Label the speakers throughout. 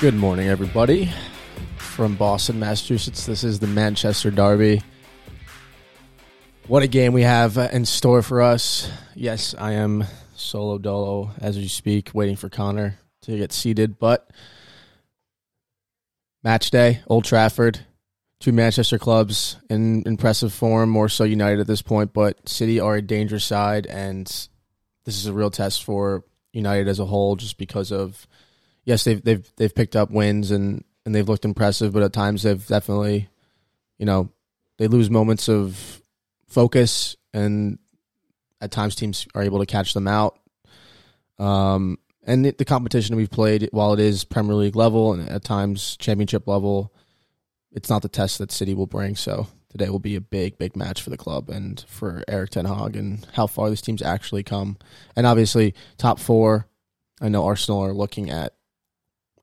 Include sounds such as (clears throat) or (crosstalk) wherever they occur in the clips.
Speaker 1: Good morning, everybody. From Boston, Massachusetts, this is the Manchester Derby. What a game we have uh, in store for us. Yes, I am solo dolo as we speak, waiting for Connor to get seated, but match day, Old Trafford. Two Manchester clubs in impressive form, more so United at this point, but City are a dangerous side, and this is a real test for United as a whole, just because of yes, they've they've they've picked up wins and and they've looked impressive, but at times they've definitely, you know, they lose moments of focus, and at times teams are able to catch them out. Um, and the, the competition we've played, while it is Premier League level and at times Championship level, it's not the test that City will bring. So today will be a big, big match for the club and for Eric Ten Hag and how far this team's actually come. And obviously, top four. I know Arsenal are looking at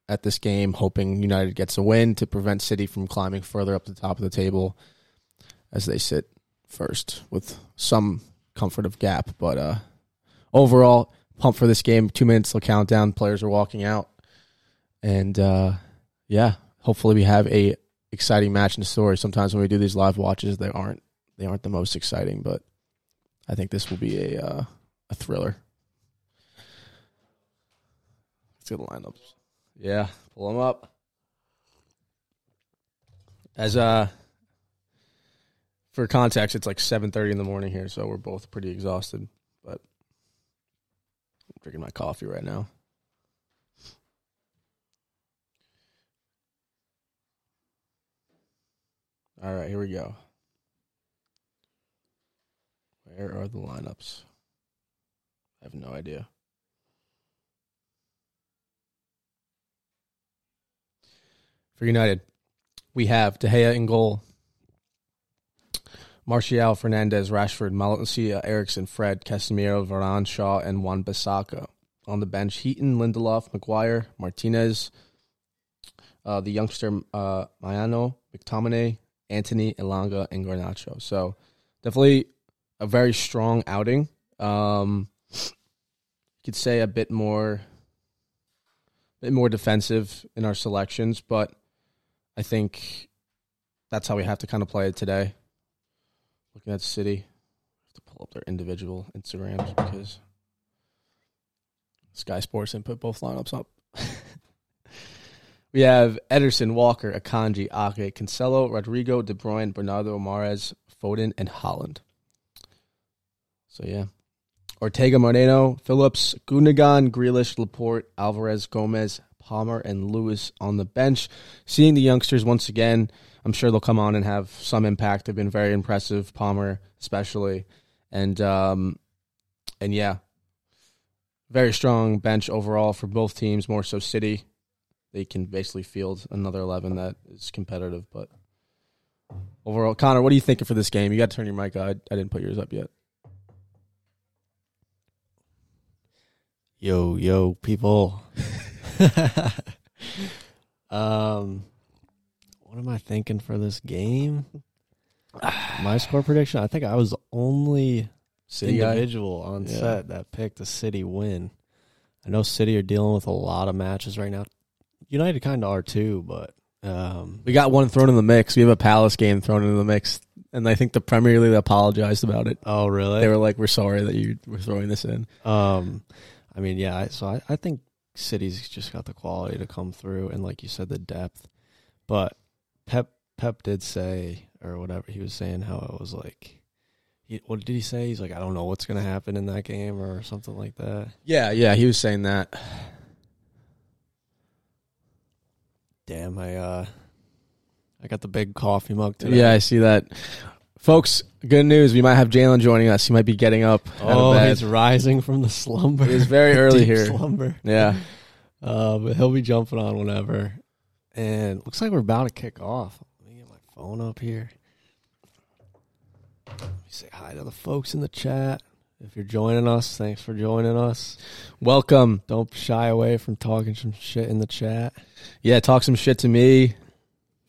Speaker 1: at this game, hoping United gets a win to prevent City from climbing further up the top of the table as they sit first with some comfort of gap. But uh, overall, pump for this game. Two minutes till countdown. Players are walking out, and uh, yeah, hopefully we have a exciting match in the story. Sometimes when we do these live watches, they aren't they aren't the most exciting, but I think this will be a uh, a thriller. Let's get the lineups. Yeah, pull them up. As uh, for context, it's like seven thirty in the morning here, so we're both pretty exhausted. But I'm drinking my coffee right now. All right, here we go. Where are the lineups? I have no idea. for United. We have De Gea in goal. Martial, Fernandez, Rashford, Malacia, Eriksson, Fred, Casemiro, Varane, Shaw, and Juan Bissaka. On the bench, Heaton, Lindelof, McGuire, Martinez, uh, the youngster uh, Mayano, McTominay, Anthony, Elanga, and Garnacho. So definitely a very strong outing. Um, you could say a bit more, bit more defensive in our selections, but I think that's how we have to kind of play it today. Looking at City, have to pull up their individual Instagrams because Sky Sports and put both lineups up. (laughs) we have Ederson, Walker, Akanji, Ake, Cancelo, Rodrigo, De Bruyne, Bernardo, Mares, Foden, and Holland. So yeah. Ortega, Moreno, Phillips, Gundogan, Grealish, Laporte, Alvarez, Gomez, Palmer, and Lewis on the bench. Seeing the youngsters once again, I'm sure they'll come on and have some impact. They've been very impressive, Palmer especially, and um, and yeah, very strong bench overall for both teams. More so, City, they can basically field another eleven that is competitive. But overall, Connor, what are you thinking for this game? You got to turn your mic. on. I, I didn't put yours up yet.
Speaker 2: Yo, yo, people.
Speaker 3: (laughs) um, what am I thinking for this game? (sighs) My score prediction. I think I was the only
Speaker 1: City guy?
Speaker 3: individual on
Speaker 1: Yeah.
Speaker 3: set that picked a City win. I know City are dealing with a lot of matches right now. United kind of are too, but um,
Speaker 1: We got one thrown in the mix. We have a Palace game thrown into the mix, and I think the Premier League apologized about it.
Speaker 3: oh really?
Speaker 1: They were like, "We're sorry that you were throwing this in."
Speaker 3: Um, I mean, yeah. I, so I, I think City's just got the quality to come through, and like you said, the depth. But Pep Pep did say or whatever he was saying how it was like He, what did he say? He's like, I don't know what's going to happen in that game or something like that.
Speaker 1: Yeah, yeah, he was saying that.
Speaker 3: Damn, I uh, I got the big coffee mug today.
Speaker 1: Yeah, I see that. Folks, good news. We might have Jalen joining us. He might be getting up. out of
Speaker 3: Oh,
Speaker 1: bed. (laughs)
Speaker 3: he's rising from the slumber.
Speaker 1: It is very
Speaker 3: (laughs)
Speaker 1: early
Speaker 3: Deep
Speaker 1: here.
Speaker 3: Slumber.
Speaker 1: Yeah.
Speaker 3: Uh, but he'll be jumping on whenever. And looks like we're about to kick off. Let me get my phone up here. Let me say hi to the folks in the chat. If you're joining us, thanks for joining us.
Speaker 1: Welcome.
Speaker 3: Don't shy away from talking some shit in the chat.
Speaker 1: Yeah, talk some shit to me if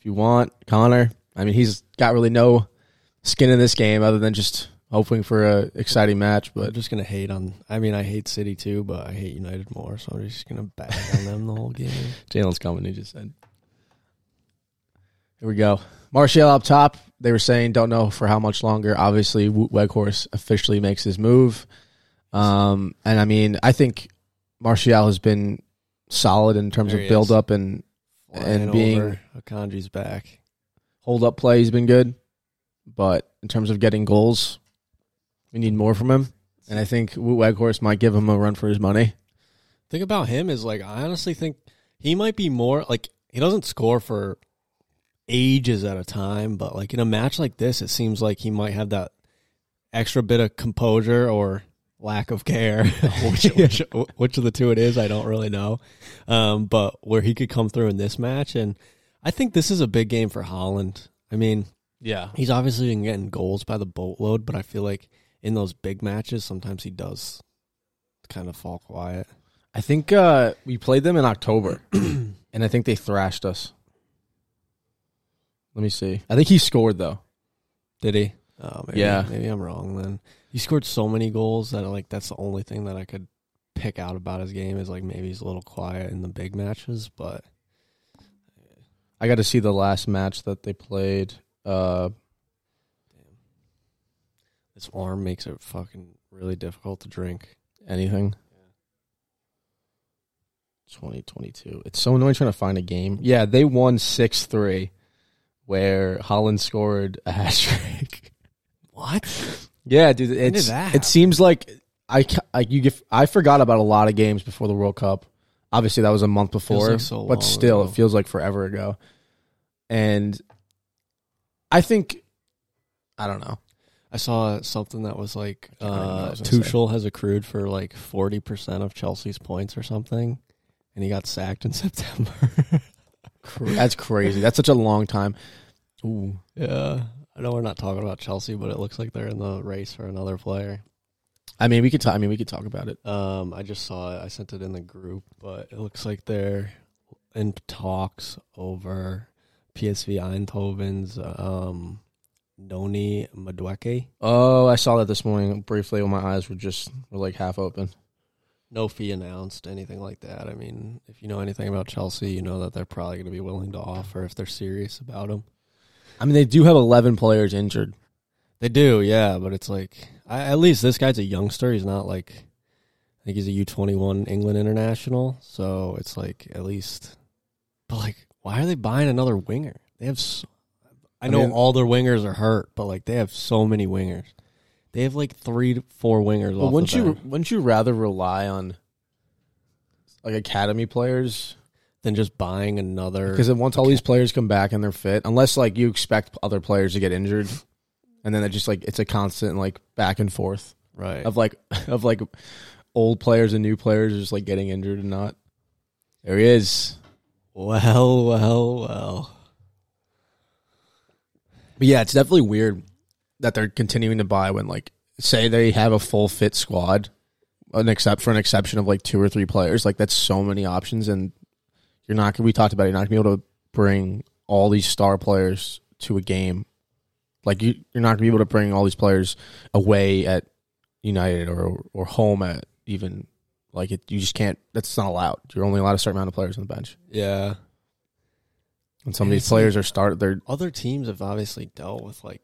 Speaker 1: you want. Connor. I mean, he's got really no skin in this game other than just hoping for a exciting match,
Speaker 3: But I'm
Speaker 1: but
Speaker 3: just gonna hate on. I mean, I hate City too, but I hate United more. So I'm just gonna bag on them the whole game. (laughs)
Speaker 1: Jalen's coming, he just said. Here we go. Martial up top. They were saying don't know for how much longer. Obviously, Wo- Weghorst officially makes his move. Um, and I mean, I think Martial has been solid in terms
Speaker 3: There
Speaker 1: of
Speaker 3: he
Speaker 1: build
Speaker 3: is.
Speaker 1: up and
Speaker 3: Flying
Speaker 1: And being-
Speaker 3: over, Akanji's back.
Speaker 1: hold up play, he's been good. But in terms of getting goals, we need more from him. And I think Woot Weghorst might give him a run for his money.
Speaker 3: Think about him is like I honestly think he might be more like he doesn't score for ages at a time, but like in a match like this, it seems like he might have that extra bit of composure or lack of care, (laughs) which, which which of the two it is, I don't really know. Um, but where he could come through in this match, and I think this is a big game for Holland. I mean,
Speaker 1: Yeah.
Speaker 3: he's obviously been getting goals by the boatload, but I feel like in those big matches, sometimes he does kind of fall quiet.
Speaker 1: I think uh, we played them in October, (clears throat) and I think they thrashed us. Let me see. I think he scored, though.
Speaker 3: Did he? Oh, maybe,
Speaker 1: Yeah.
Speaker 3: Maybe I'm wrong then. He scored so many goals that like that's the only thing that I could pick out about his game is like maybe he's a little quiet in the big matches, but
Speaker 1: I got to see the last match that they played. Uh,
Speaker 3: this arm makes it fucking really difficult to drink.
Speaker 1: anything? 2022. It's so annoying trying to find a game. Yeah, they won 6 3, where Holland scored a hat trick.
Speaker 3: What?
Speaker 1: Yeah, dude. It's,
Speaker 3: that happen?
Speaker 1: it seems like I ca- like you get. I forgot about a lot of games before the World Cup. Obviously, that was a month before,
Speaker 3: like so long
Speaker 1: but still,
Speaker 3: ago.
Speaker 1: it feels like forever ago. And I think I don't (laughs) know.
Speaker 3: I saw something that was like
Speaker 1: I don't even know what I
Speaker 3: uh,
Speaker 1: was gonna say.
Speaker 3: Tuchel has accrued for like forty percent of Chelsea's points or something, and he got sacked in (laughs) September.
Speaker 1: Cra- That's crazy. That's such a long time. Ooh,
Speaker 3: yeah, I know we're not talking about Chelsea, but it looks like they're in the race for another player.
Speaker 1: I mean, we could. T- I mean, we could talk about it.
Speaker 3: Um, I just saw it. I sent it in the group, but it looks like they're in talks over PSV Eindhoven's um, Noni Madueke.
Speaker 1: Oh, I saw that this morning briefly when my eyes were just were like half open.
Speaker 3: No fee announced, anything like that. I mean, if you know anything about Chelsea, you know that they're probably going to be willing to offer if they're serious about him.
Speaker 1: I mean, they do have eleven players injured.
Speaker 3: They do, yeah, but it's like I, at least this guy's a youngster. He's not like I think he's a U twenty one England international, so it's like at least. But like, why are they buying another winger? They have. s I
Speaker 1: I
Speaker 3: know
Speaker 1: mean-
Speaker 3: all their wingers are hurt, but like they have so many wingers. They have like three to four wingers.
Speaker 1: But
Speaker 3: off
Speaker 1: wouldn't
Speaker 3: the
Speaker 1: you
Speaker 3: bench
Speaker 1: wouldn't you rather rely on like academy players?
Speaker 3: than just buying another?
Speaker 1: Because then once all these players come back and they're fit, unless like you expect other players to get injured, and then it just like it's a constant like back and forth
Speaker 3: right,
Speaker 1: of like (laughs) of like old players and new players just like getting injured and not. There he is.
Speaker 3: well, well, well.
Speaker 1: But yeah, it's definitely weird that they're continuing to buy when like say they have a full fit squad, an except for an exception of like two or three players. Like that's so many options, and you're not. gonna We talked about it. You're not gonna be able to bring all these star players to a game. Like you, you're not gonna be able to bring all these players away at United or or home at even. Like it, you just can't. That's not allowed. You're only allowed a certain amount of players on the bench,
Speaker 3: Yeah,
Speaker 1: and some
Speaker 3: And
Speaker 1: of these
Speaker 3: it's like-
Speaker 1: players are start. They're
Speaker 3: other teams have obviously dealt with like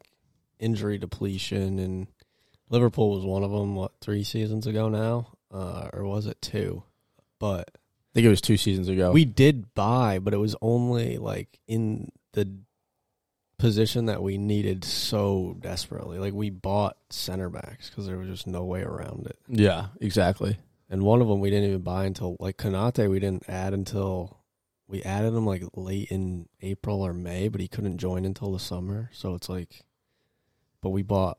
Speaker 3: injury depletion, and Liverpool was one of them. What three seasons ago now, uh, or was it two? But
Speaker 1: I think it was two seasons ago.
Speaker 3: we did buy, but it was only like in the position that we needed so desperately. Like we bought center backs because there was just no way around it.
Speaker 1: Yeah, exactly.
Speaker 3: And one of them we didn't even buy until like Kanate we didn't add until we added him like late in April or May, but he couldn't join until the summer. So it's like but we bought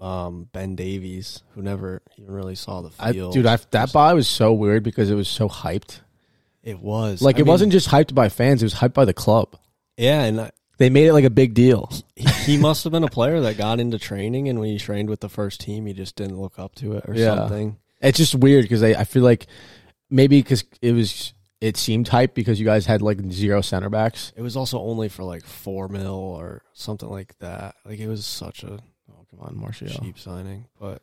Speaker 3: um Ben Davies who never even really saw the
Speaker 1: I,
Speaker 3: field.
Speaker 1: dude, I, that buy was so weird because it was so hyped.
Speaker 3: it was.
Speaker 1: Like
Speaker 3: I
Speaker 1: it
Speaker 3: mean,
Speaker 1: wasn't just hyped by fans; it was hyped by the club.
Speaker 3: Yeah, and I,
Speaker 1: They made it like a big deal.
Speaker 3: he, he must have been a player that got into training and when he trained with the first team he just didn't look up to it or
Speaker 1: Yeah.
Speaker 3: something.
Speaker 1: It's just weird because I, I feel like maybe because it was it seemed hype because you guys had like zero center backs.
Speaker 3: It was also only for like four mil or something like that. Like it was such a
Speaker 1: Oh come on, Martial.
Speaker 3: cheap signing, but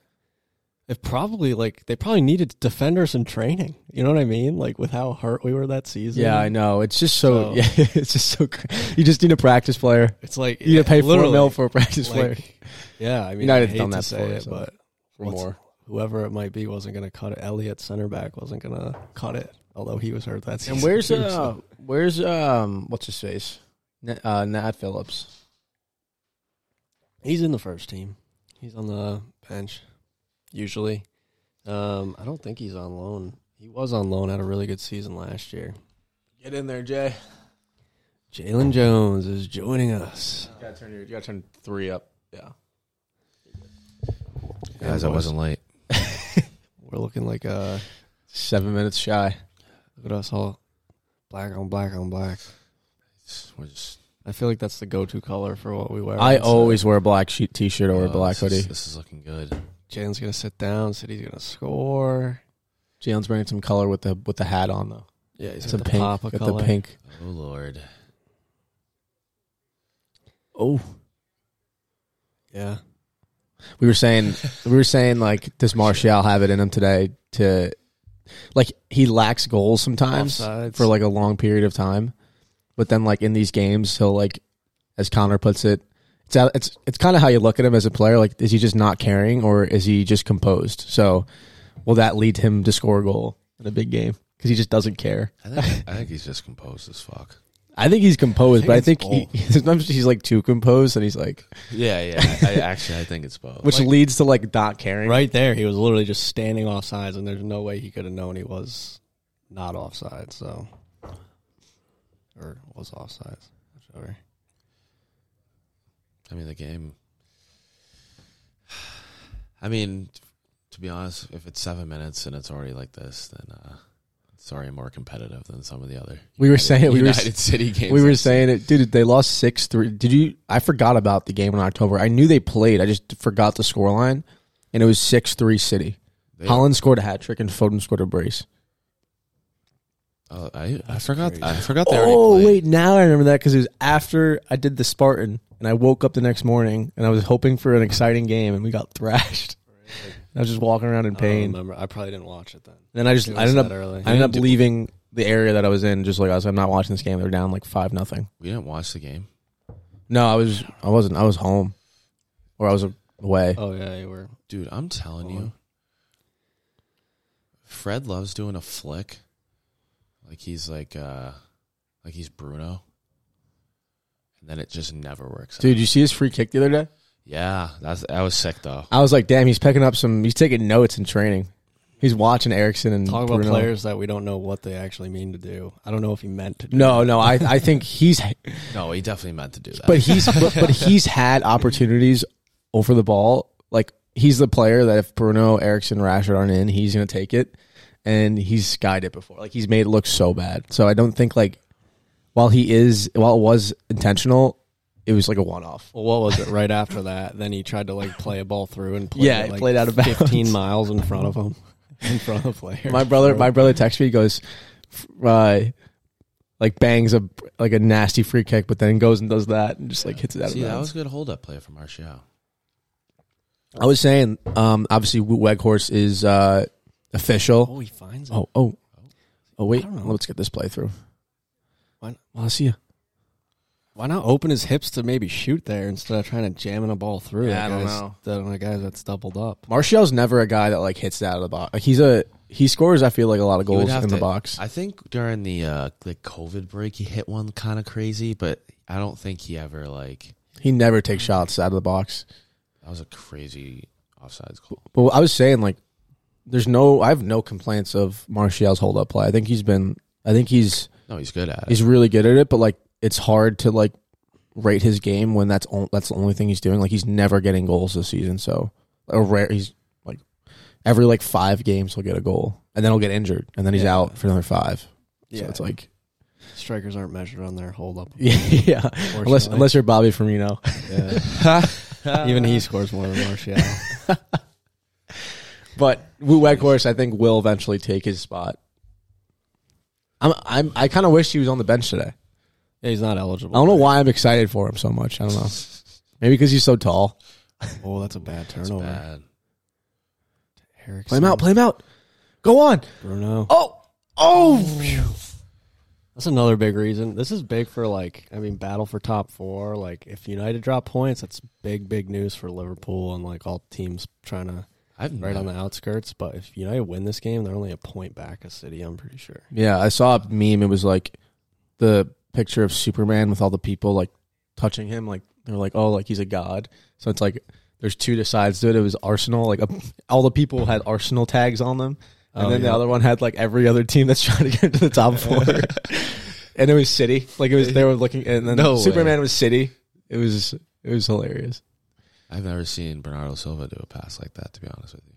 Speaker 3: it probably like they probably needed defenders and training. You know what I mean? Like with how hurt we were that season.
Speaker 1: Yeah, I know. It's just
Speaker 3: So-
Speaker 1: so, yeah, (laughs) it's just so. cr- You just need a practice player.
Speaker 3: it's like
Speaker 1: You need to pay four
Speaker 3: literally,
Speaker 1: mil for a practice player
Speaker 3: like, Yeah, I mean,
Speaker 1: United's
Speaker 3: I hate
Speaker 1: done
Speaker 3: to
Speaker 1: that
Speaker 3: say
Speaker 1: before,
Speaker 3: it,
Speaker 1: so.
Speaker 3: but
Speaker 1: for
Speaker 3: what's-
Speaker 1: more.
Speaker 3: whoever it might be wasn't going to cut it. Elliot, center back, wasn't going to cut it, although he was hurt that season.
Speaker 1: (laughs) And where's
Speaker 3: too,
Speaker 1: uh,
Speaker 3: so-
Speaker 1: where's um, what's his face? Na- Uh, Nat Phillips.
Speaker 3: He's in the first team. He's on the bench usually. Um, I don't think he's on loan. He was on loan. Had a really good season last year.
Speaker 1: Get in there, Jay.
Speaker 3: Jalen Jones is joining us.
Speaker 1: You gotta turn your, you gotta turn three up. Yeah.
Speaker 2: Guys, I wasn't late.
Speaker 3: We're looking like uh,
Speaker 1: Seven minutes shy.
Speaker 3: look at us all black on black on black.
Speaker 2: We're just-
Speaker 3: I feel like that's the go-to color for what we wear.
Speaker 1: I
Speaker 3: It's, uh,
Speaker 1: always wear a black sheet t-shirt or a
Speaker 2: Oh,
Speaker 1: black
Speaker 2: this is-
Speaker 1: hoodie.
Speaker 2: This is looking good.
Speaker 3: Jalen's gonna sit down. City's gonna score.
Speaker 1: Jalen's bringing some color with the with the hat on though.
Speaker 3: Yeah, he's
Speaker 1: Some
Speaker 3: got the
Speaker 1: pink.
Speaker 3: pop of
Speaker 1: got
Speaker 3: color.
Speaker 1: the pink.
Speaker 2: Oh lord.
Speaker 3: Oh, yeah.
Speaker 1: We were saying we were saying like does Martial have it in him today to like he lacks goals sometimes
Speaker 3: Offsides.
Speaker 1: for like a long period of time, but then like in these games he'll like as Connor puts it, it's out, it's it's kind of how you look at him as a player. Like is he just not caring or is he just composed? So will that lead him to score a goal in a big game because he just doesn't care?
Speaker 2: I (laughs) think, I think he's just composed as fuck.
Speaker 1: I think he's composed,
Speaker 3: I
Speaker 1: but I
Speaker 3: think
Speaker 1: think
Speaker 3: it's
Speaker 1: he, (laughs) sometimes he's like too composed, and he's like,
Speaker 2: Yeah, yeah. (laughs) I, I actually I think it's both.
Speaker 1: which leads to like not caring.
Speaker 3: Right there, he was literally just standing off sides, and there's no way he could have known he was not offside. So, or was offside, whichever.
Speaker 2: I mean the game. I mean, to be honest, if it's seven minutes and it's already like this, then uh, it's already more competitive than some of the other.
Speaker 1: We were
Speaker 2: United-
Speaker 1: saying we were
Speaker 2: United City games.
Speaker 1: we were
Speaker 2: I've
Speaker 1: saying it, dude. They lost six three. Did you? I forgot about the game in October. I knew they played. I just forgot the scoreline, and it was six three City.
Speaker 2: seen. They-
Speaker 1: Holland scored a hat trick, and Foden scored a brace.
Speaker 2: Oh, I, I
Speaker 3: That's
Speaker 2: forgot.
Speaker 3: crazy.
Speaker 2: I forgot. They
Speaker 1: Oh
Speaker 2: already played.
Speaker 1: wait, now I remember that because it was after I did the Spartan, and I woke up the next morning, and I was hoping for an exciting game, and we got thrashed. (laughs) I was just walking around in
Speaker 3: I don't
Speaker 1: pain.
Speaker 3: remember. I probably didn't watch it then.
Speaker 1: Then I just
Speaker 3: It
Speaker 1: I
Speaker 3: was
Speaker 1: ended
Speaker 3: that
Speaker 1: up
Speaker 3: early.
Speaker 1: I ended up leaving the area that I was in. Just like I was, I'm not watching this game. They're down like five nothing.
Speaker 2: We didn't watch the game.
Speaker 1: No, I was I wasn't. I was home, or I was away.
Speaker 3: Oh yeah, you were.
Speaker 2: Dude, I'm telling
Speaker 3: Hold
Speaker 2: you,
Speaker 3: on.
Speaker 2: Fred loves doing a flick. Like he's like, uh like he's Bruno, and then it just never works.
Speaker 1: Dude,
Speaker 2: out.
Speaker 1: you see his free kick the other day?
Speaker 2: yeah, that's that was sick though.
Speaker 1: I was like, damn, he's picking up some. He's taking notes in training. He's watching Erickson and
Speaker 3: Talk about
Speaker 1: Bruno.
Speaker 3: players that we don't know what they actually mean to do. I don't know if he meant to. do
Speaker 1: No,
Speaker 3: that.
Speaker 1: no, I I think he's
Speaker 2: No, he definitely meant to do that.
Speaker 1: but he's but, but he's had opportunities over the ball. Like he's the player that if Bruno, Erickson, Rashford aren't in, he's gonna take it, and he's skied it before. Like he's made it look so bad. So I don't think like while he is while it was intentional, it was like a one off.
Speaker 3: Well, what was it right after that? Then he tried to like play a ball through and played
Speaker 1: Yeah,
Speaker 3: it,
Speaker 1: it
Speaker 3: like,
Speaker 1: played out of bounds.
Speaker 3: 15 miles in front of him, (laughs) in front of the player.
Speaker 1: My brother, my brother texts me. He goes, f- uh, like bangs a like a nasty free kick, but then goes and does that and just like hits it out
Speaker 2: see,
Speaker 1: of
Speaker 2: that
Speaker 1: bounds.
Speaker 2: was a good hold up play from Martial.
Speaker 1: I was saying, um, obviously Weghorst is uh official.
Speaker 3: oh, he finds it.
Speaker 1: Oh, oh, oh! Wait,
Speaker 3: I don't know.
Speaker 1: let's get this playthrough.
Speaker 3: Why-
Speaker 1: Well, I see you.
Speaker 3: Why not open his hips to maybe shoot there instead of trying to jamming a ball through?
Speaker 1: Yeah,
Speaker 3: That
Speaker 1: I don't
Speaker 3: guy's-
Speaker 1: know.
Speaker 3: That one guy that's doubled up.
Speaker 1: Martial's never a guy that like hits it out of the box. Like he's a he scores. I feel like a lot of
Speaker 2: He would
Speaker 1: goals
Speaker 2: have
Speaker 1: in the
Speaker 2: to-
Speaker 1: box.
Speaker 2: I think during the uh like COVID break, he hit one kind of crazy, but I don't think he ever like
Speaker 1: He never takes shots out of the box.
Speaker 2: That was a crazy offsides call.
Speaker 1: But I was saying, like, there's no, I have no complaints of Martial's hold up play. I think he's been, I think he's,
Speaker 2: No, he's good at it.
Speaker 1: he's really good at it. But like, it's hard to like rate his game when that's on, that's the only thing he's doing. Like, he's never getting goals this season. So a rare, he's like every like five games he'll get a goal, and then he'll get injured, and then he's
Speaker 3: Yeah.
Speaker 1: out for another five.
Speaker 3: Yeah.
Speaker 1: So it's like, (laughs)
Speaker 3: Strikers aren't measured on their hold up.
Speaker 1: yeah, unless unless you're
Speaker 3: (laughs)
Speaker 1: Bobby Firmino. (laughs)
Speaker 3: even he scores more than Martial.
Speaker 1: But Wu Weghorst, I think, will eventually take his spot. I'm, I'm, I kind of wish he was on the bench today.
Speaker 3: Yeah, he's not
Speaker 1: I
Speaker 3: eligible.
Speaker 1: don't know why I'm excited for him so much. I don't know. Maybe because he's so tall.
Speaker 3: Oh, that's a bad
Speaker 2: It's
Speaker 3: turnover.
Speaker 2: bad.
Speaker 3: Erickson,
Speaker 1: Play him out. Play him out. Go on.
Speaker 3: Bruno.
Speaker 1: Oh, oh.
Speaker 3: That's another big reason. This is big for like, I mean, battle for top four. Like, if United drop points, that's big, big news for Liverpool and like all teams trying to
Speaker 2: I've
Speaker 3: right
Speaker 2: never,
Speaker 3: on the outskirts. But if United win this game, they're only a point back of City. I'm pretty sure.
Speaker 1: Yeah, I saw a meme. It was like the picture of Superman with all the people like touching him. Like they're like, oh, like he's a god. So it's like there's two sides to it. It was Arsenal. Like all the people had Arsenal tags on them, and
Speaker 3: Oh,
Speaker 1: then the
Speaker 3: yeah.
Speaker 1: other one had like every other team that's (laughs) trying to get into the top four. and it was City. Like it was they were looking, and then
Speaker 2: No way.
Speaker 1: Superman was City. It was it was hilarious.
Speaker 2: I've never seen Bernardo Silva do a pass like that. To be honest with you,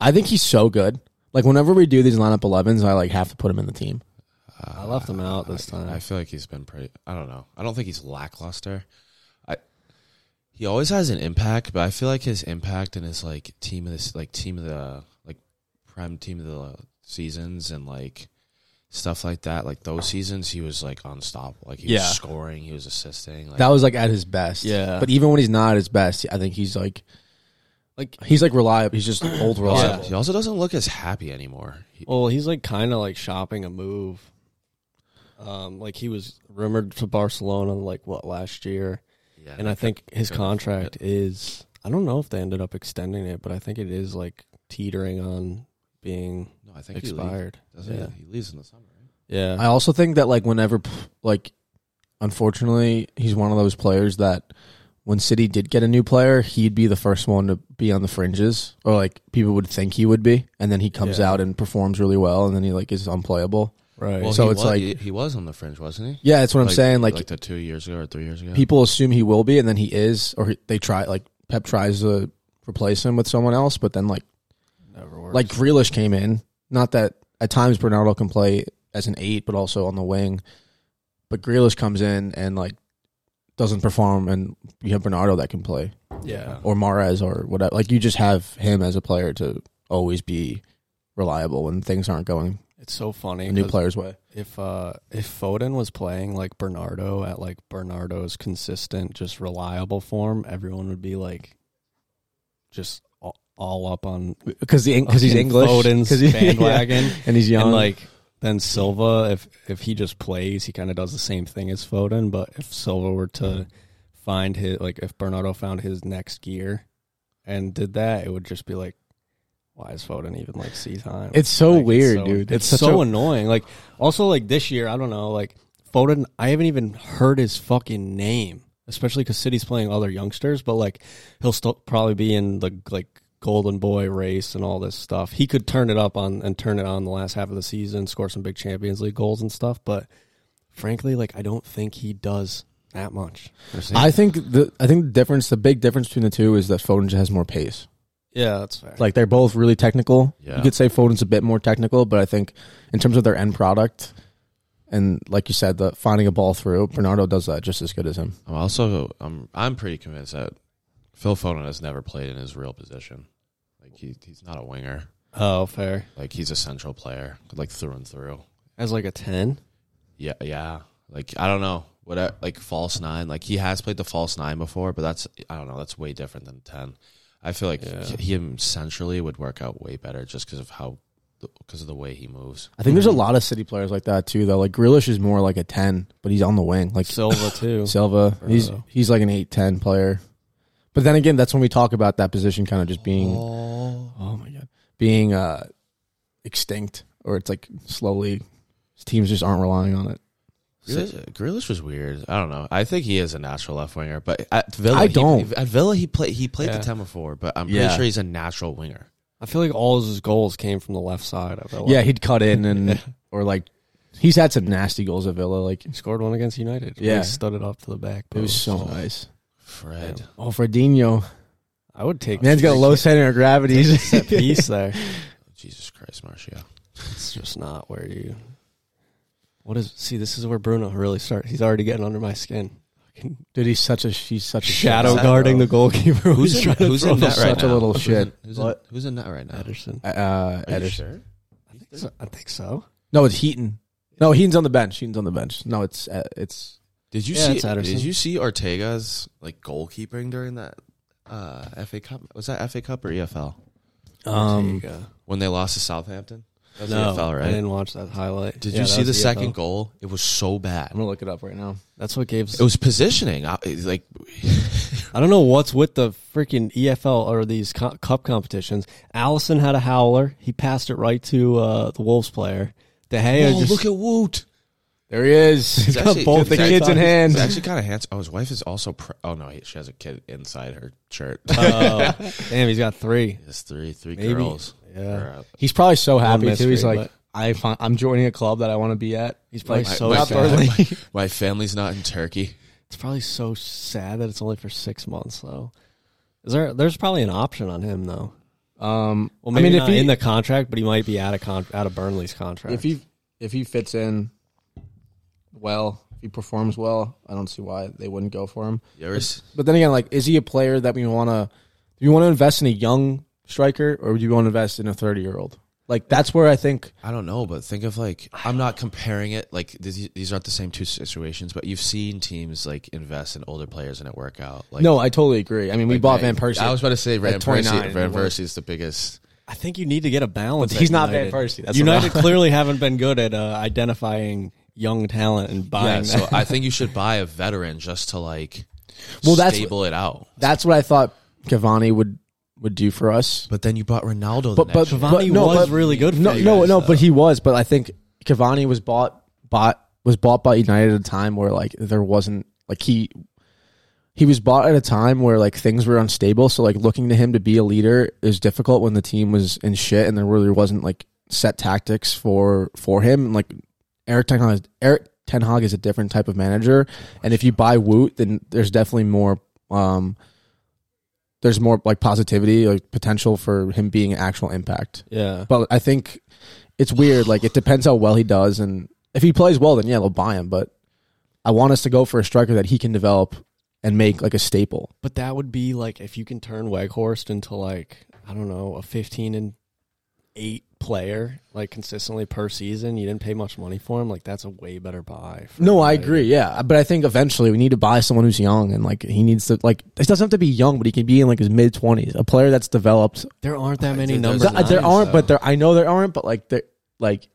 Speaker 1: I think he's so good. Like whenever we do these lineup 11s, I like have to put him in the team.
Speaker 2: uh,
Speaker 3: I left him out this
Speaker 2: I-
Speaker 3: time.
Speaker 2: I feel like he's been pretty. I don't know. I don't think he's lackluster. I he always has an impact, but I feel like his impact and his like team of this like team of the like prime team of the seasons and like stuff like that. Like those seasons, he was like unstoppable. Like he
Speaker 1: Yeah.
Speaker 2: was scoring, he was assisting. Like
Speaker 1: That was like at his best.
Speaker 3: Yeah.
Speaker 1: But even when he's not at his best, I think he's like
Speaker 3: Like,
Speaker 1: he's like reliable.
Speaker 3: (clears throat)
Speaker 1: He's just old
Speaker 2: he also,
Speaker 1: reliable.
Speaker 2: he also doesn't look as happy anymore. He,
Speaker 3: well, he's like kind of like shopping a move. Um, like he was rumored to Barcelona like what last year.
Speaker 2: yeah,
Speaker 3: and I think his
Speaker 2: Yeah.
Speaker 3: contract is I don't know if they ended up extending it, but I think it is like teetering on being
Speaker 2: no, I think he leaves.
Speaker 3: expired.
Speaker 2: doesn't he?
Speaker 3: Yeah.
Speaker 2: He leaves in the summer. Right?
Speaker 3: Yeah.
Speaker 1: I also think that like whenever p- like unfortunately, he's one of those players that when City did get a new player, he'd be the first one to be on the fringes or like people would think he would be and then he comes
Speaker 3: Yeah.
Speaker 1: out and performs really well and then he like is unplayable.
Speaker 3: right.
Speaker 2: Well,
Speaker 1: So
Speaker 2: he
Speaker 1: it's
Speaker 2: was,
Speaker 1: like-
Speaker 2: he, he was on the fringe, wasn't he?
Speaker 1: Yeah, that's what I'm
Speaker 2: Like-
Speaker 1: saying like,
Speaker 2: Like, the two years ago or three years ago.
Speaker 1: people assume he will be and then he is or he, they try like Pep tries to replace him with someone else but then like
Speaker 3: Never works.
Speaker 1: like Grealish came in. Not that at times Bernardo can play as an eight, but also on the wing. But Grealish comes in and like doesn't perform, and you have Bernardo that can play,
Speaker 3: yeah.
Speaker 1: or Mares, or whatever. Like you just have him as a player to always be reliable when things aren't going
Speaker 3: It's so funny.
Speaker 1: a new
Speaker 3: 'cause
Speaker 1: player's way.
Speaker 3: If uh if Foden was playing like Bernardo at like Bernardo's consistent, just reliable form, everyone would be like just all, all up on
Speaker 1: Because the because he's
Speaker 3: fucking
Speaker 1: English,
Speaker 3: Foden's
Speaker 1: (laughs) 'cause he-
Speaker 3: bandwagon.
Speaker 1: yeah, and he's young.
Speaker 3: And like then Silva, if if he just plays, he kind of does the same thing as Foden. But if Silva were to find his like if Bernardo found his next gear and did that, it would just be like, why is Foden even like see time?
Speaker 1: it's so
Speaker 3: Like, it's
Speaker 1: weird,
Speaker 3: so-
Speaker 1: dude.
Speaker 3: It's,
Speaker 1: such
Speaker 3: so
Speaker 1: a-
Speaker 3: annoying. Like also like this year, I don't know. Like Foden, I haven't even heard his fucking name. Especially because City's playing other youngsters, but like he'll still probably be in the like golden boy race and all this stuff. He could turn it up on and turn it on the last half of the season, score some big Champions League goals and stuff. But frankly, like I don't think he does that much.
Speaker 1: I think the I think the difference, the big difference between the two, is that Foden just has more pace.
Speaker 3: Yeah, that's fair.
Speaker 1: Like they're both really technical.
Speaker 2: Yeah.
Speaker 1: You could say Foden's a bit more technical, but I think in terms of their end product, and like you said, the finding a ball through, Bernardo does that just as good as him.
Speaker 2: I'm also I'm I'm pretty convinced that Phil Foden has never played in his real position. Like he he's not a winger.
Speaker 3: oh, fair.
Speaker 2: Like he's a central player, like through and through.
Speaker 3: As like a ten.
Speaker 2: Yeah, yeah. Like I don't know what I- like false nine. Like he has played the false nine before, but that's I don't know. That's way different than ten. I feel like
Speaker 3: Yeah.
Speaker 2: he, him centrally would work out way better just because of how because of the way he moves.
Speaker 1: I think there's a lot of city players like that too, though. Like Grealish is more like a ten, but he's on the wing. Like
Speaker 3: Silva too.
Speaker 1: Silva, he's
Speaker 3: Bernardo.
Speaker 1: he's like an eight ten player. But then again, that's when we talk about that position kind of just being
Speaker 2: Oh,
Speaker 1: oh my god, being uh extinct, or it's like slowly teams just aren't relying on it.
Speaker 2: Grealish, Grealish was weird. I don't know. I think he is a natural left winger, but at Villa,
Speaker 1: I
Speaker 2: he-
Speaker 1: don't.
Speaker 2: at Villa, he played he played
Speaker 3: Yeah.
Speaker 2: the ten before, but I'm pretty
Speaker 1: Yeah.
Speaker 2: sure he's a natural winger.
Speaker 3: I feel like all of his goals came from the left side. I felt
Speaker 1: Yeah,
Speaker 3: like.
Speaker 1: he'd cut in and or like he's had some nasty goals at Villa. Like
Speaker 3: he scored one against United. where
Speaker 1: Yeah.
Speaker 3: he studded off to the back.
Speaker 1: it was
Speaker 3: post.
Speaker 1: so nice.
Speaker 2: Fred,
Speaker 1: Oh, Fredinho,
Speaker 3: I would take.
Speaker 1: man's got a low center of gravity.
Speaker 3: (laughs)
Speaker 1: He's-
Speaker 3: set piece there.
Speaker 2: Jesus Christ, Martial.
Speaker 3: It's just not where you. What is? See, this is where Bruno really starts. He's already getting under my skin. Fucking
Speaker 1: Dude, he's such a he's such a
Speaker 3: Shadow
Speaker 2: Shadow.
Speaker 3: guarding the goalkeeper. (laughs)
Speaker 2: Who's
Speaker 3: Who's
Speaker 2: in,
Speaker 3: trying to
Speaker 2: who's
Speaker 3: throw
Speaker 2: in
Speaker 3: the
Speaker 2: net
Speaker 1: such
Speaker 2: right
Speaker 1: a
Speaker 2: now?
Speaker 1: little
Speaker 2: Who's
Speaker 1: shit.
Speaker 2: In, who's, in,
Speaker 3: What?
Speaker 2: who's in net right now?
Speaker 3: Ederson.
Speaker 1: Uh,
Speaker 2: Are you
Speaker 1: Ederson.
Speaker 2: sure? I think there's a-
Speaker 3: I think so.
Speaker 1: No, it's Heaton. No, Heaton's on the bench. Heaton's on the bench. No, it's uh, it's
Speaker 2: Did you
Speaker 3: Yeah,
Speaker 2: see?
Speaker 3: it's Ederson.
Speaker 2: Did you see Ortega's like goalkeeping during that uh, FA Cup? Was that FA Cup or EFL
Speaker 1: um
Speaker 3: There you go.
Speaker 2: when they lost to Southampton? That was
Speaker 3: no,
Speaker 2: EFL, right?
Speaker 3: I didn't watch that highlight.
Speaker 2: Did
Speaker 3: Yeah,
Speaker 2: you
Speaker 3: that
Speaker 2: see the
Speaker 3: was E
Speaker 2: second
Speaker 3: EFL.
Speaker 2: goal? It was so bad.
Speaker 1: I'm gonna look it up right now.
Speaker 3: That's what gave.
Speaker 2: It was positioning. I, it's like
Speaker 3: I don't know what's with the freaking EFL or these co- cup competitions. Allison had a howler. He passed it right to uh, the Wolves player. De Gea
Speaker 2: Whoa,
Speaker 3: just
Speaker 2: Oh, look at Woot.
Speaker 1: There
Speaker 3: (laughs)
Speaker 1: he is.
Speaker 2: He's
Speaker 1: He's got
Speaker 2: actually-
Speaker 1: both the
Speaker 2: he's
Speaker 1: kids in
Speaker 2: actually-
Speaker 1: hand.
Speaker 2: He's actually kind of handsome. Oh, his wife is also. Pre- oh no, he, she has a kid inside her (laughs) shirt.
Speaker 3: Oh, (laughs) damn, he's got three.
Speaker 2: It's three, three
Speaker 3: Maybe.
Speaker 2: girls.
Speaker 3: Yeah.
Speaker 2: Or, uh,
Speaker 1: He's probably so happy
Speaker 3: mystery,
Speaker 1: too. He's like,
Speaker 3: but-
Speaker 1: I find, I'm joining a club that I want to be at. He's
Speaker 3: probably
Speaker 1: like,
Speaker 3: so
Speaker 1: not
Speaker 3: sad.
Speaker 1: Burnley.
Speaker 2: My family's not in Turkey.
Speaker 3: It's probably so sad that it's only for six months though. Is there? There's probably an option on him though.
Speaker 1: Um,
Speaker 3: Well,
Speaker 1: I
Speaker 3: maybe
Speaker 1: mean, if
Speaker 3: not
Speaker 1: he
Speaker 3: in the contract, but he might be out of con- out of Burnley's contract.
Speaker 1: if he if he fits in well, if he performs well, I don't see why they wouldn't go for him.
Speaker 2: Yours.
Speaker 1: But then again, like, is he a player that we want to? Do you want to invest in a young striker, or do you want to invest in a 30 year old? Like, that's where I think.
Speaker 2: I don't know, but think of like I'm not comparing it. Like these, these aren't the same two situations, but you've seen teams like invest in older players and it work out. Like
Speaker 1: no, I totally agree. I mean, we
Speaker 2: like,
Speaker 1: bought
Speaker 2: Van-
Speaker 1: Van Persie.
Speaker 2: I was about to say Van
Speaker 1: At
Speaker 2: Persie.
Speaker 1: 29.
Speaker 2: Van Persie is the biggest.
Speaker 3: I think you need to get a balance.
Speaker 1: But he's
Speaker 3: at
Speaker 1: not
Speaker 3: United.
Speaker 1: Van Persie, that's the
Speaker 3: United
Speaker 1: problem.
Speaker 3: clearly haven't been good at uh, identifying young talent and
Speaker 2: Yeah,
Speaker 3: buying.
Speaker 2: so
Speaker 3: that.
Speaker 2: I think you should buy a veteran just to like
Speaker 1: Well, that's-
Speaker 2: stable it out.
Speaker 1: that's what I thought Cavani would would do for us.
Speaker 2: But then you bought Ronaldo.
Speaker 1: But
Speaker 2: the
Speaker 1: but,
Speaker 2: next year.
Speaker 1: but
Speaker 3: Cavani
Speaker 1: no,
Speaker 3: was
Speaker 1: but-
Speaker 3: really good for
Speaker 1: no,
Speaker 3: you
Speaker 1: no,
Speaker 3: guys,
Speaker 1: no.
Speaker 3: though.
Speaker 1: But he was. But I think Cavani was bought bought was bought by United at a time where like there wasn't like he he was bought at a time where like things were unstable. So like looking to him to be a leader is difficult when the team was in shit and there really wasn't like set tactics for for him. And, like Eric Ten Hag, Eric Ten Hag is a different type of manager, and if you buy Woot, then there's definitely more. um there's more like positivity, like potential for him being an actual impact.
Speaker 3: yeah,
Speaker 1: But I think it's weird. Like it depends how well he does, and if he plays well, then yeah, they'll buy him. But I want us to go for a striker that he can develop and make like a staple.
Speaker 3: But that would be like if you can turn Weghorst into like I don't know a fifteen and eight player like consistently per season. You didn't pay much money for him. Like that's a way better buy. for
Speaker 1: No, I
Speaker 3: United.
Speaker 1: agree. Yeah, but I think eventually we need to buy someone who's young and like he needs to like it doesn't have to be young, but he can be in like his mid twenties. A player that's developed.
Speaker 3: There aren't that many
Speaker 2: think
Speaker 3: numbers.
Speaker 2: there's-
Speaker 1: Th- there
Speaker 3: nines,
Speaker 1: aren't,
Speaker 3: though.
Speaker 1: but there I know there aren't, but like there like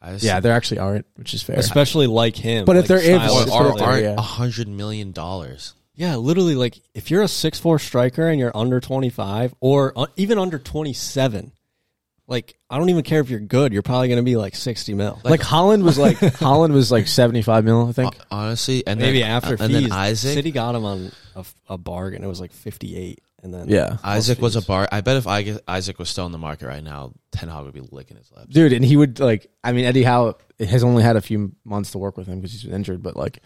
Speaker 2: I just-
Speaker 1: yeah, there actually aren't, which is fair.
Speaker 3: especially like him.
Speaker 1: But if
Speaker 3: like
Speaker 1: there is-
Speaker 2: or,
Speaker 3: stylistically.
Speaker 1: Or-
Speaker 2: or
Speaker 1: or-
Speaker 2: aren't
Speaker 1: yeah.
Speaker 2: a hundred million dollars.
Speaker 3: yeah, literally like if you're a six four striker and you're under twenty five or uh, even under twenty seven. Like I don't even care if you're good. You're probably going to be like sixty mil.
Speaker 1: Like, Holland was like Holland was like seventy five mil, I think.
Speaker 2: Hon- Uh, Honestly, and
Speaker 3: Maybe
Speaker 2: then,
Speaker 3: after
Speaker 2: and
Speaker 3: fees,
Speaker 2: then Isaac.
Speaker 3: City got him on a, f- a bargain. It was like fifty eight, and then
Speaker 1: yeah,
Speaker 2: Isaac was a bar. I bet if I- Isaac was still in the market right now, Ten Hag would be licking his lips.
Speaker 1: dude, and he would like. I mean, Eddie Howe has only had a few months to work with him because he's been injured, but like,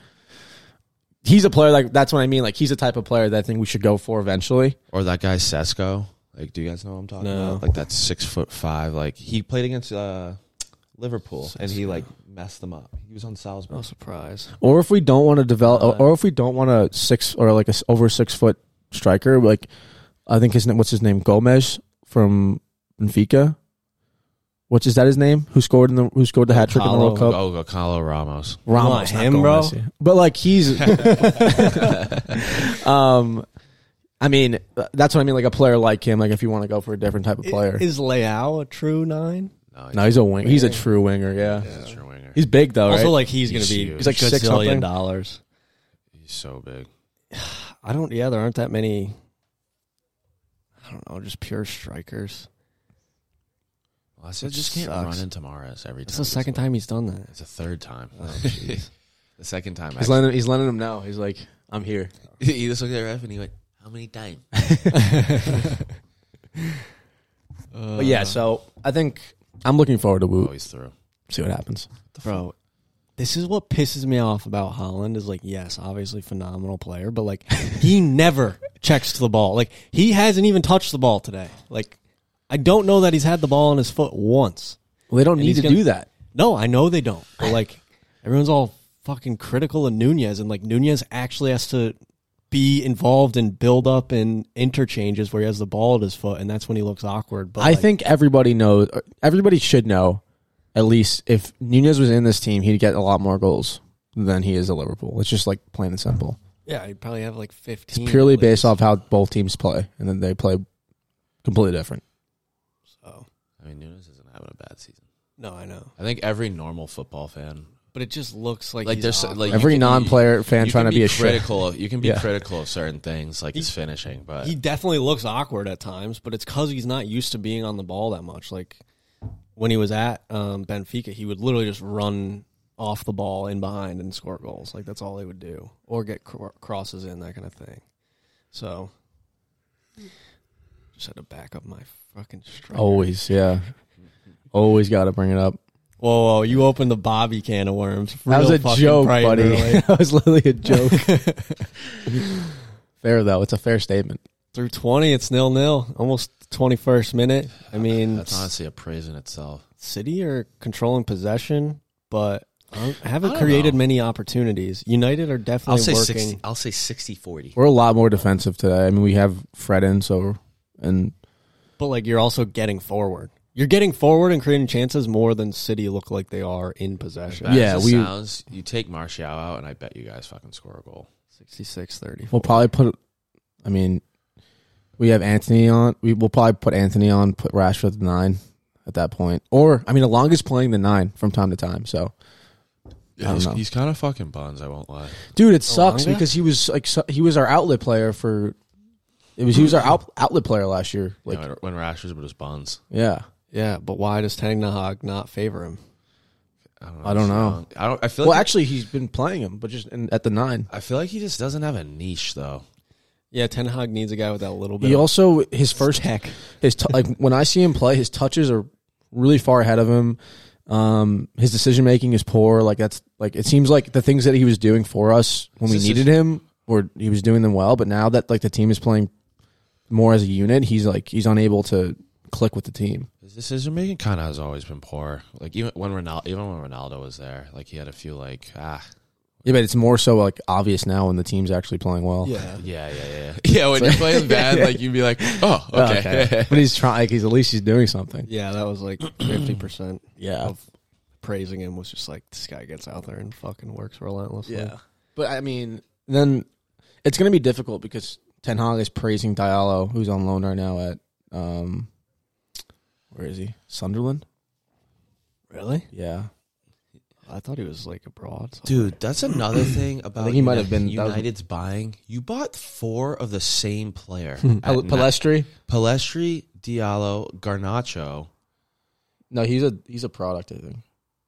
Speaker 1: he's a player like that's what I mean. Like, he's the type of player that I think we should go for eventually.
Speaker 2: Or that guy Sesko. Like, do you guys know what I'm talking
Speaker 3: No.
Speaker 2: about? Like that six foot five. Like he played against uh, Liverpool and he like messed them up. He was on Salzburg.
Speaker 3: no surprise.
Speaker 1: Or if we don't want to develop, or if we don't want a six or like a s- over six foot striker, like I think his name, what's his name, Gomez from Benfica. What's is that his name? Who scored in the who scored the hat trick in the World
Speaker 3: Calo.
Speaker 1: Cup?
Speaker 2: Oh, Gonzalo Ramos.
Speaker 3: (laughs)
Speaker 1: Ramos,
Speaker 3: You want
Speaker 1: not
Speaker 3: him,
Speaker 1: Gomez.
Speaker 3: bro?
Speaker 1: But like he's, (laughs) um, I mean, that's what I mean. Like a player like him, like if you want to go for a different type of player,
Speaker 3: Is Leao a true nine?
Speaker 2: No, he's
Speaker 1: no, he's a wing. He's a true winger. Yeah,
Speaker 2: a true winger.
Speaker 1: he's big though,
Speaker 3: Also,
Speaker 1: right?
Speaker 3: like he's going
Speaker 2: He's
Speaker 3: to be
Speaker 2: huge.
Speaker 1: He's like
Speaker 3: gazillion
Speaker 1: six something.
Speaker 3: dollars.
Speaker 2: He's so big.
Speaker 3: I don't. Yeah, there aren't that many. I don't know, just pure strikers.
Speaker 2: I said, just can't
Speaker 3: Sucks.
Speaker 2: run into Mares every time.
Speaker 3: That's the second time he's done that.
Speaker 2: It's the third
Speaker 1: (laughs)
Speaker 2: time. Oh, the second time.
Speaker 1: He's lending, he's lending him now. He's like, I'm here.
Speaker 2: (laughs) he just looked at ref and he went, "How many
Speaker 1: (laughs)
Speaker 2: times?"
Speaker 1: but
Speaker 3: Uh.
Speaker 1: yeah, so I think I'm looking forward to Woot.
Speaker 2: Always through.
Speaker 1: See what happens.
Speaker 3: Bro, this is what pisses me off about Holland is like, yes, obviously phenomenal player, but like
Speaker 1: (laughs)
Speaker 3: he never checks to the ball. Like he hasn't even touched the ball today. Like I don't know that he's had the ball on his foot once.
Speaker 1: Well, they don't
Speaker 3: And
Speaker 1: need
Speaker 3: he's
Speaker 1: to
Speaker 3: gonna-
Speaker 1: do that.
Speaker 3: No, I know they don't. But like everyone's all fucking critical of Nunez and like Nunez actually has to be involved in build up and interchanges where he has the ball at his foot and that's when he looks awkward. But
Speaker 1: I
Speaker 3: like,
Speaker 1: think everybody knows. or Everybody should know. At least if Nunez was in this team, he'd get a lot more goals than he is at Liverpool. It's just like plain and simple.
Speaker 3: yeah, he'd probably have like
Speaker 1: It's
Speaker 3: fifteen.
Speaker 1: purely
Speaker 3: at least.
Speaker 1: based off how both teams play, and then they play completely different.
Speaker 3: So,
Speaker 2: I mean, Nunes isn't having a bad season.
Speaker 3: no, I know.
Speaker 2: I think every normal football fan,
Speaker 3: But it just looks like,
Speaker 2: like,
Speaker 3: he's
Speaker 2: there's
Speaker 3: awkward.
Speaker 2: like
Speaker 1: Every
Speaker 2: you can-
Speaker 1: non-player fan
Speaker 2: you
Speaker 1: trying
Speaker 2: can
Speaker 1: to be a shit.
Speaker 2: critical. You can be
Speaker 1: Yeah.
Speaker 2: critical of certain things, like his finishing, but
Speaker 3: he definitely looks awkward at times, but it's because he's not used to being on the ball that much. Like when he was at um, Benfica, he would literally just run off the ball in behind and score goals. Like that's all he would do, or get cr- crosses in that kind of thing. So just had to back up my fucking strike.
Speaker 1: Always, yeah. Always got to bring it up.
Speaker 3: whoa, whoa! You opened the Bobby can of worms.
Speaker 1: That was
Speaker 3: Real
Speaker 1: a
Speaker 3: fucking
Speaker 1: joke,
Speaker 3: bright and
Speaker 1: buddy. (laughs)
Speaker 3: early.
Speaker 1: that was literally a joke. fair though, it's a fair statement.
Speaker 3: Through twenty, it's nil nil. Almost twenty first minute. I mean,
Speaker 2: that's honestly a praise in itself.
Speaker 3: City are controlling possession, but I don't- I haven't
Speaker 2: I don't
Speaker 3: created
Speaker 2: know.
Speaker 3: many opportunities. United are definitely working.
Speaker 2: I'll say 60-40.
Speaker 1: We're a lot more defensive today. I mean, we have Fred in, so and
Speaker 3: But like you're also getting forward. You're getting forward and creating chances more than City look like they are in possession.
Speaker 2: Bad
Speaker 1: Yeah,
Speaker 2: as it
Speaker 1: we-
Speaker 2: sounds. You take Martial out, and I bet you guys fucking score a goal.
Speaker 3: 66 30.
Speaker 1: we'll probably put. I mean, we have Anthony on. We will probably put Anthony on. Put Rashford at the nine at that point, or I mean, Alonga's playing the nine from time to time. So, I
Speaker 2: Yeah,
Speaker 1: don't
Speaker 2: he's,
Speaker 1: know.
Speaker 2: he's kind of fucking buns. I won't lie.
Speaker 1: dude, it sucks
Speaker 3: Elanga?
Speaker 1: because he was like so, he was our outlet player for. It was he was our out, outlet player last year.
Speaker 2: You
Speaker 1: Like,
Speaker 2: know, when Rashford's with his buns,
Speaker 1: yeah,
Speaker 3: Yeah, but why does Ten Hag not favor him?
Speaker 2: I don't know.
Speaker 1: I don't
Speaker 2: It's
Speaker 1: know.
Speaker 2: wrong. I don't. I feel
Speaker 1: Well,
Speaker 2: like
Speaker 1: actually, he's been playing him, but just in, at the nine.
Speaker 2: I feel like he just doesn't have a niche though.
Speaker 3: Yeah, Ten Hag needs a guy with that little bit.
Speaker 1: He
Speaker 3: of-
Speaker 1: also his first heck. His t- like when I see him play, his touches are really far ahead of him. Um, his decision making is poor. Like that's like it seems like the things that he was doing for us when we
Speaker 2: Decision-
Speaker 1: needed him, or he was doing them well. But now that like the team is playing more as a unit, he's like he's unable to click with the team.
Speaker 2: His decision making kind of has always been poor. Like even when Ronaldo, even when Ronaldo was there, like he had a few like
Speaker 1: (laughs)
Speaker 2: ah
Speaker 1: Yeah, but it's more so like obvious now when the team's actually playing well.
Speaker 3: yeah.
Speaker 2: yeah yeah yeah (laughs) yeah. When you're
Speaker 1: (laughs)
Speaker 2: playing bad, like you'd be like oh
Speaker 1: Oh,
Speaker 2: okay. (laughs)
Speaker 1: but he's trying. Like he's at least he's doing something.
Speaker 3: Yeah, that was like (clears throat) 50%
Speaker 1: Yeah,
Speaker 3: of praising him was just like this guy gets out there and fucking works relentlessly.
Speaker 1: But I mean, then it's going to be difficult because Ten Hag is praising Diallo, who's on loan right now at um, where is he? Sunderland.
Speaker 3: Really?
Speaker 1: Yeah,
Speaker 3: I thought he was like abroad. so-
Speaker 2: Dude, that's
Speaker 1: (clears throat)
Speaker 2: another thing about
Speaker 1: think he might have
Speaker 2: Uni-
Speaker 1: been- that was-
Speaker 2: United's buying. You bought four of the same
Speaker 1: (laughs)
Speaker 2: player:
Speaker 1: Pel-
Speaker 2: At na-
Speaker 1: Palestri.
Speaker 2: Palestri, Diallo, Garnacho.
Speaker 1: No, he's a he's a product. I think.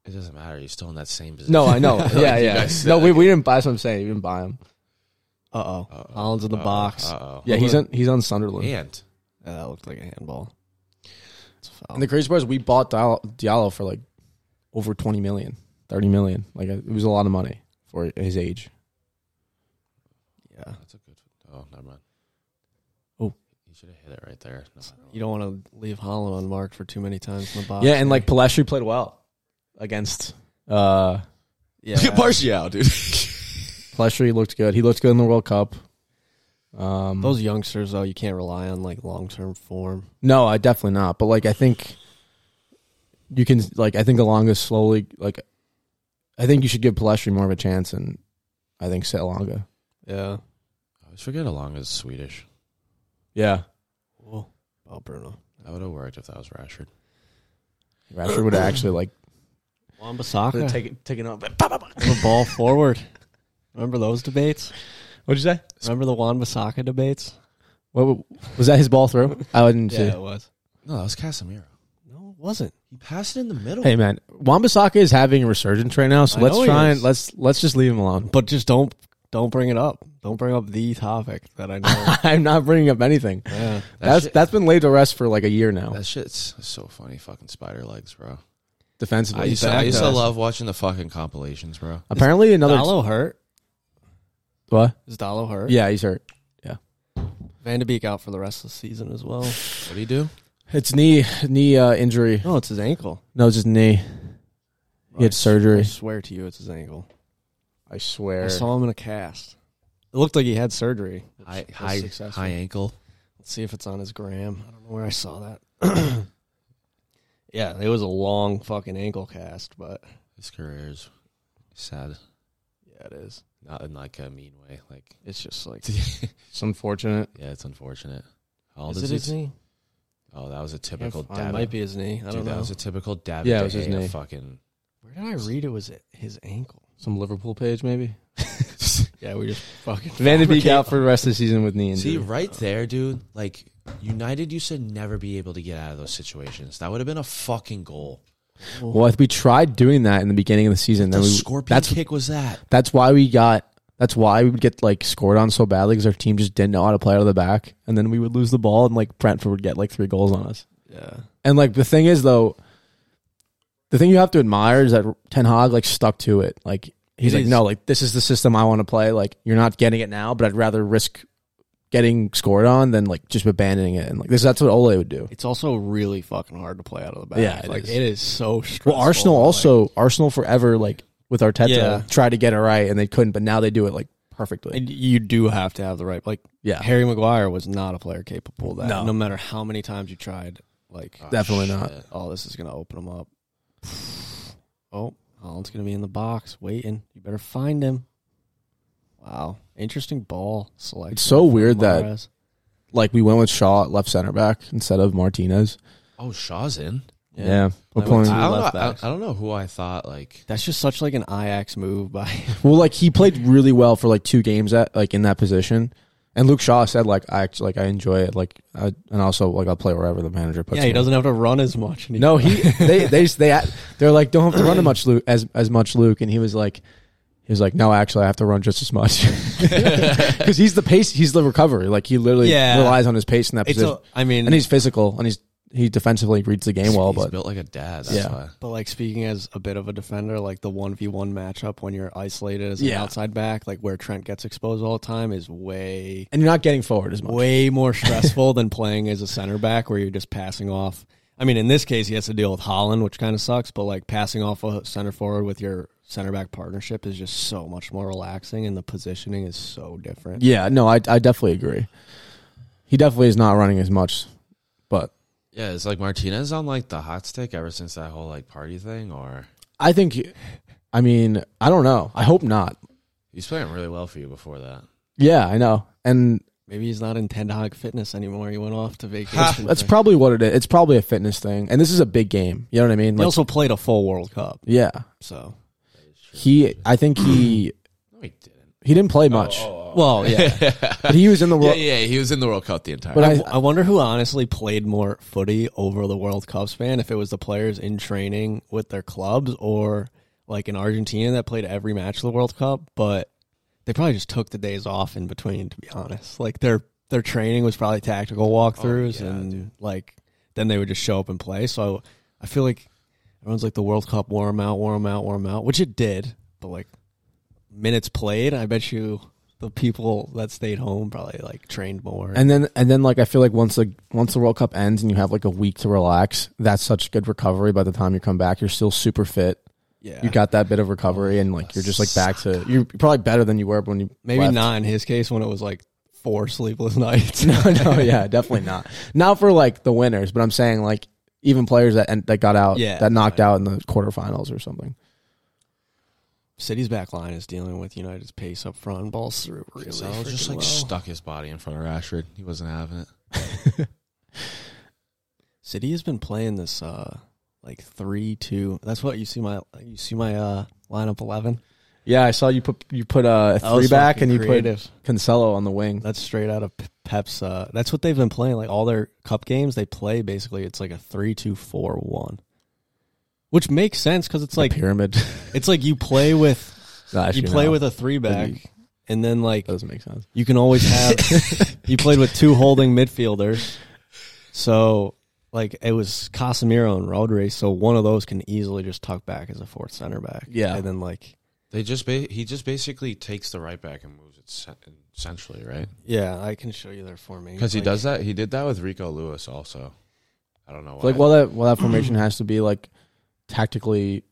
Speaker 2: It doesn't matter. You're still in that same position.
Speaker 1: No, I (laughs) know.
Speaker 2: (laughs)
Speaker 1: yeah, yeah.
Speaker 2: guys
Speaker 1: No, we, we didn't buy. That's what I'm saying. We didn't buy him.
Speaker 3: Uh-oh. Holland's in the box.
Speaker 2: Uh-oh.
Speaker 1: Yeah, he's on he's on Sunderland.
Speaker 2: And
Speaker 3: Yeah, that looked like a handball. It's a foul.
Speaker 1: And the crazy part is we bought Diallo, Diallo for like over 20 million, 30 million. Like it was a lot of money for his age.
Speaker 3: yeah.
Speaker 2: that's a good. Oh, never mind.
Speaker 1: Oh.
Speaker 2: you should have hit it right there. No, I don't-
Speaker 3: You don't want to leave Holland unmarked for too many times in the box.
Speaker 1: Yeah, and like Palestri played well against uh
Speaker 3: (laughs) (laughs) yeah.
Speaker 2: Martial,
Speaker 1: (laughs)
Speaker 2: dude.
Speaker 1: Fleshery looked good. He looked good in the World Cup. Um,
Speaker 3: Those youngsters though, you can't rely on like long term form.
Speaker 1: no, I definitely not. But like, I think you can like. I think Alonga slowly like. I think you should give Palestri more of a chance, and I think set Alonga.
Speaker 3: Yeah.
Speaker 2: I always forget how long is Swedish.
Speaker 1: Yeah,
Speaker 3: Oh, oh Bruno.
Speaker 2: That would have worked if that was Rashford.
Speaker 1: Rashford would actually like
Speaker 3: Wamba Saka. Take
Speaker 1: it, taken up.
Speaker 3: the ball forward. Remember those debates?
Speaker 1: What'd you say?
Speaker 3: Remember the Wamba Saka debates?
Speaker 1: What was that? His ball through? I wouldn't
Speaker 3: Yeah,
Speaker 1: see.
Speaker 3: it was.
Speaker 2: No, that was Casemiro.
Speaker 3: No, it wasn't.
Speaker 2: He passed it in the middle.
Speaker 1: Hey man, Wambasaka is having a resurgence right now, so
Speaker 3: I
Speaker 1: let's
Speaker 3: know he
Speaker 1: try and
Speaker 3: is.
Speaker 1: let's let's just leave him alone. (laughs)
Speaker 3: But just don't don't bring it up. Don't bring up the topic that I know.
Speaker 1: I'm not bringing up anything.
Speaker 3: yeah.
Speaker 1: That's
Speaker 2: shit-
Speaker 1: that's been laid to rest for like a year now.
Speaker 2: That shit's so funny. Fucking spider legs, bro. I
Speaker 1: defensively,
Speaker 2: used, to, I
Speaker 3: back
Speaker 2: used to
Speaker 1: uh,
Speaker 3: us.
Speaker 2: love watching the fucking compilations, bro.
Speaker 1: (laughs) apparently another
Speaker 3: Dallo hurt.
Speaker 1: what?
Speaker 3: (laughs) Is Dallo hurt?
Speaker 1: Yeah, he's hurt.
Speaker 3: Van de Beek out for the rest of the season as well.
Speaker 2: What do you do?
Speaker 1: It's knee knee uh, injury.
Speaker 3: No, it's his ankle.
Speaker 1: No, it's his knee. He
Speaker 3: I
Speaker 1: had
Speaker 3: s-
Speaker 1: surgery.
Speaker 3: I swear to you, it's his ankle.
Speaker 1: I swear.
Speaker 3: I saw him in a cast. It looked like he had surgery.
Speaker 2: High,
Speaker 3: That's
Speaker 2: high,
Speaker 3: successful.
Speaker 2: high ankle.
Speaker 3: Let's see if it's on his gram. I don't know where I saw that. (clears throat) yeah, it was a long fucking ankle cast, but
Speaker 2: His career is sad.
Speaker 3: yeah, it is.
Speaker 2: Not in like a mean way. Like, (laughs)
Speaker 3: It's just like
Speaker 1: It's unfortunate.
Speaker 2: yeah, it's unfortunate. How old
Speaker 3: is it
Speaker 2: is he?
Speaker 3: his knee?
Speaker 2: Oh, that was a
Speaker 3: Can't
Speaker 2: typical
Speaker 3: find-
Speaker 2: dab.
Speaker 3: It might be his knee. I
Speaker 2: Dude,
Speaker 3: don't
Speaker 2: that
Speaker 3: know.
Speaker 2: was a typical dab.
Speaker 1: Yeah, it was his knee.
Speaker 2: Fucking.
Speaker 3: where did I read it was it his ankle?
Speaker 1: Some Liverpool page maybe.
Speaker 3: (laughs) Yeah, we just
Speaker 1: (laughs)
Speaker 3: fucking (laughs)
Speaker 1: Van de Beek
Speaker 3: fabricate-
Speaker 1: out for the rest of the season with knee injury.
Speaker 2: See, right there, dude. Like United used to never be able to get out of those situations. That would have been a fucking goal.
Speaker 1: well, we tried doing that in the beginning of the season.
Speaker 2: The
Speaker 1: Then we,
Speaker 2: scorpion
Speaker 1: that's
Speaker 2: kick was that.
Speaker 1: That's why we got. That's why we would get like scored on so badly because our team just didn't know how to play out of the back, and then we would lose the ball, and like Brentford would get like three goals on us.
Speaker 3: Yeah.
Speaker 1: And like the thing is though, the thing you have to admire is that Ten Hag like stuck to it. Like he's
Speaker 3: It
Speaker 1: like,
Speaker 3: is.
Speaker 1: no, like this is the system I want to play. Like you're not getting it now, but I'd rather risk getting scored on than like just abandoning it. And like this, that's what Ole would do.
Speaker 3: It's also really fucking hard to play out of the back.
Speaker 1: Yeah, it
Speaker 3: like
Speaker 1: is.
Speaker 3: it is so stressful.
Speaker 1: Well, Arsenal
Speaker 3: Like,
Speaker 1: also Arsenal forever like with Arteta
Speaker 3: Yeah.
Speaker 1: tried to get it right and they couldn't, but now they do it like perfectly.
Speaker 3: and you do have to have the right like
Speaker 1: yeah,
Speaker 3: Harry Maguire was not a player capable of that.
Speaker 1: No. Uh.
Speaker 3: No, matter how many times you tried, like,
Speaker 2: Oh,
Speaker 1: Definitely
Speaker 2: shit.
Speaker 1: not.
Speaker 3: oh, this is gonna open him up. Oh, Holland's gonna be in the box waiting. You better find him. Wow, interesting ball selection.
Speaker 1: It's so
Speaker 3: from
Speaker 1: weird that-
Speaker 3: Mahrez.
Speaker 1: like we went with Shaw at left center back instead of Martinez.
Speaker 2: Oh, Shaw's in.
Speaker 1: Yeah,
Speaker 3: yeah,
Speaker 1: we're
Speaker 3: I went
Speaker 1: pulling.
Speaker 3: Two
Speaker 2: I don't, know,
Speaker 3: left
Speaker 2: I,
Speaker 3: backs.
Speaker 2: I don't know who I thought like.
Speaker 3: that's just such like an Ajax move by (laughs)
Speaker 1: Well, like he played really well for like two games at like in that position, and Luke Shaw said like I actually like I enjoy it like I, and also like I'll play wherever the manager puts.
Speaker 3: yeah, he
Speaker 1: me.
Speaker 3: doesn't have to run as much. And he,
Speaker 1: No, he they they they they're like don't have to run as much Luke as as much Luke, and he was like he was like no actually I have to run just as much (laughs) because he's the pace he's the recovery like he literally
Speaker 3: Yeah.
Speaker 1: relies on his pace in that
Speaker 3: it's
Speaker 1: position,
Speaker 3: a, I mean,
Speaker 1: and he's physical and he's he defensively reads the game well,
Speaker 2: he's
Speaker 1: but
Speaker 2: built like a dad. That's
Speaker 1: Yeah.
Speaker 2: why.
Speaker 3: But like speaking as a bit of a defender, like the one v one matchup when you're isolated as an
Speaker 1: Yeah.
Speaker 3: outside back, like where Trent gets exposed all the time, is way
Speaker 1: and you're not getting forward as much.
Speaker 3: way more stressful than playing as a center back where you're just passing off. I mean, in this case, he has to deal with Holland, which kind of sucks. But like passing off a center forward with your center back partnership is just so much more relaxing, and the positioning is so different.
Speaker 1: Yeah, no, I I definitely agree. He definitely is not running as much, but
Speaker 2: Yeah, it's like Martinez on like the hot stick ever since that whole like party thing, or
Speaker 1: I think, I mean, I don't know. I hope not.
Speaker 2: he's playing really well for you before that.
Speaker 1: Yeah, I know, and
Speaker 3: Maybe he's not in Ten Hog Fitness anymore. He went off to vacation.
Speaker 1: that's probably what it is. It's probably a fitness thing, and this is a big game. You know what I mean?
Speaker 3: he
Speaker 1: Like,
Speaker 3: also played a full World Cup,
Speaker 1: yeah,
Speaker 3: so
Speaker 1: he. I think he
Speaker 2: No, he didn't.
Speaker 1: he didn't play much,
Speaker 3: well, yeah.
Speaker 1: but he was in the
Speaker 2: Oh, (laughs) Yeah,
Speaker 1: world.
Speaker 2: yeah, he was in the World Cup the entire.
Speaker 1: But
Speaker 2: time.
Speaker 3: I,
Speaker 1: I-
Speaker 3: I wonder who honestly played more footy over the World Cup span, if it was the players in training with their clubs or like in Argentina that played every match of the World Cup, but they probably just took the days off in between to be honest. Like their their training was probably tactical walkthroughs
Speaker 2: yeah,
Speaker 3: and like then they would just show up and play. So I feel like everyone's like the World Cup warm out, warm out, warm out, which it did, but like minutes played, I bet you the people that stayed home probably like trained more.
Speaker 1: And then and then like I feel like once the once the World Cup ends and you have like a week to relax, that's such good recovery. By the time you come back, you're still super fit.
Speaker 3: yeah.
Speaker 1: You got that bit of recovery, and like you're just like back to you're probably better than you were when you
Speaker 3: Maybe
Speaker 1: left. (laughs)
Speaker 3: not in his case when it was like four sleepless (laughs) nights.
Speaker 1: no, no,
Speaker 3: (laughs)
Speaker 1: Oh, yeah, definitely not. Not for like the winners, but I'm saying like even players that and, that got out,
Speaker 3: Yeah,
Speaker 1: that knocked
Speaker 3: fine.
Speaker 1: out in the quarterfinals or something.
Speaker 3: City's back line is dealing with United's pace up front, and balls through really.
Speaker 2: Really
Speaker 3: freaking
Speaker 2: just like
Speaker 3: well.
Speaker 2: stuck his body in front of Rashford. He wasn't having it.
Speaker 3: City has been playing this uh like three two. That's what you see my you see my uh lineup eleven.
Speaker 1: Yeah, I saw you put you put a
Speaker 3: That was
Speaker 1: three back
Speaker 3: fucking
Speaker 1: and you
Speaker 3: creative.
Speaker 1: put Cancelo on the wing.
Speaker 3: that's straight out of P- Pep's. Uh, that's what they've been playing. Like all their cup games, they play basically. It's like a three-two-four-one, which makes sense because it's like
Speaker 1: pyramid. (laughs)
Speaker 3: it's like you play with
Speaker 1: Nah,
Speaker 3: you
Speaker 1: actually,
Speaker 3: play
Speaker 1: no.
Speaker 3: with a three back,
Speaker 1: That'd
Speaker 3: and then like
Speaker 1: That doesn't make sense.
Speaker 3: you can always have. you played with two holding midfielders, so like it was Casemiro and Rodri. So one of those can easily just tuck back as a fourth center back.
Speaker 1: Yeah.
Speaker 3: and then like
Speaker 2: They just ba- he just basically takes the right back and moves it cen- centrally, right?
Speaker 3: yeah, I can show you their formation
Speaker 2: Because he
Speaker 3: Like,
Speaker 2: does that. He did that with Rico Lewis also. I don't know. Why.
Speaker 1: Like, well, that well that formation has to be like tactically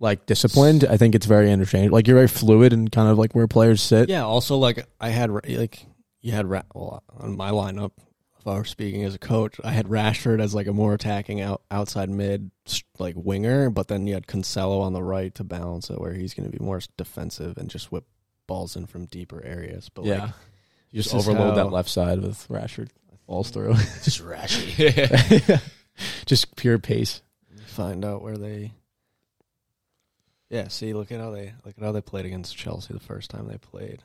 Speaker 1: like disciplined. I think it's very interchangeable. Like you're very fluid and kind of like where players sit.
Speaker 3: Yeah. Also, like I had Ra- like you had Ra- well on my lineup. If I were speaking as a coach, I had Rashford as like a more attacking out, outside mid s- like winger, but then you had Cancelo on the right to balance it, where he's going to be more defensive and just whip balls in from deeper areas. But
Speaker 1: yeah.
Speaker 3: like,
Speaker 1: you just
Speaker 3: this is
Speaker 1: overload
Speaker 3: how-
Speaker 1: that left side with Rashford balls
Speaker 2: (laughs)
Speaker 1: through. (laughs)
Speaker 2: just rashy.
Speaker 1: just pure pace.
Speaker 3: (laughs) find out where they. Yeah. See, look at how they look at how they played against Chelsea the first time they played.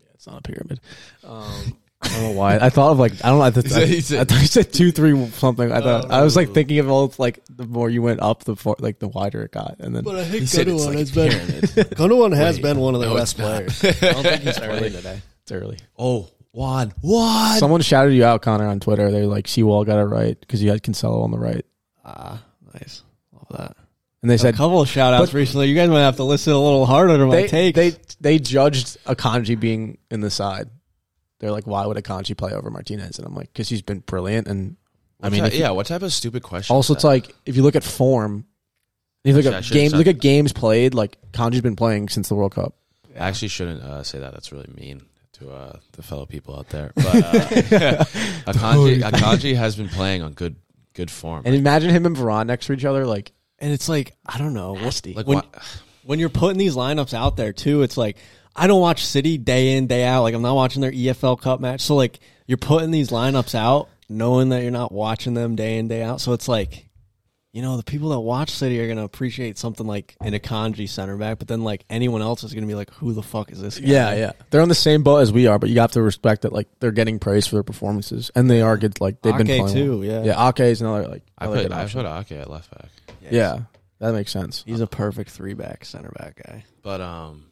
Speaker 1: Yeah, it's not a pyramid.
Speaker 3: Um,
Speaker 1: I don't know why. I thought of like I don't know. I, th-
Speaker 2: He said-
Speaker 1: I, thought you said two, three, something. I thought I was like
Speaker 2: Oh.
Speaker 1: thinking of all like the more you went up, the far, like the wider it got, and then
Speaker 3: but I
Speaker 2: he
Speaker 3: think
Speaker 2: said it's
Speaker 3: Gundogan
Speaker 2: like
Speaker 3: has
Speaker 2: a
Speaker 3: been
Speaker 2: pyramid.
Speaker 3: (laughs) (laughs) Gundogan has
Speaker 2: Wait,
Speaker 3: been one of the
Speaker 2: no, it's
Speaker 3: best
Speaker 2: not.
Speaker 3: players. (laughs) I don't think he's playing today.
Speaker 1: it's early.
Speaker 2: oh, Juan, Juan.
Speaker 1: Someone shouted you out, Connor, on Twitter. They're like, "Seawall got it right because you had Cancelo on the right,"
Speaker 3: Ah, nice. Love that.
Speaker 1: and they
Speaker 3: A
Speaker 1: said
Speaker 3: couple of shout outs
Speaker 1: But-
Speaker 3: recently. You guys might have to listen a little harder to my
Speaker 1: they
Speaker 3: takes.
Speaker 1: they they judged Akanji being in the side. They're like, "Why would Akanji play over Martinez?" And I'm like, "Because he's been brilliant." And I
Speaker 2: What
Speaker 1: mean,
Speaker 2: type-
Speaker 1: if you-
Speaker 2: yeah. What type of stupid question?
Speaker 1: also
Speaker 2: is
Speaker 1: it's
Speaker 2: that?
Speaker 1: like if you look at form, if you look
Speaker 2: Actually, I
Speaker 1: at
Speaker 2: should've
Speaker 1: game,
Speaker 2: said
Speaker 1: look
Speaker 2: that.
Speaker 1: at games played. Like Kanji's been playing since the World Cup.
Speaker 2: I actually shouldn't uh, say that. That's really mean to uh, the fellow people out there. But
Speaker 1: (laughs)
Speaker 2: uh, (laughs) Akanji, Akanji has been playing on good good form.
Speaker 1: And imagine him and Varane next to each other, like
Speaker 3: and it's like, I don't know. What,
Speaker 2: like
Speaker 3: when,
Speaker 2: why-
Speaker 3: when you're putting these lineups out there, too, it's like, I don't watch City day in, day out. Like, I'm not watching their EFL Cup match. So, like, you're putting these lineups out knowing that you're not watching them day in, day out. So it's like, you know, the people that watch City are going to appreciate something like an Akanji center back, but then, like, anyone else is going to be like, who the fuck is this guy?
Speaker 1: yeah, yeah. They're on the same boat as we are, but you have to respect that like they're getting praise for their performances, and they are good. Like they've been
Speaker 3: Ake,
Speaker 1: playing
Speaker 3: too,
Speaker 1: well.
Speaker 3: yeah.
Speaker 1: yeah. Ake is another like
Speaker 2: I
Speaker 1: another
Speaker 2: put
Speaker 1: good
Speaker 2: I
Speaker 1: option.
Speaker 2: put Ake at left back.
Speaker 1: yeah, that makes sense.
Speaker 3: He's a perfect three back center back guy.
Speaker 2: But um,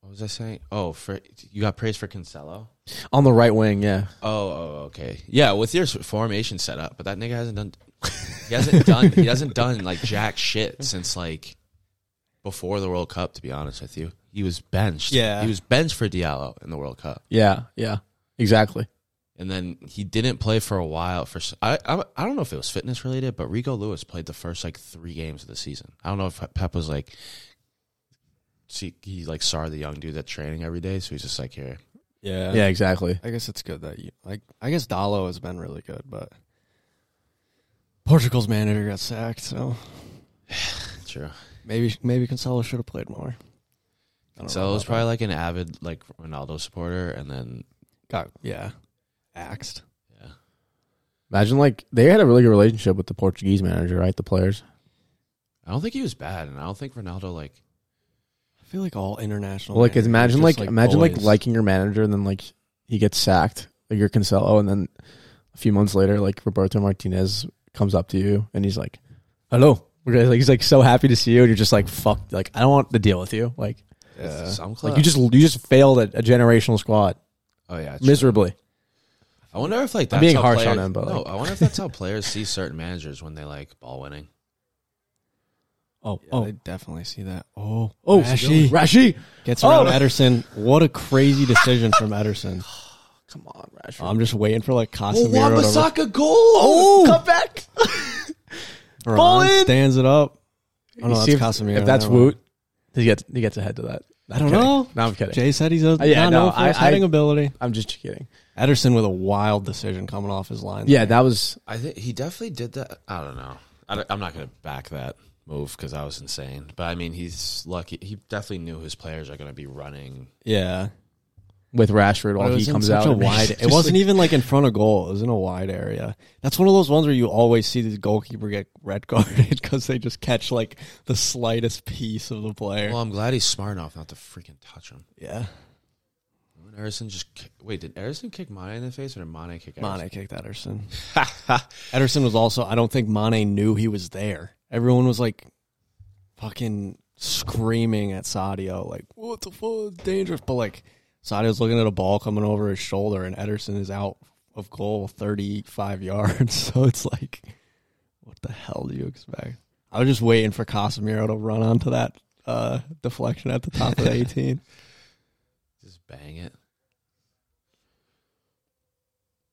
Speaker 2: what was I saying? Oh, for you got praise for Cancelo.
Speaker 1: On the right wing, yeah.
Speaker 2: Oh, oh, okay. Yeah, with your s- formation set up, but that nigga hasn't done. He hasn't done. He hasn't done like jack shit since like before the World Cup. To be honest with you, he was benched.
Speaker 3: Yeah.
Speaker 2: he was benched for Diallo in the World Cup,
Speaker 1: Yeah, yeah, exactly.
Speaker 2: and then he didn't play for a while. For s- I, I, I don't know if it was fitness related, but Rico Lewis played the first like three games of the season. I don't know if Pep was like, see, he like saw the young dude that's training every day, so he's just like, here,
Speaker 3: Yeah.
Speaker 1: Yeah, exactly.
Speaker 3: I guess it's good that you like. I guess Dalo has been really good, but Portugal's manager got sacked, so
Speaker 2: sure.
Speaker 3: maybe maybe Cancelo should have played more. I don't
Speaker 2: So
Speaker 3: know
Speaker 2: it was
Speaker 3: about
Speaker 2: probably like an avid like Ronaldo supporter, and then
Speaker 3: that. got yeah axed.
Speaker 2: yeah.
Speaker 1: Imagine like they had a really good relationship with the Portuguese manager, right? The players.
Speaker 2: I don't think he was bad, and I don't think Ronaldo like.
Speaker 3: I feel like all international.
Speaker 1: Well, like
Speaker 3: managers
Speaker 1: imagine
Speaker 3: Oh, just,
Speaker 1: like, imagine like
Speaker 3: bullies.
Speaker 1: liking your manager and then like he gets sacked, like your Cancelo, and then a few months later, like Roberto Martinez comes up to you and he's like, "Hello." We're gonna- Like, he's like so happy to see you, and you're just like fuck. Like I don't want to deal with you. Like,
Speaker 3: Yeah.
Speaker 2: Some club.
Speaker 1: like you just you just failed at a generational squad
Speaker 2: oh yeah, true.
Speaker 1: miserably.
Speaker 2: I wonder if like that's
Speaker 1: I'm being
Speaker 2: how
Speaker 1: harsh
Speaker 2: players,
Speaker 1: on him, but,
Speaker 2: no,
Speaker 1: like-
Speaker 2: I wonder if that's how players see certain managers when they like ball winning.
Speaker 3: Oh,
Speaker 1: oh.
Speaker 3: I definitely see that. Oh,
Speaker 1: Oh,
Speaker 3: Rashi
Speaker 1: Rashi,
Speaker 3: gets around
Speaker 1: Oh.
Speaker 3: Ederson. What a crazy decision from Ederson.
Speaker 1: come on, Rashi.
Speaker 3: I'm just waiting for like
Speaker 2: Oh,
Speaker 3: Casemiro to
Speaker 2: Wan-Bissaka goal! Oh,
Speaker 1: come back. ball
Speaker 3: Varane
Speaker 1: in.
Speaker 3: stands it up. Oh, no,
Speaker 1: You see if,
Speaker 3: that's Casemiro,
Speaker 1: if that's
Speaker 3: never mind.
Speaker 1: Woot, he gets he gets ahead to that.
Speaker 3: I don't
Speaker 1: kidding.
Speaker 3: know.
Speaker 1: No, I'm kidding.
Speaker 3: Jay said he's a,
Speaker 1: Uh, yeah,
Speaker 3: not
Speaker 1: no,
Speaker 3: known for his
Speaker 1: I- I-
Speaker 3: heading ability.
Speaker 1: I'm just kidding.
Speaker 3: Ederson with a wild decision coming off his line.
Speaker 1: Yeah, that was
Speaker 2: I think he definitely did that. I don't know. I am not going to back that move because I was insane. But I mean, he's lucky. He definitely knew his players are going to be running.
Speaker 3: yeah.
Speaker 1: with Rashford.
Speaker 3: But it
Speaker 1: All he
Speaker 3: was in
Speaker 1: comes
Speaker 3: such
Speaker 1: out.
Speaker 3: a
Speaker 1: and- (laughs)
Speaker 3: wide. It
Speaker 1: just
Speaker 3: wasn't
Speaker 1: like-
Speaker 3: even like in front of goal. It was in a wide area. That's one of those ones where you always see the goalkeeper get red (laughs) carded because they just catch like the slightest piece of the player.
Speaker 2: Well, I'm glad he's smart enough not to freaking touch him.
Speaker 3: yeah.
Speaker 2: Ederson just ki- wait. Did Ederson kick Mane in the face, or did Mane kick Ederson?
Speaker 3: Mane kicked Ederson. Ederson was also. I don't think Mane knew he was there. Everyone was like, fucking screaming at Sadio, like, "What the fuck? It's dangerous!" But like, Sadio's looking at a ball coming over his shoulder, and Ederson is out of goal thirty-five (laughs) yards. So it's like, what the hell do you expect? I was just waiting for Casemiro to run onto that uh, deflection at the top of the eighteen.
Speaker 2: Just bang it.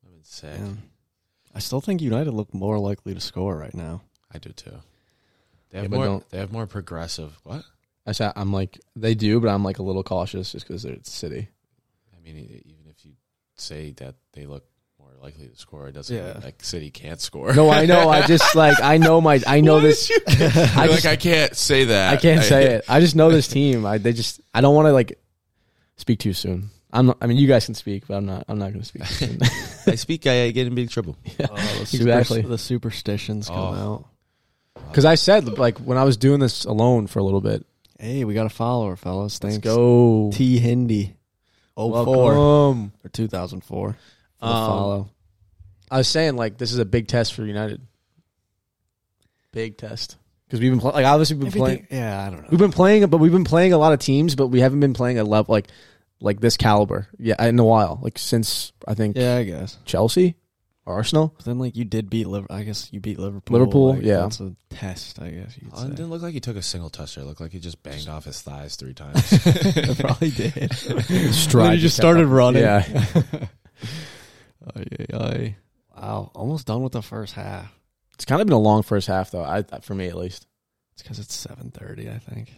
Speaker 2: I've been sick.
Speaker 3: Yeah. I still think United look more likely to score right now.
Speaker 2: I do too. They have
Speaker 1: Yeah, but
Speaker 2: more.
Speaker 1: don't-
Speaker 2: They have more progressive. What?
Speaker 1: I said, I'm like they do, but I'm like a little cautious just because
Speaker 3: (laughs)
Speaker 1: it's City.
Speaker 2: I mean, e- even if you say that they look more likely to score, it doesn't
Speaker 3: Yeah.
Speaker 2: mean like City can't score.
Speaker 1: No, I know. I just like I know my I know this.
Speaker 2: I
Speaker 1: I
Speaker 2: like
Speaker 1: just,
Speaker 2: I can't say that.
Speaker 1: I can't say it. I just know this team. I they just I don't want to like speak too soon. I'm not, I mean you guys can speak, but I'm not I'm not going to speak.
Speaker 3: (laughs)
Speaker 1: Too soon.
Speaker 2: (laughs) I speak. I get in big trouble.
Speaker 3: Oh,
Speaker 1: (laughs)
Speaker 3: the
Speaker 1: Exactly. Oh.
Speaker 3: The superstitions come out.
Speaker 1: Because I said like when I was doing this alone for a little bit.
Speaker 3: Hey, we got a follower, fellas. Thanks.
Speaker 1: Let's go.
Speaker 3: T Hindi. Oh four or
Speaker 1: Welcome.
Speaker 3: 2004. For the
Speaker 1: Um,
Speaker 3: follow.
Speaker 1: I was saying like this is a big test for United. Big test because we've been pl- like obviously we've been playing.
Speaker 3: yeah, I don't know.
Speaker 1: We've been playing, but we've been playing a lot of teams, but we haven't been playing a level like like this caliber. Yeah, in a while, like since I think
Speaker 3: Yeah, I guess.
Speaker 1: Chelsea, Arsenal.
Speaker 3: But then, like, you did beat Liverpool. I guess you beat Liverpool.
Speaker 1: Liverpool,
Speaker 3: Like,
Speaker 1: yeah.
Speaker 3: That's a test, I guess you could
Speaker 2: It
Speaker 3: say.
Speaker 2: didn't look like he took a single touch. It looked like he just banged off his thighs three
Speaker 3: (laughs)
Speaker 2: times.
Speaker 3: (laughs) I probably
Speaker 1: (laughs)
Speaker 3: did.
Speaker 1: Stride
Speaker 3: Then you
Speaker 1: just
Speaker 3: just
Speaker 1: kept
Speaker 3: started running.
Speaker 1: Yeah.
Speaker 3: (laughs) Ay, ay, ay. Wow. Almost done with the first half.
Speaker 1: It's kind of been a long first half, though. I for me at least.
Speaker 3: It's because it's 7.30, I think.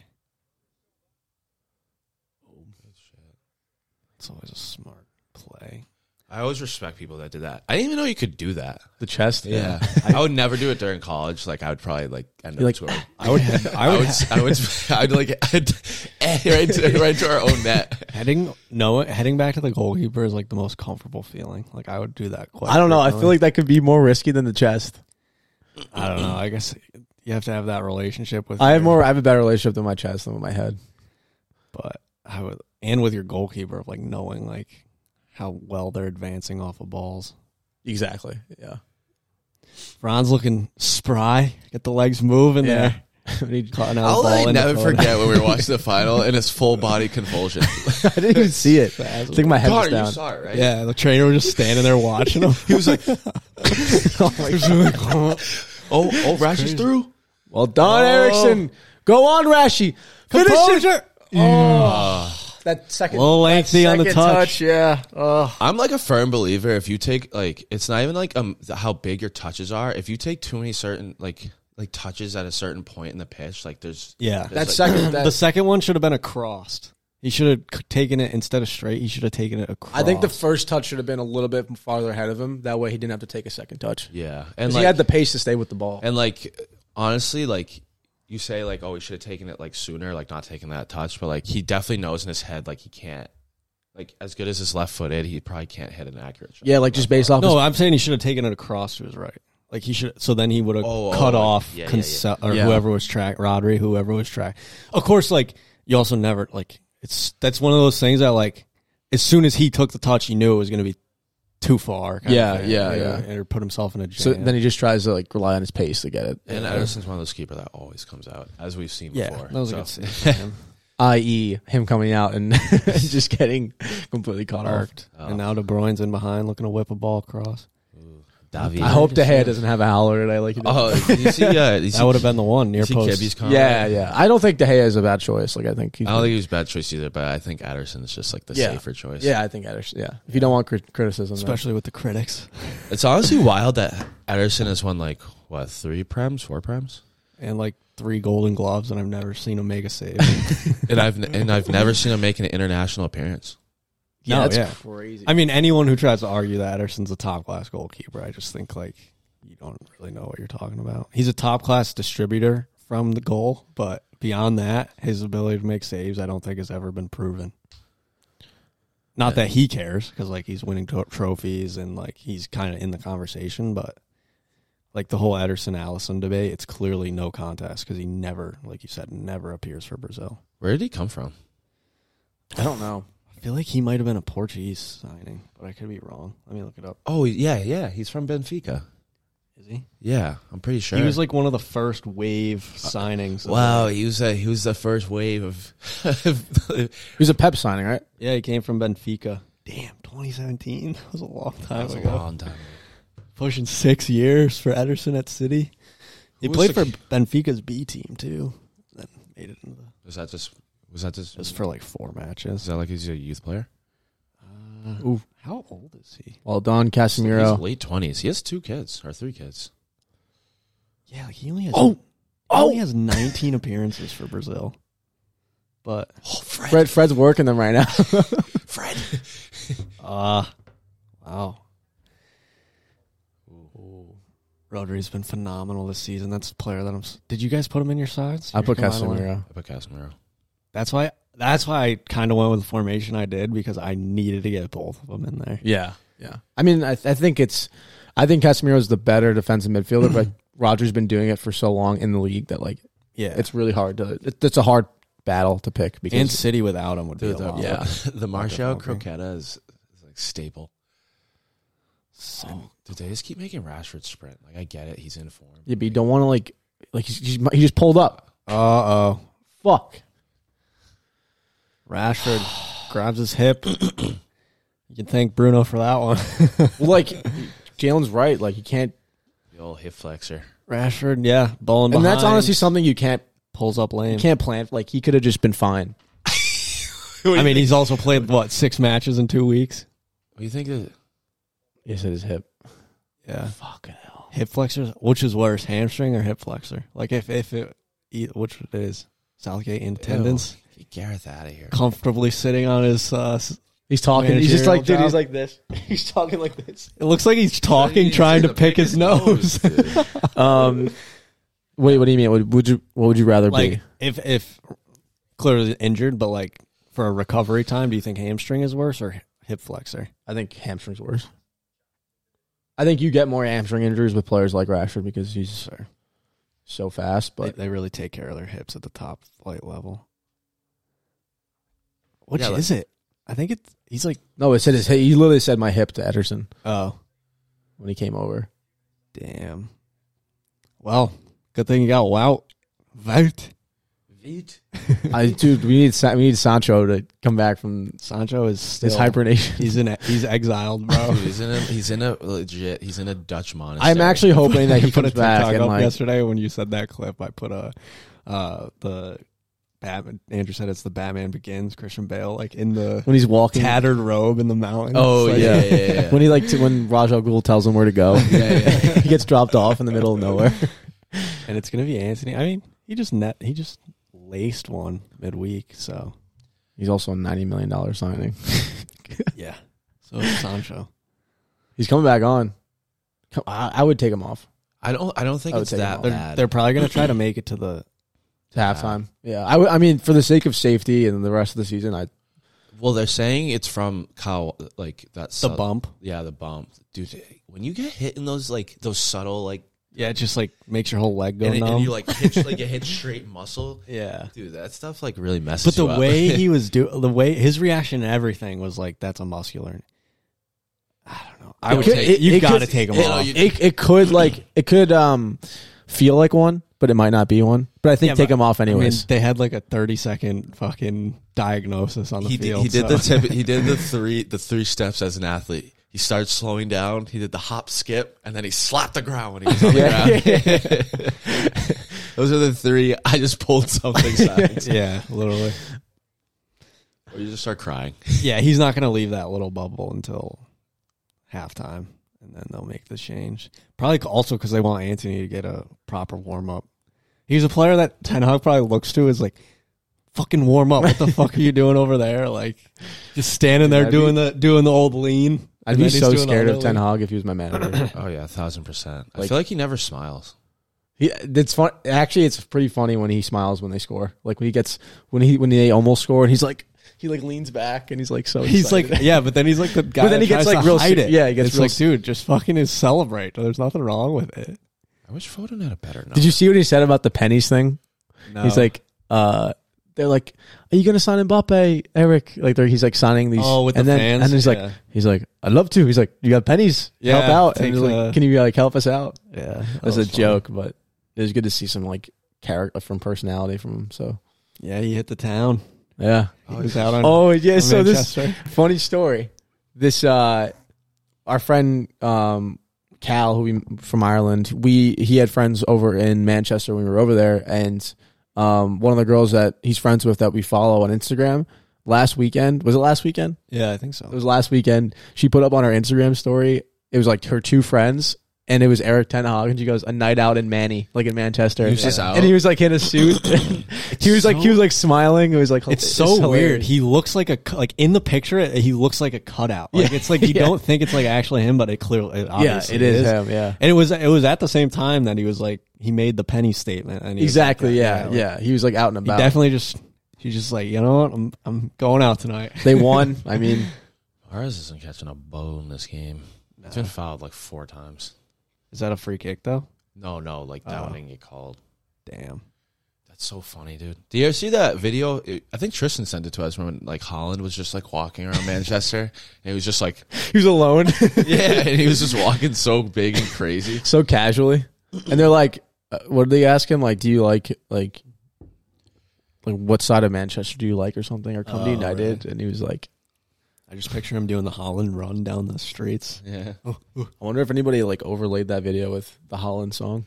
Speaker 3: It's always a smart play.
Speaker 2: (laughs) I always respect people that did that. I didn't even know you could do that.
Speaker 1: The chest,
Speaker 2: Yeah, I would never do it during college. Like I would probably like end up
Speaker 1: You're like,
Speaker 2: scoring.
Speaker 3: I
Speaker 1: (laughs)
Speaker 3: would,
Speaker 2: I would, I would, (laughs) I would like I'd, eh, right, to, right to our own net.
Speaker 3: Heading no, heading back to the goalkeeper is like the most comfortable feeling. Like I would do that. Quite
Speaker 1: I don't know. I feel
Speaker 3: frequently.
Speaker 1: like that could be more risky than the chest.
Speaker 3: I don't know. I guess you have to have that relationship with.
Speaker 1: I have
Speaker 3: your-
Speaker 1: more. I have a better relationship than my chest than with my head.
Speaker 3: but I would, and with your goalkeeper of like knowing like how well they're advancing off of balls.
Speaker 1: Exactly. Yeah.
Speaker 3: Ron's looking spry. Get the legs moving
Speaker 1: (laughs) Yeah.
Speaker 3: there. When he caught another
Speaker 2: I'll
Speaker 3: ball in
Speaker 2: like,
Speaker 3: the
Speaker 2: never
Speaker 3: corner.
Speaker 2: forget when we were watching the final and his full body convulsion.
Speaker 1: I didn't even see it. I think my head was
Speaker 2: Connor,
Speaker 1: down.
Speaker 2: you saw it, right?
Speaker 3: Yeah, the trainer was just standing there watching him.
Speaker 2: He
Speaker 3: (laughs)
Speaker 2: was like,
Speaker 1: Oh my God.
Speaker 2: "Oh, oh, Rashi's through."
Speaker 1: Well done, Erickson. Go on, Rashi. Finish it. Oh. (sighs) That second,
Speaker 3: oh. little lengthy on the
Speaker 1: second
Speaker 3: touch.
Speaker 1: Yeah. Oh.
Speaker 2: I'm like a firm believer. If you take like, it's not even like um how big your touches are. If you take too many certain like like touches at a certain point in the pitch, like there's
Speaker 3: Yeah,
Speaker 2: there's,
Speaker 1: That
Speaker 2: like,
Speaker 1: (clears throat) second.
Speaker 3: the
Speaker 1: That,
Speaker 3: second one should have been a crossed. He should have c- taken it instead of straight. He should have taken it across.
Speaker 1: I think (clears throat) the first touch should have been a little bit farther ahead of him. That way, he didn't have to take a second touch.
Speaker 2: yeah, and
Speaker 1: 'Cause
Speaker 2: like
Speaker 1: he had the pace to stay with the ball.
Speaker 2: And like honestly, like you say, like oh, we should have taken it like sooner, like not taking that touch, but like he definitely knows in his head, like he can't, like as good as his left footed, he probably can't hit an accurate shot.
Speaker 1: yeah, like just based off.
Speaker 3: no, I'm saying he should have taken it across to his right. Like he should. So then he would have
Speaker 2: Oh,
Speaker 3: cut
Speaker 2: oh,
Speaker 3: off
Speaker 2: yeah, yeah,
Speaker 3: Conce- or
Speaker 1: Yeah.
Speaker 3: whoever was track Rodri, whoever was track. Of course, like you also never like it's that's one of those things that like as soon as he took the touch, he knew it was going to be too far. kind of
Speaker 1: Yeah,
Speaker 3: thing,
Speaker 1: yeah,
Speaker 3: or,
Speaker 1: yeah.
Speaker 3: Or put himself in a jam.
Speaker 1: So then he just tries to like rely on his pace to get it.
Speaker 2: And Ederson's one of those keeper that always comes out, as we've seen
Speaker 3: yeah,
Speaker 2: before.
Speaker 3: that was
Speaker 2: So,
Speaker 3: a good (laughs) save. for him.
Speaker 1: I.e., E, him coming out and (laughs) just getting completely caught off.
Speaker 3: Arced.
Speaker 2: Oh.
Speaker 3: And now De Bruyne's in behind, looking to whip a ball across.
Speaker 2: Davi.
Speaker 1: I hope De Gea doesn't have a howler today. Like, he did.
Speaker 2: Oh, you see, uh, you see,
Speaker 3: That would have been the one
Speaker 2: you
Speaker 3: near
Speaker 2: see
Speaker 3: post.
Speaker 2: Kebby's comment?
Speaker 1: yeah, yeah. I don't think De Gea is a bad choice. Like, I think. He's,
Speaker 2: I don't think he was a bad choice either, but I think Ederson is just like the
Speaker 1: Yeah.
Speaker 2: safer choice.
Speaker 1: yeah, I think Ederson. Yeah, if you don't want crit- criticism, then-
Speaker 3: especially with the critics
Speaker 2: it's honestly wild that Ederson has won like what three primes, four primes,
Speaker 3: and like three Golden Gloves, and I've never seen him make a save.
Speaker 2: and I've and I've never seen him make an international appearance.
Speaker 1: (laughs) yeah,
Speaker 3: No,
Speaker 1: that's
Speaker 3: yeah.
Speaker 1: crazy.
Speaker 3: I mean, anyone who tries to argue that Ederson's a top class goalkeeper, I just think like you don't really know what you're talking about. He's a top class distributor from the goal, but beyond that, his ability to make saves, I don't think has ever been proven. Not that he cares, because like he's winning to- trophies and like he's kind of in the conversation, but like the whole Ederson Allison debate, it's clearly no contest because he never, like you said, never appears for Brazil.
Speaker 2: Where did he come from?
Speaker 1: I don't know.
Speaker 3: I feel like he might have been a Portuguese signing, but I could be wrong. Let me look it up.
Speaker 2: Oh yeah, yeah. He's from Benfica.
Speaker 3: Is he?
Speaker 2: Yeah, I'm pretty sure.
Speaker 3: He was like one of the first wave signings. of
Speaker 2: wow,
Speaker 3: the-
Speaker 2: he was uh, he was the first wave (laughs) of
Speaker 1: He was a Pep signing, right?
Speaker 3: yeah, he came from Benfica. Damn, 2017. (laughs) That was a long time
Speaker 2: That was a
Speaker 3: ago.
Speaker 2: long time. ago.
Speaker 3: Pushing six years for Ederson at City. He
Speaker 2: Who was
Speaker 3: played for
Speaker 2: the-
Speaker 3: Benfica's B team too. That made it into the.
Speaker 2: Was that just? Was that just?
Speaker 3: It was for like four
Speaker 2: is
Speaker 3: matches.
Speaker 2: that like he's a youth player?
Speaker 3: Uh,
Speaker 1: Ooh.
Speaker 3: How old is he?
Speaker 1: Well, Don
Speaker 2: He's
Speaker 1: Casemiro.
Speaker 2: late twenties. He has two kids or three kids.
Speaker 3: Yeah, like he only has.
Speaker 1: Oh!
Speaker 3: he
Speaker 1: Oh!
Speaker 3: only has 19 appearances for Brazil. But
Speaker 2: Oh, Fred.
Speaker 1: Fred, Fred's working them right now. (laughs)
Speaker 2: Fred.
Speaker 3: Ah, wow. Ooh. Rodri's been phenomenal this season. That's the player that I'm. s- Did you guys put him in your sides?
Speaker 1: I
Speaker 3: Your
Speaker 1: put
Speaker 3: combined line?
Speaker 1: Casemiro.
Speaker 2: I put Casemiro.
Speaker 3: That's why. That's why I kind of went with the formation I did because I needed to get both of them in there.
Speaker 1: Yeah, yeah. I mean, I, I think it's, I think Casemiro is the better defensive midfielder, but Rodgers been doing it for so long in the league that like
Speaker 3: Yeah,
Speaker 1: it's really hard to. It, it's a hard battle to pick because
Speaker 3: and City without him would be
Speaker 2: Dude, (laughs)
Speaker 3: a
Speaker 2: the,
Speaker 3: lot.
Speaker 2: yeah, the Martial
Speaker 3: different, okay.
Speaker 2: Croqueta is, is like staple.
Speaker 3: So-
Speaker 2: Dude, they just keep making Rashford sprint. Like I get it, he's in form.
Speaker 1: yeah, but you don't want to like, like he's, he's, he just pulled up.
Speaker 3: Uh oh,
Speaker 1: Fuck.
Speaker 3: Rashford grabs his
Speaker 1: (clears throat)
Speaker 3: hip. you can thank Bruno for that one. (laughs)
Speaker 1: Well, like Jalen's right. Like you can't,
Speaker 2: The old hip flexor.
Speaker 3: Rashford, yeah, balling
Speaker 1: and
Speaker 3: behind.
Speaker 1: that's honestly something you can't
Speaker 3: pulls up lame.
Speaker 1: you can't plan. Like he could have just been fine.
Speaker 3: I mean, he's also played what six matches in two weeks.
Speaker 2: What do you think? Of,
Speaker 1: He said his hip.
Speaker 3: Yeah,
Speaker 1: Fucking hell.
Speaker 3: hip flexors. Which is worse, hamstring or hip flexor? Like if if it e- which it is Southgate in attendance,
Speaker 2: Get Gareth out of
Speaker 3: (laughs)
Speaker 2: here.
Speaker 3: comfortably sitting on his. Uh, s-
Speaker 1: He's talking. he's just
Speaker 3: Managerial
Speaker 1: like, dude.
Speaker 3: job.
Speaker 1: He's like this. (laughs) He's talking like this.
Speaker 3: it looks like he's talking, trying to pick his nose.
Speaker 2: dude.
Speaker 1: Um, wait. What do you mean? Would, would you? What would you rather
Speaker 3: (laughs)
Speaker 1: be?
Speaker 3: like if if clearly injured, but like for a recovery time, do you think hamstring is worse or hip flexor?
Speaker 1: I think hamstrings worse. I think you get more hamstring injuries with players like Rashford because he's so fast. But
Speaker 3: they, they really take care of their hips at the top flight level. Which
Speaker 2: Yeah, like-
Speaker 3: is it? I think it's he's like
Speaker 1: no, it said his. He literally said my hip to Ederson
Speaker 3: oh
Speaker 1: when he came over.
Speaker 3: damn. Well, good thing you got Wout. Vout.
Speaker 1: I, dude, we need Sa- we need Sancho to come back from
Speaker 3: Sancho is still
Speaker 1: his hibernation.
Speaker 3: he's in he's exiled, bro.
Speaker 2: Dude,
Speaker 3: (laughs)
Speaker 2: he's in a he's in a legit he's in a Dutch monastery.
Speaker 1: I'm actually hoping that
Speaker 3: I
Speaker 1: (laughs) he
Speaker 3: put a
Speaker 1: comes back
Speaker 3: TikTok
Speaker 1: and
Speaker 3: up
Speaker 1: like
Speaker 3: yesterday when you said that clip. I put a uh the Batman Andrew said it's the Batman Begins, Christian Bale, like in the
Speaker 1: when he's walking.
Speaker 3: tattered robe in the mountains.
Speaker 2: Oh
Speaker 3: Like,
Speaker 2: yeah, yeah, yeah.
Speaker 1: When he like to, when Rajah Ghul tells him where
Speaker 3: (laughs)
Speaker 1: to go,
Speaker 2: yeah, yeah.
Speaker 1: he gets dropped off in the middle of nowhere.
Speaker 3: And it's gonna be Anthony. I mean, he just net he just laced one midweek, so
Speaker 1: He's also a ninety million dollar signing.
Speaker 3: yeah. So it's Sancho.
Speaker 1: He's coming back on. Come- I, I would take him off.
Speaker 2: I don't I don't think
Speaker 1: I would
Speaker 2: it's
Speaker 1: take him
Speaker 2: that
Speaker 1: out.
Speaker 3: They're,
Speaker 2: bad.
Speaker 3: they're probably gonna
Speaker 1: (clears throat)
Speaker 3: try to make it to the
Speaker 1: to halftime. Yeah, I, w- I mean, for the sake of safety and the rest of the season, I
Speaker 2: well, they're saying it's from Kyle like that
Speaker 3: the
Speaker 2: sub-
Speaker 3: bump.
Speaker 2: Yeah, the bump. Dude, when you get hit in those like those subtle like
Speaker 3: Yeah, it just like makes your whole leg go
Speaker 2: and, it-
Speaker 3: numb.
Speaker 2: and you like hitch like you hit straight muscle.
Speaker 3: yeah.
Speaker 2: Dude, that stuff like really messes
Speaker 3: But the
Speaker 2: you up.
Speaker 1: (laughs)
Speaker 3: way
Speaker 2: (laughs)
Speaker 3: he was do the way his reaction to everything was like that's a muscular. I don't know. I
Speaker 2: It
Speaker 3: would
Speaker 2: could-
Speaker 3: take
Speaker 1: it-
Speaker 3: you
Speaker 1: it
Speaker 3: got to
Speaker 1: could-
Speaker 3: take him
Speaker 2: you know,
Speaker 3: off.
Speaker 2: you-
Speaker 1: it, it could like it could um feel like one, but it might not be one. But I think
Speaker 3: Yeah,
Speaker 1: take
Speaker 3: but-
Speaker 1: him off
Speaker 3: I mean,
Speaker 1: anyways.
Speaker 3: they had like a thirty second fucking diagnosis on the
Speaker 2: he did,
Speaker 3: field.
Speaker 2: he did
Speaker 3: (laughs)
Speaker 2: the
Speaker 3: so-
Speaker 2: tip, he did the three the three steps as an athlete. He started slowing down. He did the hop, skip, and then he slapped the ground when he was on the ground.
Speaker 3: (laughs)
Speaker 2: (laughs) Those are the three. I just pulled something. Signs.
Speaker 3: yeah, literally.
Speaker 2: Or you just start crying.
Speaker 3: (clears throat) Yeah, he's not going to leave that little bubble until halftime, and then they'll make the change. Probably also because they want Anthony to get a proper warm up. He's a player that Ten Hag probably looks to is like, fucking warm up.
Speaker 1: (laughs)
Speaker 3: What the fuck are you doing over there? Like, just standing there
Speaker 1: I'd be-
Speaker 3: doing the doing the old lean.
Speaker 1: I'd
Speaker 3: and
Speaker 1: be
Speaker 3: then he's
Speaker 1: so
Speaker 3: doing
Speaker 1: scared
Speaker 3: all
Speaker 1: of
Speaker 3: the
Speaker 1: Ten
Speaker 3: lean.
Speaker 1: Hag if he was my manager.
Speaker 2: Oh yeah, a thousand percent. I
Speaker 1: Like-
Speaker 2: feel like he never smiles.
Speaker 1: he, it's fun. Actually, it's pretty funny when he smiles when they score. Like when he gets when he when they almost score, and he's like he like leans back and he's like so
Speaker 3: He's
Speaker 1: excited. (laughs)
Speaker 3: like, (laughs) yeah, but then he's like the guy.
Speaker 1: But then
Speaker 3: that
Speaker 1: he gets,
Speaker 3: tries to
Speaker 1: like, real
Speaker 3: hide
Speaker 1: se-
Speaker 3: it.
Speaker 1: yeah, he gets
Speaker 3: it's
Speaker 1: real
Speaker 3: like,
Speaker 1: se-
Speaker 3: dude, just fucking is celebrate. There's nothing wrong with it.
Speaker 2: I wish Foden had a better.
Speaker 3: Oh.
Speaker 1: Did you see what he said about the pennies thing?
Speaker 3: No.
Speaker 1: He's like, uh, they're like, "Are you going to sign Mbappe, Eric?" Like they're, he's like signing these.
Speaker 3: Oh, with
Speaker 1: and
Speaker 3: the
Speaker 1: then,
Speaker 3: fans?
Speaker 1: And he's like,
Speaker 3: Yeah.
Speaker 1: he's like, "I'd love to." He's like, "You got pennies?
Speaker 3: Yeah,
Speaker 1: help out." And
Speaker 3: take
Speaker 1: he's
Speaker 3: the-
Speaker 1: like, "Can you like help us out?"
Speaker 3: Yeah, that
Speaker 1: That's a
Speaker 3: was fun.
Speaker 1: joke, but it was good to see some like character from personality from him. So
Speaker 3: Yeah, he hit the town.
Speaker 1: yeah.
Speaker 3: He was out on.
Speaker 1: Oh yeah.
Speaker 3: on
Speaker 1: So this
Speaker 3: Manchester.
Speaker 1: funny story. This uh our friend um Cal who we from Ireland, we he had friends over in Manchester when we were over there and um one of the girls that he's friends with that we follow on Instagram last weekend, was it last weekend?
Speaker 3: yeah, I think so.
Speaker 1: It was last weekend. She put up on her Instagram story, it was like her two friends and it was Eric Ten Hag, and she goes a night out in Manny, like in Manchester.
Speaker 2: He was just out?
Speaker 1: and he was like in a suit. (laughs) he was like he was like smiling. It was like
Speaker 3: It's so weird.
Speaker 1: hilarious.
Speaker 3: He looks like a cu- like in the picture. uh, He looks like a cutout. Like it's like you
Speaker 1: (laughs) Yeah.
Speaker 3: don't think it's like actually him, but it clearly it
Speaker 1: Yeah,
Speaker 3: obviously
Speaker 1: it is, him. Yeah,
Speaker 3: And it was it was at the same time that he was like he made the penny statement. And he was like
Speaker 1: Exactly.
Speaker 3: that.
Speaker 1: Yeah.
Speaker 3: like,
Speaker 1: Yeah. He was like out and
Speaker 3: He
Speaker 1: about.
Speaker 3: definitely just he's just like you know what I'm I'm going out tonight.
Speaker 1: (laughs) they won. I mean,
Speaker 2: Ours isn't catching a bone this game. It's been fouled like four times.
Speaker 3: Is that a free kick though?
Speaker 2: No, no, like
Speaker 3: Oh.
Speaker 2: that one didn't get called.
Speaker 3: Damn.
Speaker 2: That's so funny, dude. Do you ever see that video? It- I think Tristan sent it to us when like Holland was just like walking around Manchester, and he was just like, (laughs)
Speaker 1: he was alone,
Speaker 2: yeah, and he was just walking so big and crazy.
Speaker 1: (laughs) so casually, and they're like, uh, "What did they ask him? Like, do you like like like what side of Manchester do you like, or something, or come to
Speaker 3: Oh,
Speaker 1: United?" And he was like,
Speaker 3: I just picture him doing the Holland run down the streets.
Speaker 2: Yeah,
Speaker 1: "I wonder if anybody like overlaid that video with the Holland song."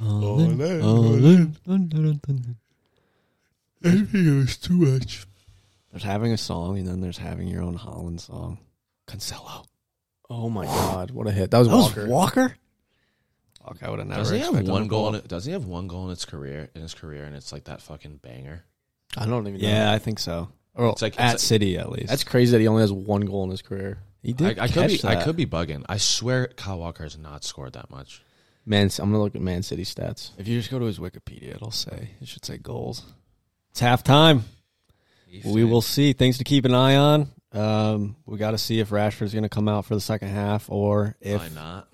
Speaker 3: Holland. Dun, dun, dun, dun, dun.
Speaker 2: I think it was too much.
Speaker 3: There's having a song and then there's having your own Holland song. Cancelo.
Speaker 1: Oh my god, what a hit! That was
Speaker 3: That was
Speaker 1: Walker.
Speaker 3: Walker? Fuck, I would have never.
Speaker 2: Doesn't he have
Speaker 3: expected
Speaker 2: one
Speaker 3: him
Speaker 2: goal?
Speaker 3: to-
Speaker 2: In it, doesn't he have one goal in his career? In his career, and it's like that fucking banger.
Speaker 1: I don't even. know.
Speaker 3: Yeah, I think so. Or
Speaker 2: It's like-
Speaker 3: at
Speaker 2: it's like-
Speaker 3: City at least.
Speaker 1: that's crazy that he only has one goal in his career.
Speaker 3: he
Speaker 2: I,
Speaker 3: did.
Speaker 2: I could be,
Speaker 3: catch
Speaker 2: I
Speaker 3: that.
Speaker 2: could be bugging. I swear, Kyle Walker has not scored that much.
Speaker 1: Man, I'm gonna look at Man City stats.
Speaker 3: If you just go to his Wikipedia, it'll say it should say goals. It's half time. We will see. Things to keep an eye on. Um, we got to see if Rashford's going to come out for the second half or if
Speaker 2: Why not?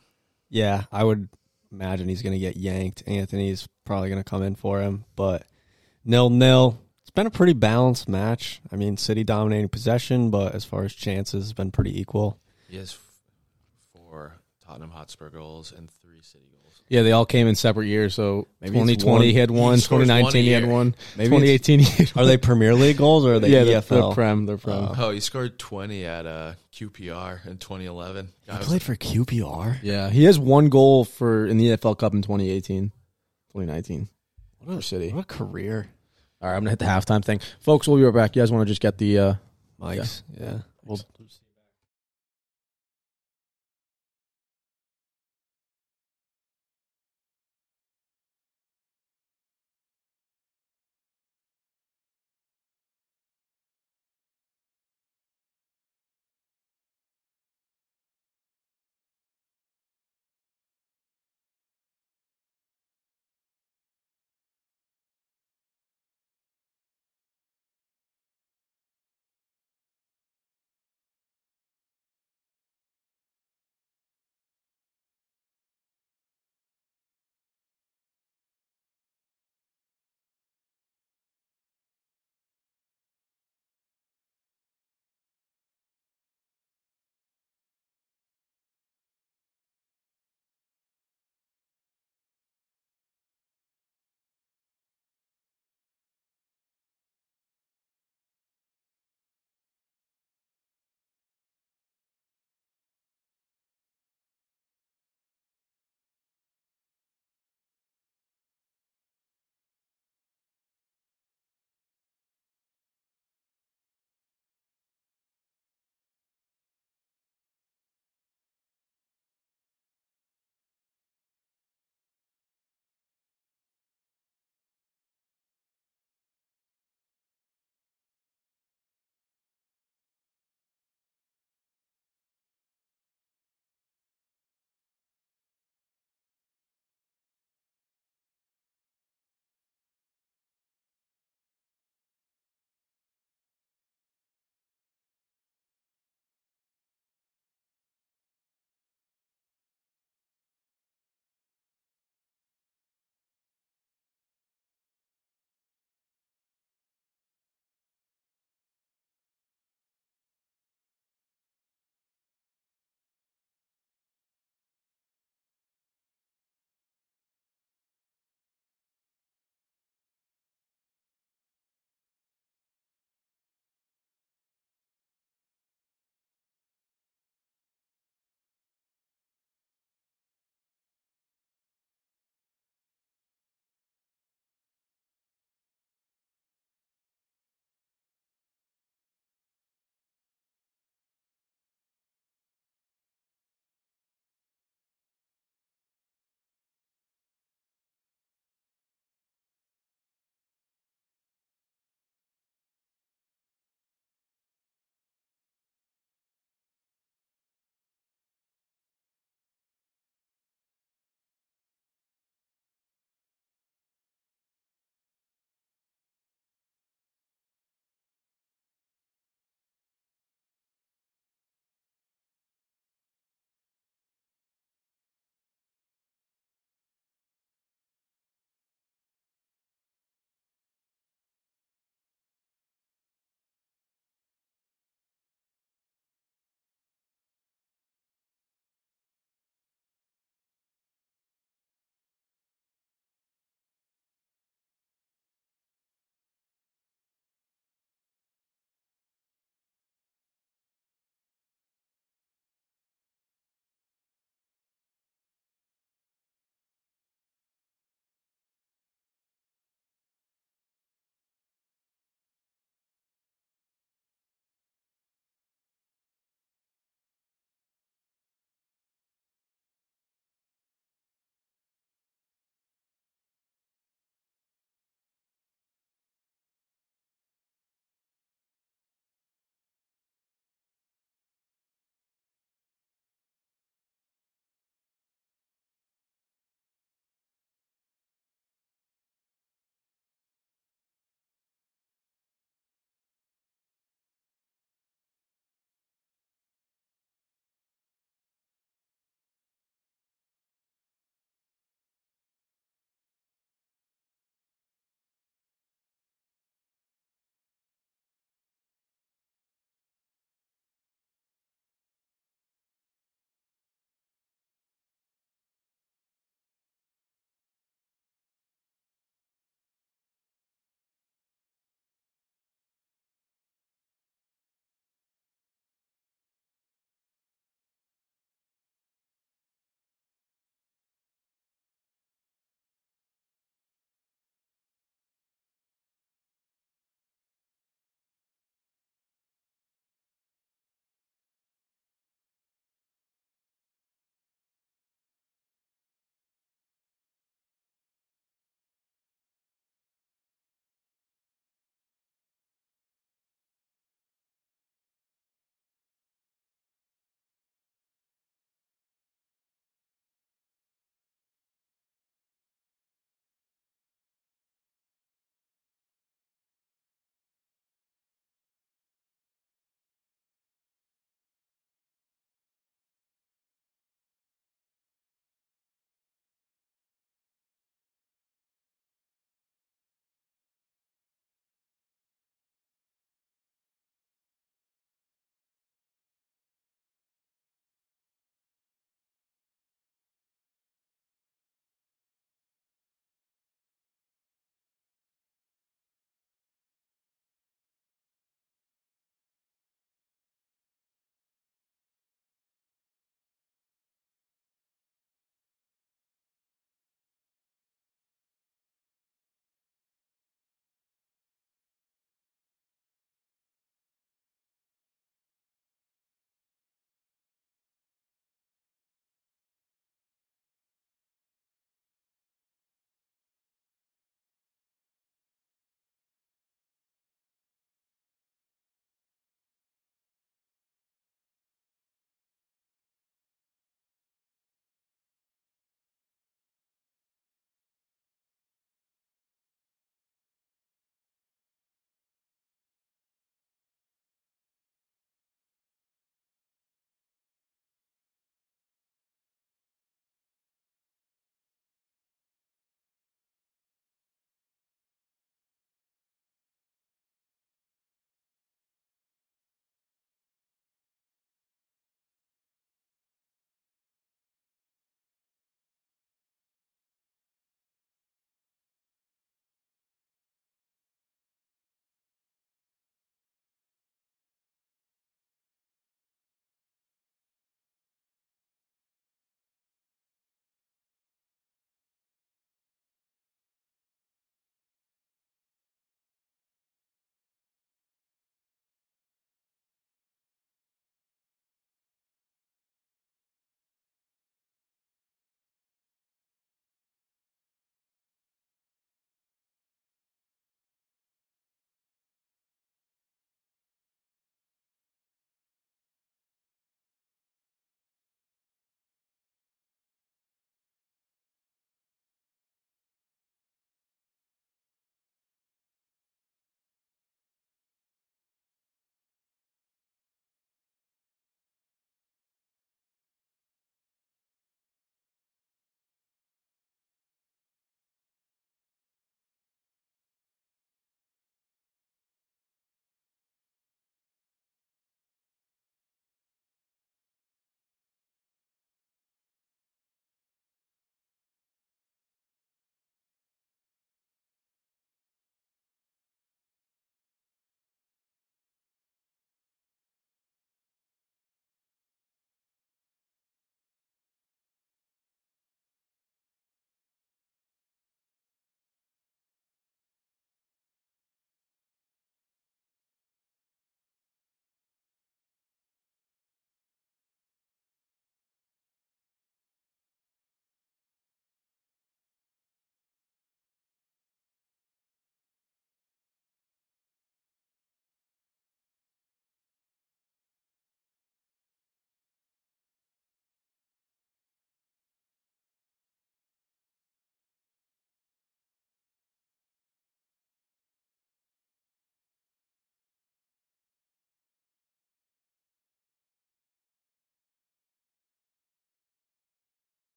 Speaker 3: yeah, I would imagine he's going to get yanked. Anthony's probably going to come in for him, but nil nil. It's been a pretty balanced match. I mean, City dominating possession, but as far as chances, it's been pretty equal.
Speaker 2: He has f- four Tottenham Hotspur goals and three City goals.
Speaker 1: Yeah, they all came in separate years. So
Speaker 3: Maybe it's
Speaker 1: 2020
Speaker 3: one-
Speaker 1: he had one,
Speaker 2: he scores
Speaker 1: 2019
Speaker 2: one a
Speaker 1: he had
Speaker 2: year.
Speaker 1: one,
Speaker 3: Maybe
Speaker 1: 2018 he had
Speaker 3: Are they Premier League goals or are they E
Speaker 1: yeah, they're,
Speaker 3: EFL?
Speaker 1: they're prem, they're prem.
Speaker 2: Oh, he scored 20 at uh, QPR in 2011.
Speaker 3: He
Speaker 2: I was
Speaker 3: played for QPR.
Speaker 1: yeah, he has one goal for in the NFL Cup in 2018, 2019 for City.
Speaker 3: What a career,
Speaker 1: All right, I'm gonna hit the halftime thing, folks. We'll be right back. You guys want to just get the? uh
Speaker 3: Mike's. yeah. Well,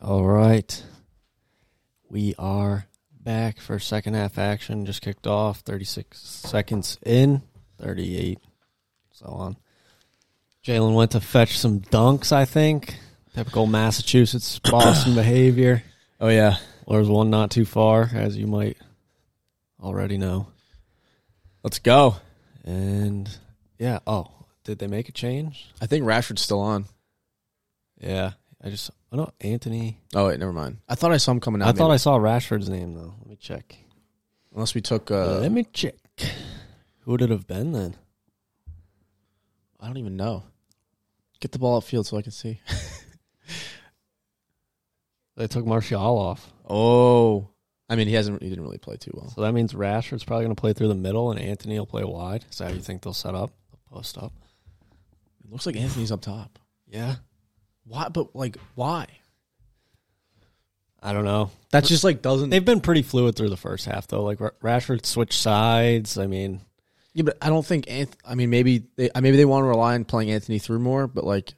Speaker 3: All right. We are back for second half action. Just kicked off 36 seconds in, 38, so on. Jalen went to fetch some dunks, I think. Typical
Speaker 1: (coughs)
Speaker 3: Massachusetts Boston behavior.
Speaker 1: Oh yeah,
Speaker 3: There's one not too far, as you might already know.
Speaker 1: let's go.
Speaker 3: And yeah, oh, did they make a change?
Speaker 1: I think Rashford's still on.
Speaker 3: Yeah. I just, I know Anthony.
Speaker 1: Oh wait, never mind. I thought I saw him coming out.
Speaker 3: I thought
Speaker 1: maybe.
Speaker 3: I saw Rashford's name, though. Let me check.
Speaker 1: unless we took. Uh,
Speaker 3: Let me check. Who would it have been then?
Speaker 1: I don't even know. Get the ball upfield so I
Speaker 3: (laughs)
Speaker 1: can see.
Speaker 3: They took Martial off.
Speaker 1: Oh, I mean he hasn't. He didn't really play too well.
Speaker 3: So that means Rashford's probably going to play through the middle and Anthony will play wide. Is that how you think they'll set up? They'll post up.
Speaker 1: It looks like Anthony's up top.
Speaker 3: Yeah.
Speaker 1: Why? But like, why?
Speaker 3: I don't know.
Speaker 1: That just like doesn't.
Speaker 3: They've been pretty fluid through the first half, though. Like Ra- Rashford switched sides. I mean,
Speaker 1: Yeah, but I don't think. Anth- I mean, maybe they. uh, Maybe they want to rely on playing Anthony through more, but like,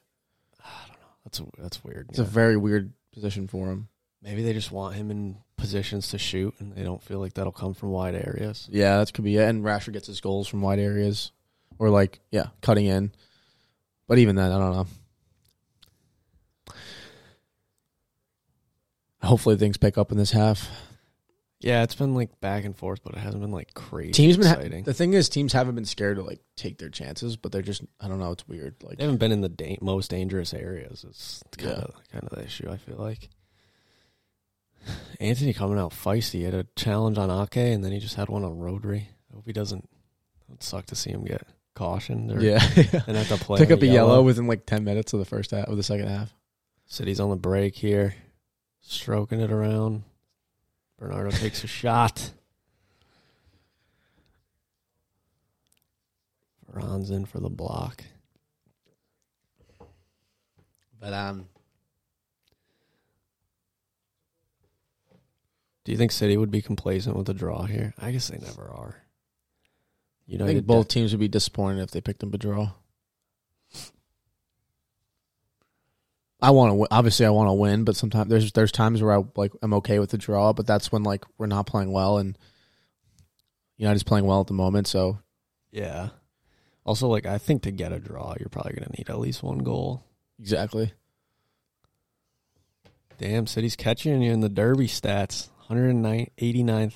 Speaker 3: that's that's weird.
Speaker 1: it's a very weird position for him.
Speaker 3: Maybe they just want him in positions to shoot, and they don't feel like that'll come from wide areas.
Speaker 1: Yeah, that could be it. And Rashford gets his goals from wide areas, or like, yeah, cutting in. But even then, I don't know. Hopefully, things pick up in this half.
Speaker 3: Yeah, it's been like back and forth, but it hasn't been like crazy.
Speaker 1: Teams been ha-
Speaker 3: exciting.
Speaker 1: the thing is, teams haven't been scared to like take their chances, but they're just I don't know. It's weird. Like
Speaker 3: They haven't been in the da- most dangerous areas. It's
Speaker 1: Yeah.
Speaker 3: kind of kind of the issue. I feel like (sighs) Anthony coming out feisty. He had a challenge on Ake, and then he just had one on Rodri. I hope he doesn't. It would suck to see him get cautioned or
Speaker 1: yeah,
Speaker 3: and have to play.
Speaker 1: (laughs) pick
Speaker 3: on
Speaker 1: up a yellow within like ten minutes of the first half of the second half.
Speaker 3: City's on the break here, stroking it around. Bernardo takes a shot. Ron's in for the block.
Speaker 1: But um,
Speaker 3: Do you think City would be complacent with a draw here? I guess they never are. You
Speaker 1: I
Speaker 3: know,
Speaker 1: think both teams would be disappointed if they picked up a draw. I want to win. obviously I want to win, but sometimes there's there's times where I like I'm okay with the draw, but that's when like we're not playing well and United's playing well at the moment. So
Speaker 3: yeah. Also, like I think to get a draw, you're probably gonna need at least one goal.
Speaker 1: exactly,
Speaker 3: Damn, City's catching you in the Derby stats. 189th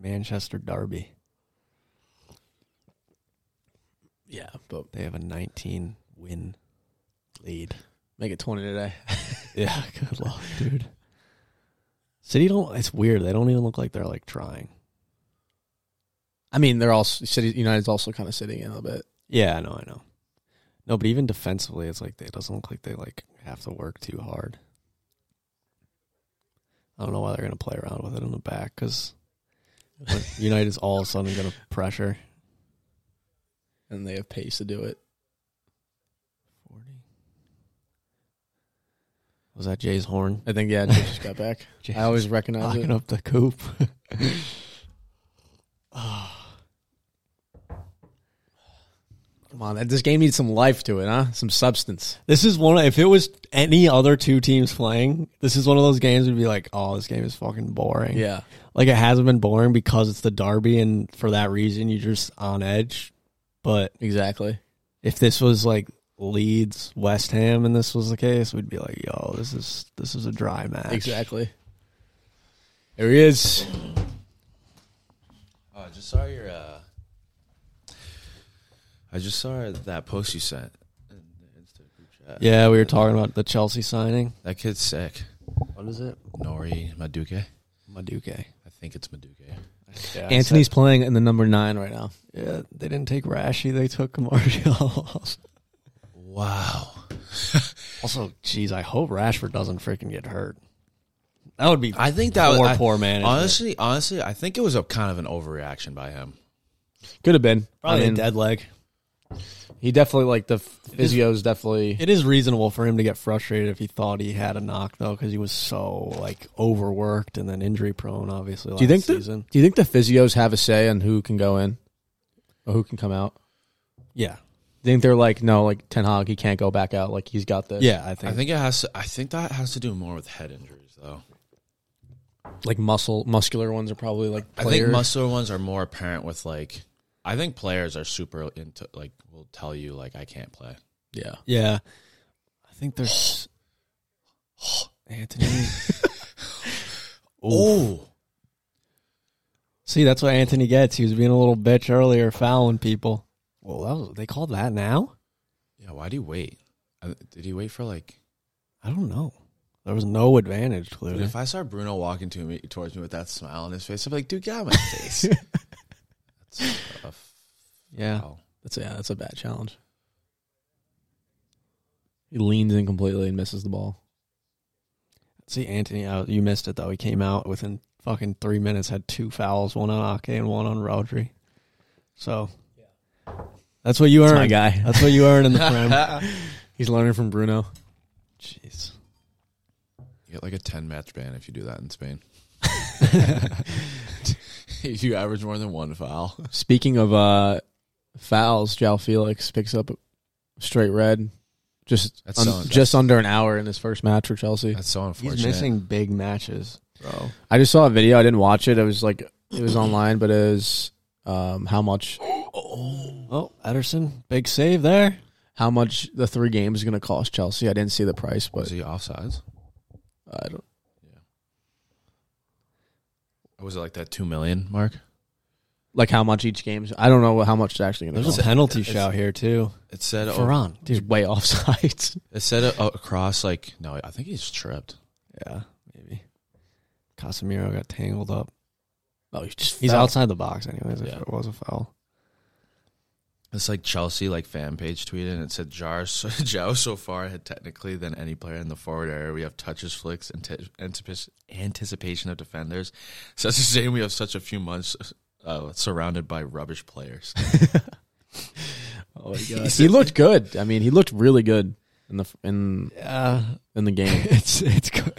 Speaker 3: Manchester Derby.
Speaker 1: yeah. But
Speaker 3: They have a 19 win lead.
Speaker 1: make it twenty today.
Speaker 3: Yeah, good luck, dude. City don't. It's weird. They don't even look like they're like trying.
Speaker 1: I mean, they're all city. United's also kind of sitting in a little bit.
Speaker 3: Yeah, I know, I know. No, but even defensively, it's like they- it doesn't look like they like have to work too hard. I don't know why they're gonna play around with it in the back (laughs) because United's all of a sudden gonna pressure.
Speaker 1: and they have pace to do it.
Speaker 3: Forty. Was that Jay's horn?
Speaker 1: I think yeah, Jake just got (laughs) back.
Speaker 3: Jay's
Speaker 1: I always recognize
Speaker 3: knocking
Speaker 1: it.
Speaker 3: up the coop. (laughs) Ah.
Speaker 1: Come on, this game needs some life to it, huh? Some substance.
Speaker 3: This is one. If it was any other two teams playing, this is one of those games we'd be like, "Oh, this game is fucking boring."
Speaker 1: Yeah,
Speaker 3: like it hasn't been boring because it's the derby, and for that reason, you're just on edge. But
Speaker 1: exactly.
Speaker 3: if this was like Leeds, West Ham, and this was the case, we'd be like, "Yo, this is this is a dry match."
Speaker 1: Exactly. There he is.
Speaker 2: Oh, I just saw your. Uh, I just saw that post you sent in the Insta group chat.
Speaker 3: Yeah, we were talking about the Chelsea signing.
Speaker 2: that kid's sick.
Speaker 3: What is it,
Speaker 2: Nori Maduke.
Speaker 3: Maduke?
Speaker 2: I think it's Maduke.
Speaker 3: Yeah,
Speaker 1: Anthony's playing in the number nine right now.
Speaker 3: Yeah, they didn't take Rashi; they took Martial. off.
Speaker 2: Wow.
Speaker 3: (laughs) Also, geez, I hope Rashford doesn't freaking get hurt. That would be
Speaker 2: I think that
Speaker 3: poor,
Speaker 2: was I-
Speaker 3: poor man.
Speaker 2: Honestly, honestly, I think it was a kind of an overreaction by him.
Speaker 1: Could have been. I mean,
Speaker 3: dead leg.
Speaker 1: he definitely like the f-
Speaker 3: is-
Speaker 1: physio's definitely.
Speaker 3: It is reasonable for him to get frustrated if he thought he had a knock though, because he was so like overworked and then injury prone. Obviously, last
Speaker 1: do you think the,
Speaker 3: season?
Speaker 1: Do you think the physios have a say on who can go in or who can come out?
Speaker 3: yeah,
Speaker 1: think they're like, no, like Ten Hag, he can't go back out. Like he's got this.
Speaker 3: Yeah, I think,
Speaker 2: I think it has. To, I think that has to do more with head injuries, though.
Speaker 1: Like muscle, muscular ones are probably like
Speaker 2: I
Speaker 1: players.
Speaker 2: think muscular ones are more apparent with like. I think players are super into like will tell you like I can't play.
Speaker 1: yeah.
Speaker 3: yeah, I think
Speaker 1: (gasps)
Speaker 3: there's Anthony.
Speaker 2: Oh,
Speaker 3: See, that's what Anthony gets. He was being a little bitch earlier, fouling people. Well, that was, they called that now.
Speaker 2: yeah. Why do you wait? I- Did he wait for like?
Speaker 3: I don't know. There was no advantage
Speaker 2: Dude,
Speaker 3: clearly.
Speaker 2: if I saw Bruno walking to me towards me with that smile on his face, I'd be like, "Dude, get out of my (laughs) face." That's a
Speaker 1: Yeah.
Speaker 2: foul.
Speaker 1: That's yeah, that's a bad challenge. He leans in completely and misses the ball.
Speaker 3: See, Anthony, uh, you missed it though. He came out within fucking three minutes, had two fouls, one on Ake and one on Rodri. So that's what you
Speaker 1: That's my
Speaker 3: earn.
Speaker 1: guy.
Speaker 3: That's what you earn in the prem.
Speaker 1: (laughs) He's learning from Bruno.
Speaker 3: Jeez.
Speaker 2: You get like a ten match ban if you do that in Spain. (laughs) if you average more than one foul,
Speaker 1: Speaking of uh, fouls, Jao Felix picks up a straight red, just
Speaker 2: That's
Speaker 1: un-
Speaker 2: so unjust.
Speaker 1: just under an hour in his first match for Chelsea.
Speaker 2: that's so unfortunate.
Speaker 3: He's missing big matches, bro.
Speaker 1: I just saw a video. I didn't watch it. It was like it was online, but it was um, how much
Speaker 3: Oh, Ederson, big save there.
Speaker 1: how much the three games is going to cost Chelsea. I didn't see the price,
Speaker 2: Was
Speaker 1: but
Speaker 2: he offsides?
Speaker 1: I don't.
Speaker 2: Or was it like that two million mark?
Speaker 1: Like how much each game? is- I don't know how much it's Oh. actually going to
Speaker 3: There's
Speaker 1: cost.
Speaker 3: a penalty
Speaker 2: it's-
Speaker 3: shout here too.
Speaker 2: It said o-
Speaker 3: Ferran,
Speaker 1: It's
Speaker 3: dude.
Speaker 1: way (laughs) offsides.
Speaker 2: it said o- across like no, I think he's tripped.
Speaker 3: Yeah, maybe. Casemiro got tangled up.
Speaker 1: Oh, he's just
Speaker 3: He's
Speaker 1: fell.
Speaker 3: outside the box, anyways. If
Speaker 2: Yeah.
Speaker 3: it was a foul,
Speaker 2: It's like Chelsea like fan page tweeted and it said Jar so, (laughs) Jao so far had technically than any player in the forward area. We have touches, flicks, and t- antipi- anticipation of defenders. Such a shame we have such a few months uh, surrounded by rubbish
Speaker 1: (laughs)
Speaker 2: players.
Speaker 1: Oh my god, he looked good. I mean, he looked really good in the in
Speaker 3: yeah,
Speaker 1: in the game. (laughs)
Speaker 3: it's it's go-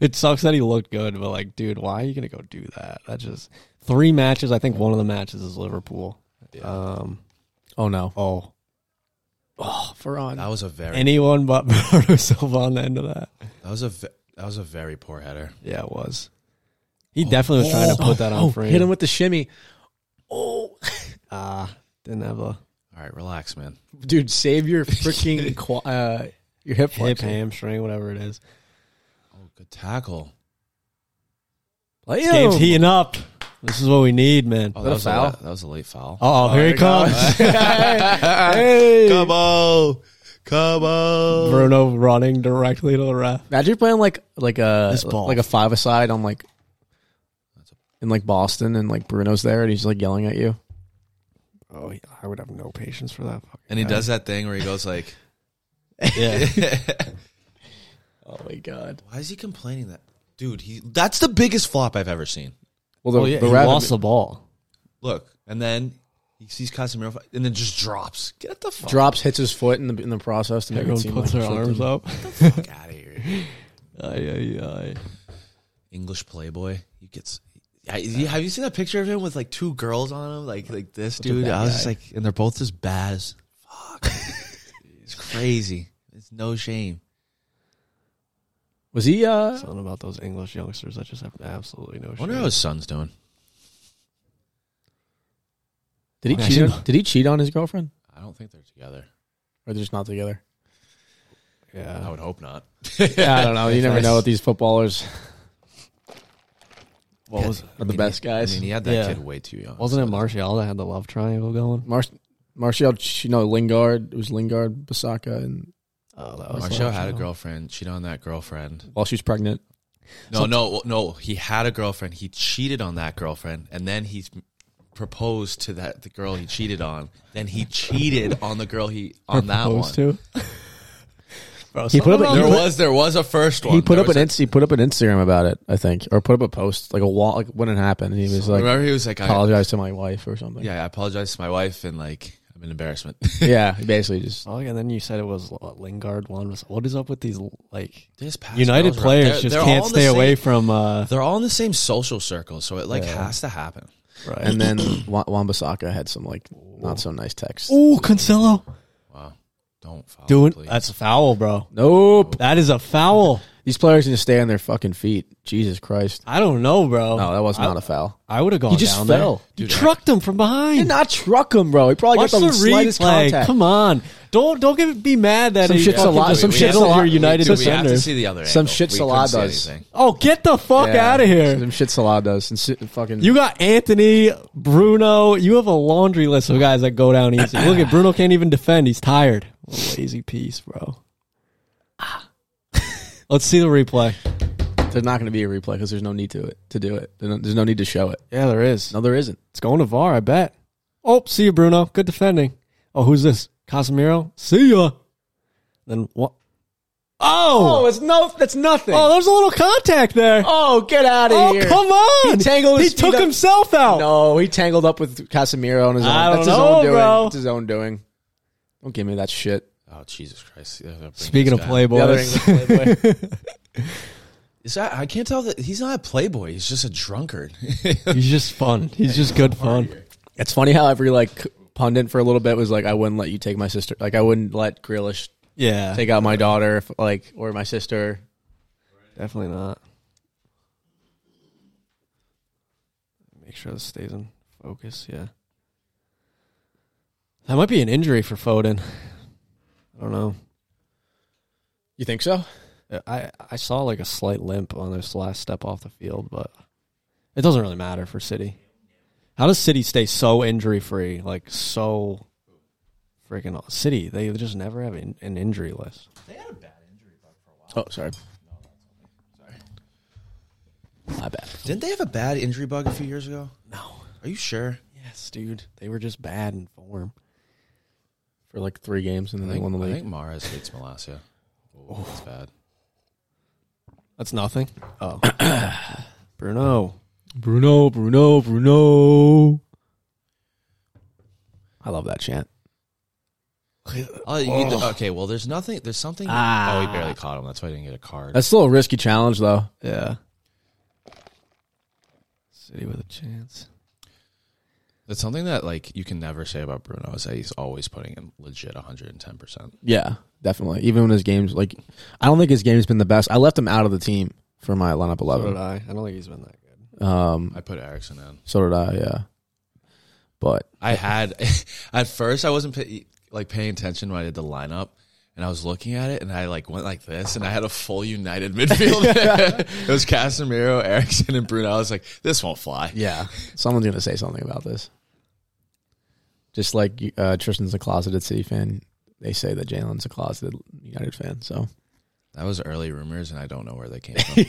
Speaker 3: it sucks that he looked good, but like, dude, why are you gonna go do that? That just three matches. I think one of the matches is Liverpool. Um,
Speaker 1: Oh no,
Speaker 3: oh,
Speaker 1: oh Ferran.
Speaker 2: That was a very
Speaker 3: anyone but (laughs) Bernardo Silva on the end of that.
Speaker 2: that was a ve- that was a very poor header.
Speaker 3: Yeah, it was. He definitely was trying to put that on
Speaker 1: Oh,
Speaker 3: frame.
Speaker 1: hit him with the shimmy. Oh,
Speaker 3: Ah, didn't have a
Speaker 2: All right, relax, man.
Speaker 1: dude, save your freaking qua- uh, your hip
Speaker 3: hip,
Speaker 1: flexor.
Speaker 3: hamstring, whatever it is.
Speaker 2: Oh, good tackle.
Speaker 1: Play
Speaker 3: This game's
Speaker 1: him.
Speaker 3: heating up. This is what we need, man.
Speaker 2: Oh,
Speaker 1: that a
Speaker 2: was
Speaker 1: foul?
Speaker 2: A, la- that was a late foul.
Speaker 3: Oh, here he comes.
Speaker 1: (laughs) Hey.
Speaker 2: Come on, come
Speaker 3: (laughs)
Speaker 2: on.
Speaker 3: Bruno running directly to the ref.
Speaker 1: Imagine you're playing like like a
Speaker 3: This ball.
Speaker 1: like a five aside on like in like Boston and like Bruno's there and he's like yelling at you.
Speaker 3: Oh, yeah, I would have no patience for that. fucking
Speaker 2: And he
Speaker 3: guy.
Speaker 2: does that thing where he goes like,
Speaker 1: (laughs)
Speaker 3: Yeah.
Speaker 2: (laughs)
Speaker 1: Oh my god.
Speaker 2: "Why is he complaining that, dude? He that's the biggest flop I've ever seen."
Speaker 1: Well, the,
Speaker 3: Oh, yeah,
Speaker 1: the
Speaker 3: he
Speaker 1: ref-
Speaker 3: lost the ball.
Speaker 2: Look, and then he sees Casemiro fi- and then just drops. Get the fuck
Speaker 1: (laughs) drops hits his foot in the in the process to make it
Speaker 3: Everyone
Speaker 1: seem
Speaker 3: puts
Speaker 1: like
Speaker 3: their arms
Speaker 1: something.
Speaker 3: up.
Speaker 2: out of here,
Speaker 3: Ay, ay, ay.
Speaker 2: English playboy. He gets. I- you- Have you seen that picture of him with like two girls on him, like like this dude? I was just like, and they're both as bad as
Speaker 3: (laughs)
Speaker 2: fuck. it's crazy. It's no shame.
Speaker 1: Was he? uh
Speaker 3: Something about those English youngsters that just have absolutely no.
Speaker 2: I wonder
Speaker 3: shame.
Speaker 2: how his son's doing.
Speaker 1: Did he
Speaker 3: Yeah,
Speaker 1: cheat?
Speaker 3: she-
Speaker 1: On, did he cheat on his girlfriend?
Speaker 2: I don't think they're together.
Speaker 1: Or they're just not together?
Speaker 2: I
Speaker 3: Yeah.
Speaker 2: would hope not.
Speaker 1: Yeah, I don't know. You never know with these footballers.
Speaker 3: What was?
Speaker 1: Are the best guys.
Speaker 2: I mean, he had that
Speaker 3: Yeah.
Speaker 2: kid way too young.
Speaker 3: Wasn't it Martial that had the love triangle going?
Speaker 1: Mar- Martial, you know, Lingard. It was Lingard, Basaka, and
Speaker 3: Oh, that
Speaker 2: Marshall had a girlfriend. Cheated on that girlfriend.
Speaker 1: while she's pregnant.
Speaker 2: No, no, no. He had a girlfriend. He cheated on that girlfriend, and then he proposed to that the girl he cheated on. Then he cheated on the girl he
Speaker 1: (laughs)
Speaker 2: on that one.
Speaker 3: to.
Speaker 2: (laughs)
Speaker 1: He put up,
Speaker 2: There was there was a first one.
Speaker 1: he put
Speaker 2: There
Speaker 1: up an
Speaker 2: was a-
Speaker 1: Inst- he put up an Instagram about it, I think, or put up a post like a wall like when it happened. And he was like,
Speaker 2: remember he was like, I,
Speaker 1: apologize to my wife or something.
Speaker 2: "Yeah, I apologize to my wife, and like I'm an embarrassment."
Speaker 1: (laughs) yeah. He basically just
Speaker 3: Oh, yeah. Then you said it was what, Lingard one. Was- What is up with these like
Speaker 2: This past
Speaker 3: United
Speaker 2: girls are-
Speaker 3: players
Speaker 2: they're-
Speaker 3: just
Speaker 2: they're
Speaker 3: can't
Speaker 2: all in the
Speaker 3: stay
Speaker 2: same-
Speaker 3: away from? uh
Speaker 2: They're all in the same social circle, so it like has to happen.
Speaker 3: right.
Speaker 2: (clears throat)
Speaker 1: and then Wa- Wan Bissaka had some like not so nice text.
Speaker 3: oh, Cancelo.
Speaker 2: Don't foul.
Speaker 3: Doing
Speaker 2: please.
Speaker 3: that's a foul, bro.
Speaker 1: Nope.
Speaker 3: That is a foul.
Speaker 1: These players need to stay on their fucking feet. Jesus Christ.
Speaker 3: I don't know, bro.
Speaker 1: No, that was not a foul.
Speaker 3: I would have gone.
Speaker 1: He just
Speaker 3: down
Speaker 1: fell.
Speaker 3: There. You trucked him from behind.
Speaker 1: Did not truck him, bro. He probably
Speaker 3: Watch
Speaker 1: got
Speaker 3: the
Speaker 1: the, slightest
Speaker 3: replay.
Speaker 1: contact.
Speaker 3: Come on, don't don't get be mad that
Speaker 1: Some
Speaker 3: he
Speaker 1: shit's a
Speaker 3: fucking
Speaker 1: lot-
Speaker 3: just
Speaker 1: some shit's
Speaker 3: diddled
Speaker 1: a lot-
Speaker 3: your United
Speaker 2: Dude, we have to
Speaker 3: defender.
Speaker 2: see the other.
Speaker 1: Some
Speaker 2: angle.
Speaker 1: shit
Speaker 2: We couldn't
Speaker 1: Salah
Speaker 2: see
Speaker 1: does.
Speaker 2: anything.
Speaker 3: Oh, get the fuck out of here!
Speaker 1: Some shit Salah does. And sit, fucking
Speaker 3: You got Anthony, Bruno. You have a laundry list of guys that go down easy. Look at Bruno can't even defend. He's tired. Lazy piece, bro. (laughs) Let's see the replay.
Speaker 1: there's not going to be a replay because there's no need to it to do it. There's no- There's no need to show it.
Speaker 3: Yeah, there is.
Speaker 1: No, there isn't.
Speaker 3: It's going to VAR, I bet. Oh, see you, Bruno. Good defending. Oh, who's this? Casemiro. See ya. Then what? Oh, oh,
Speaker 1: it's no. That's nothing.
Speaker 3: oh there's a little contact there. Oh,
Speaker 1: get out of
Speaker 3: come on.
Speaker 1: He tangled
Speaker 3: He
Speaker 1: his- he
Speaker 3: took
Speaker 1: got-
Speaker 3: himself out.
Speaker 1: No, he tangled up with Casemiro on his own.
Speaker 3: I don't
Speaker 1: that's his
Speaker 3: know,
Speaker 1: own doing.
Speaker 3: bro.
Speaker 1: That's his own doing. Don't give me that shit.
Speaker 2: Oh Jesus Christ! Yeah, bring
Speaker 3: Speaking
Speaker 2: this
Speaker 3: of
Speaker 2: guy.
Speaker 1: The other
Speaker 3: playboys,
Speaker 1: English playboy.
Speaker 2: is that I can't tell that he's not a playboy. He's just a drunkard.
Speaker 3: (laughs)
Speaker 1: (laughs)
Speaker 3: he's just fun. He's just good fun.
Speaker 1: (laughs) It's funny how every like pundit for a little bit was like, "I wouldn't let you take my sister. Like, I wouldn't let Grealish
Speaker 3: Yeah,
Speaker 1: take out my daughter, if, like, or my sister."
Speaker 3: Definitely not. Make sure this stays in focus. Yeah. That might be an injury for Foden. I don't know.
Speaker 1: You think so?
Speaker 3: I, I saw like a slight limp on this last step off the field, but it doesn't really matter for City. How does City stay so injury free? Like, so freaking City, they just never have an, an injury list.
Speaker 1: Oh, sorry. My bad.
Speaker 2: Didn't they have a bad injury bug a few years ago?
Speaker 3: No.
Speaker 2: Are you sure?
Speaker 3: Yes, dude. They were just bad in form.
Speaker 1: For like three games, and then
Speaker 2: I
Speaker 1: they
Speaker 2: think,
Speaker 1: won the
Speaker 2: I
Speaker 1: league.
Speaker 2: think Mares hates Malasia. Oh, that's bad.
Speaker 3: That's nothing. Oh, (coughs) Bruno.
Speaker 4: Bruno, Bruno, Bruno.
Speaker 1: I love that chant.
Speaker 2: Oh, you need to- okay, well, there's nothing. There's something. Oh, he barely caught him. That's why he didn't get a card.
Speaker 1: Ah. That's still a risky challenge, though.
Speaker 3: Yeah. City with a chance.
Speaker 2: That's something that like you can never say about Bruno is that he's always putting in legit 110. percent
Speaker 1: Yeah, definitely. Even when his games, like, I don't think his game's been the best. I left him out of the team for my lineup
Speaker 3: So did
Speaker 1: eleven.
Speaker 3: I. I don't think he's been that good.
Speaker 1: Um,
Speaker 2: I put Erickson in.
Speaker 1: so did I. Yeah, but
Speaker 2: I had (laughs) at first I wasn't pay, like paying attention when I did the lineup, and I was looking at it, and I like went like this, and I had a full United (laughs) midfield. it was Casemiro, Erickson, and Bruno. I was like, this won't fly.
Speaker 1: yeah, someone's gonna say something about this. Just like uh, Tristan's a closeted City fan, they say that Jalen's a closeted United fan. So
Speaker 2: That was early rumors, and I don't know where they came
Speaker 3: (laughs)
Speaker 2: from.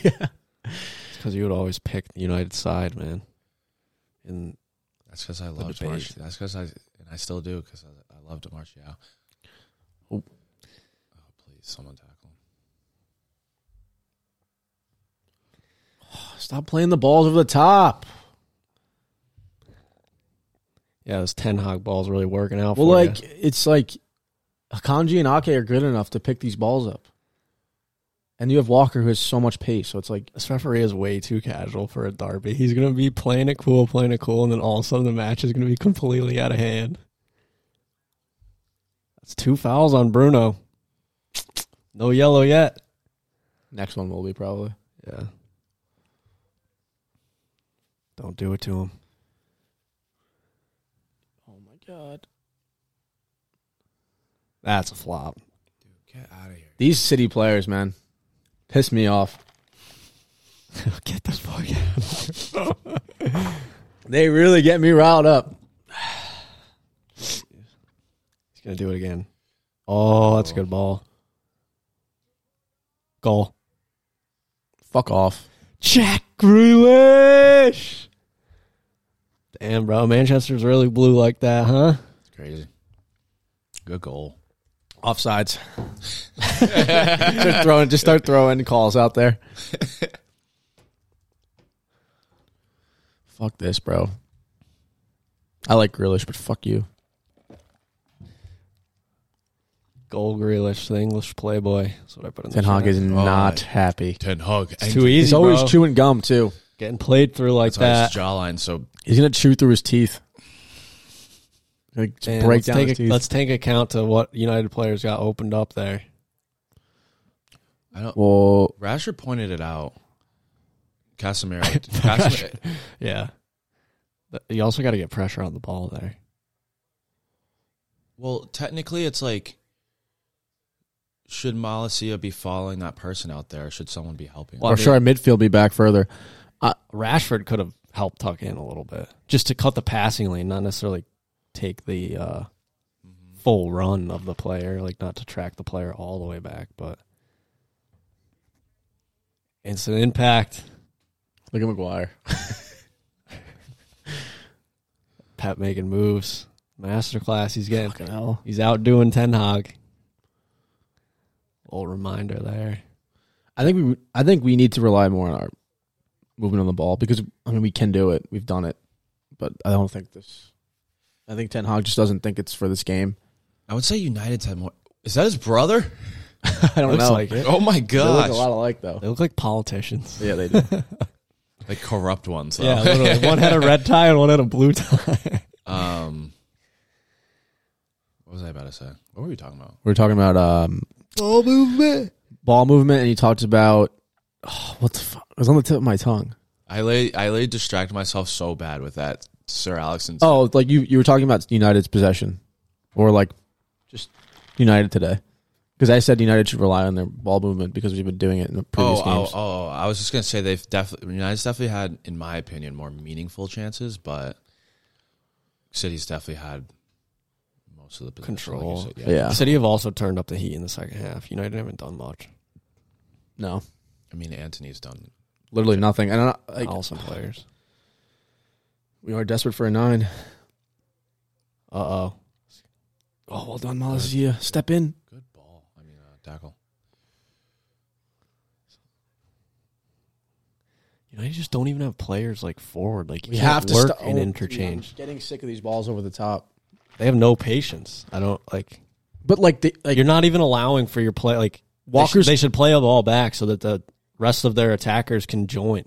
Speaker 3: It's because you would always pick the United side, man. And
Speaker 2: That's because I loved
Speaker 3: debate.
Speaker 2: Martial. That's because I and I still do because I, I loved Martial. Oh, please, someone tackle him.
Speaker 1: stop playing the balls over the top.
Speaker 3: yeah, those Ten Hog balls really working out
Speaker 1: Well,
Speaker 3: for
Speaker 1: like
Speaker 3: you.
Speaker 1: it's like Akanji and Ake are good enough to pick these balls up, and you have Walker who has so much pace. So it's like
Speaker 3: This referee is way too casual for a derby. He's gonna be playing it cool, playing it cool, and then all of a sudden the match is gonna be completely out of hand. That's two fouls on Bruno. No yellow yet.
Speaker 1: next one will be probably.
Speaker 3: Yeah. Don't do it to him.
Speaker 1: Oh my god.
Speaker 3: That's a flop. (laughs)
Speaker 2: Get out of here.
Speaker 1: These city players, man, piss me off.
Speaker 3: Get the fuck out.
Speaker 1: They really get me riled up. (sighs)
Speaker 3: He's gonna do it again. Oh, that's a good ball. Goal.
Speaker 1: Fuck off.
Speaker 3: Jack Grealish. Damn, bro, Manchester's really blue like that, huh?
Speaker 2: It's crazy. Good goal.
Speaker 1: Offsides. just throwing, just start throwing calls out there. fuck this, bro. I like Grealish, but fuck you.
Speaker 3: Goal Grealish, the English playboy. That's what I put in.
Speaker 1: Ten
Speaker 3: the
Speaker 1: Hog
Speaker 3: chat.
Speaker 1: is not happy.
Speaker 2: Ten hug.
Speaker 3: It's too easy.
Speaker 1: He's always
Speaker 3: bro.
Speaker 1: chewing gum too.
Speaker 3: getting played through like
Speaker 2: That's why his
Speaker 3: that.
Speaker 2: jawline so
Speaker 1: He's gonna chew through his teeth. Like, just
Speaker 3: And
Speaker 1: break
Speaker 3: let's
Speaker 1: down
Speaker 3: take
Speaker 1: his
Speaker 3: a-
Speaker 1: teeth.
Speaker 3: Let's take account to what United players got opened up there.
Speaker 2: I don't.
Speaker 1: Well,
Speaker 2: Rasher pointed it out.
Speaker 3: (laughs)
Speaker 2: Casemiro. Casemiro
Speaker 3: Yeah. But You also got to get pressure on the ball there.
Speaker 2: well, technically, it's like should Malasia be following that person out there? Or should someone be helping?
Speaker 3: Well,
Speaker 1: or
Speaker 3: I
Speaker 1: should our midfield be back further?
Speaker 3: Rashford could have helped tuck in a little bit just to cut the passing lane, not necessarily take the uh, full run of the player, like not to track the player all the way back, but instant impact.
Speaker 1: Look at McGuire.
Speaker 3: Pep making moves, masterclass. He's getting he's outdoing Ten Hag. Old reminder there.
Speaker 1: I think we I think we need to rely more on our movement on the ball because I mean we can do it. We've done it, but I don't think this. I think Ten Hag just doesn't think it's for this game.
Speaker 2: I would say United's had more. Is that his brother?
Speaker 1: I
Speaker 3: (laughs)
Speaker 1: don't
Speaker 3: Looks
Speaker 1: know.
Speaker 3: like it.
Speaker 2: Oh my
Speaker 1: They look
Speaker 2: gosh!
Speaker 1: a lot alike though.
Speaker 3: They look like politicians.
Speaker 1: (laughs) Yeah, they do.
Speaker 2: like corrupt ones. Though.
Speaker 3: Yeah, literally. (laughs) one had a red tie and one had a blue tie.
Speaker 2: Um, what was I about to say? What were we talking about?
Speaker 1: We're talking about um,
Speaker 3: Ball movement.
Speaker 1: ball movement, and he talked about oh, what the fuck it was on the tip of my tongue.
Speaker 2: I lay I lay distracted myself so bad with that Sir Alexander's
Speaker 1: Oh, like you you were talking about United's possession, or like just United today, because I said United should rely on their ball movement because we've been doing it in the previous
Speaker 2: oh,
Speaker 1: games.
Speaker 2: Oh, oh, I was just gonna say they've definitely United's definitely had, in my opinion, more meaningful chances, but City's definitely had most of the possession,
Speaker 3: Control.
Speaker 2: you said,
Speaker 1: yeah.
Speaker 3: City have also turned up the heat in the second half. United haven't done much.
Speaker 1: No,
Speaker 2: I mean, Anthony's done.
Speaker 1: literally nothing. And I, like,
Speaker 3: awesome players.
Speaker 1: we are desperate for a nine.
Speaker 3: Uh oh.
Speaker 1: Oh, well done, Malasia. Step in.
Speaker 2: Good ball. I mean, uh, tackle.
Speaker 3: United just don't even have players like forward. Like you
Speaker 1: We
Speaker 3: can't
Speaker 1: have to oh,
Speaker 3: work
Speaker 1: stop
Speaker 3: and interchange.
Speaker 1: Getting sick of these balls over the top.
Speaker 3: They have no patience. I don't like.
Speaker 1: But like the like
Speaker 3: You're not even allowing for your play. Like Walkers,
Speaker 1: Walker's-
Speaker 3: they should, play a ball back so that the rest of their attackers can join.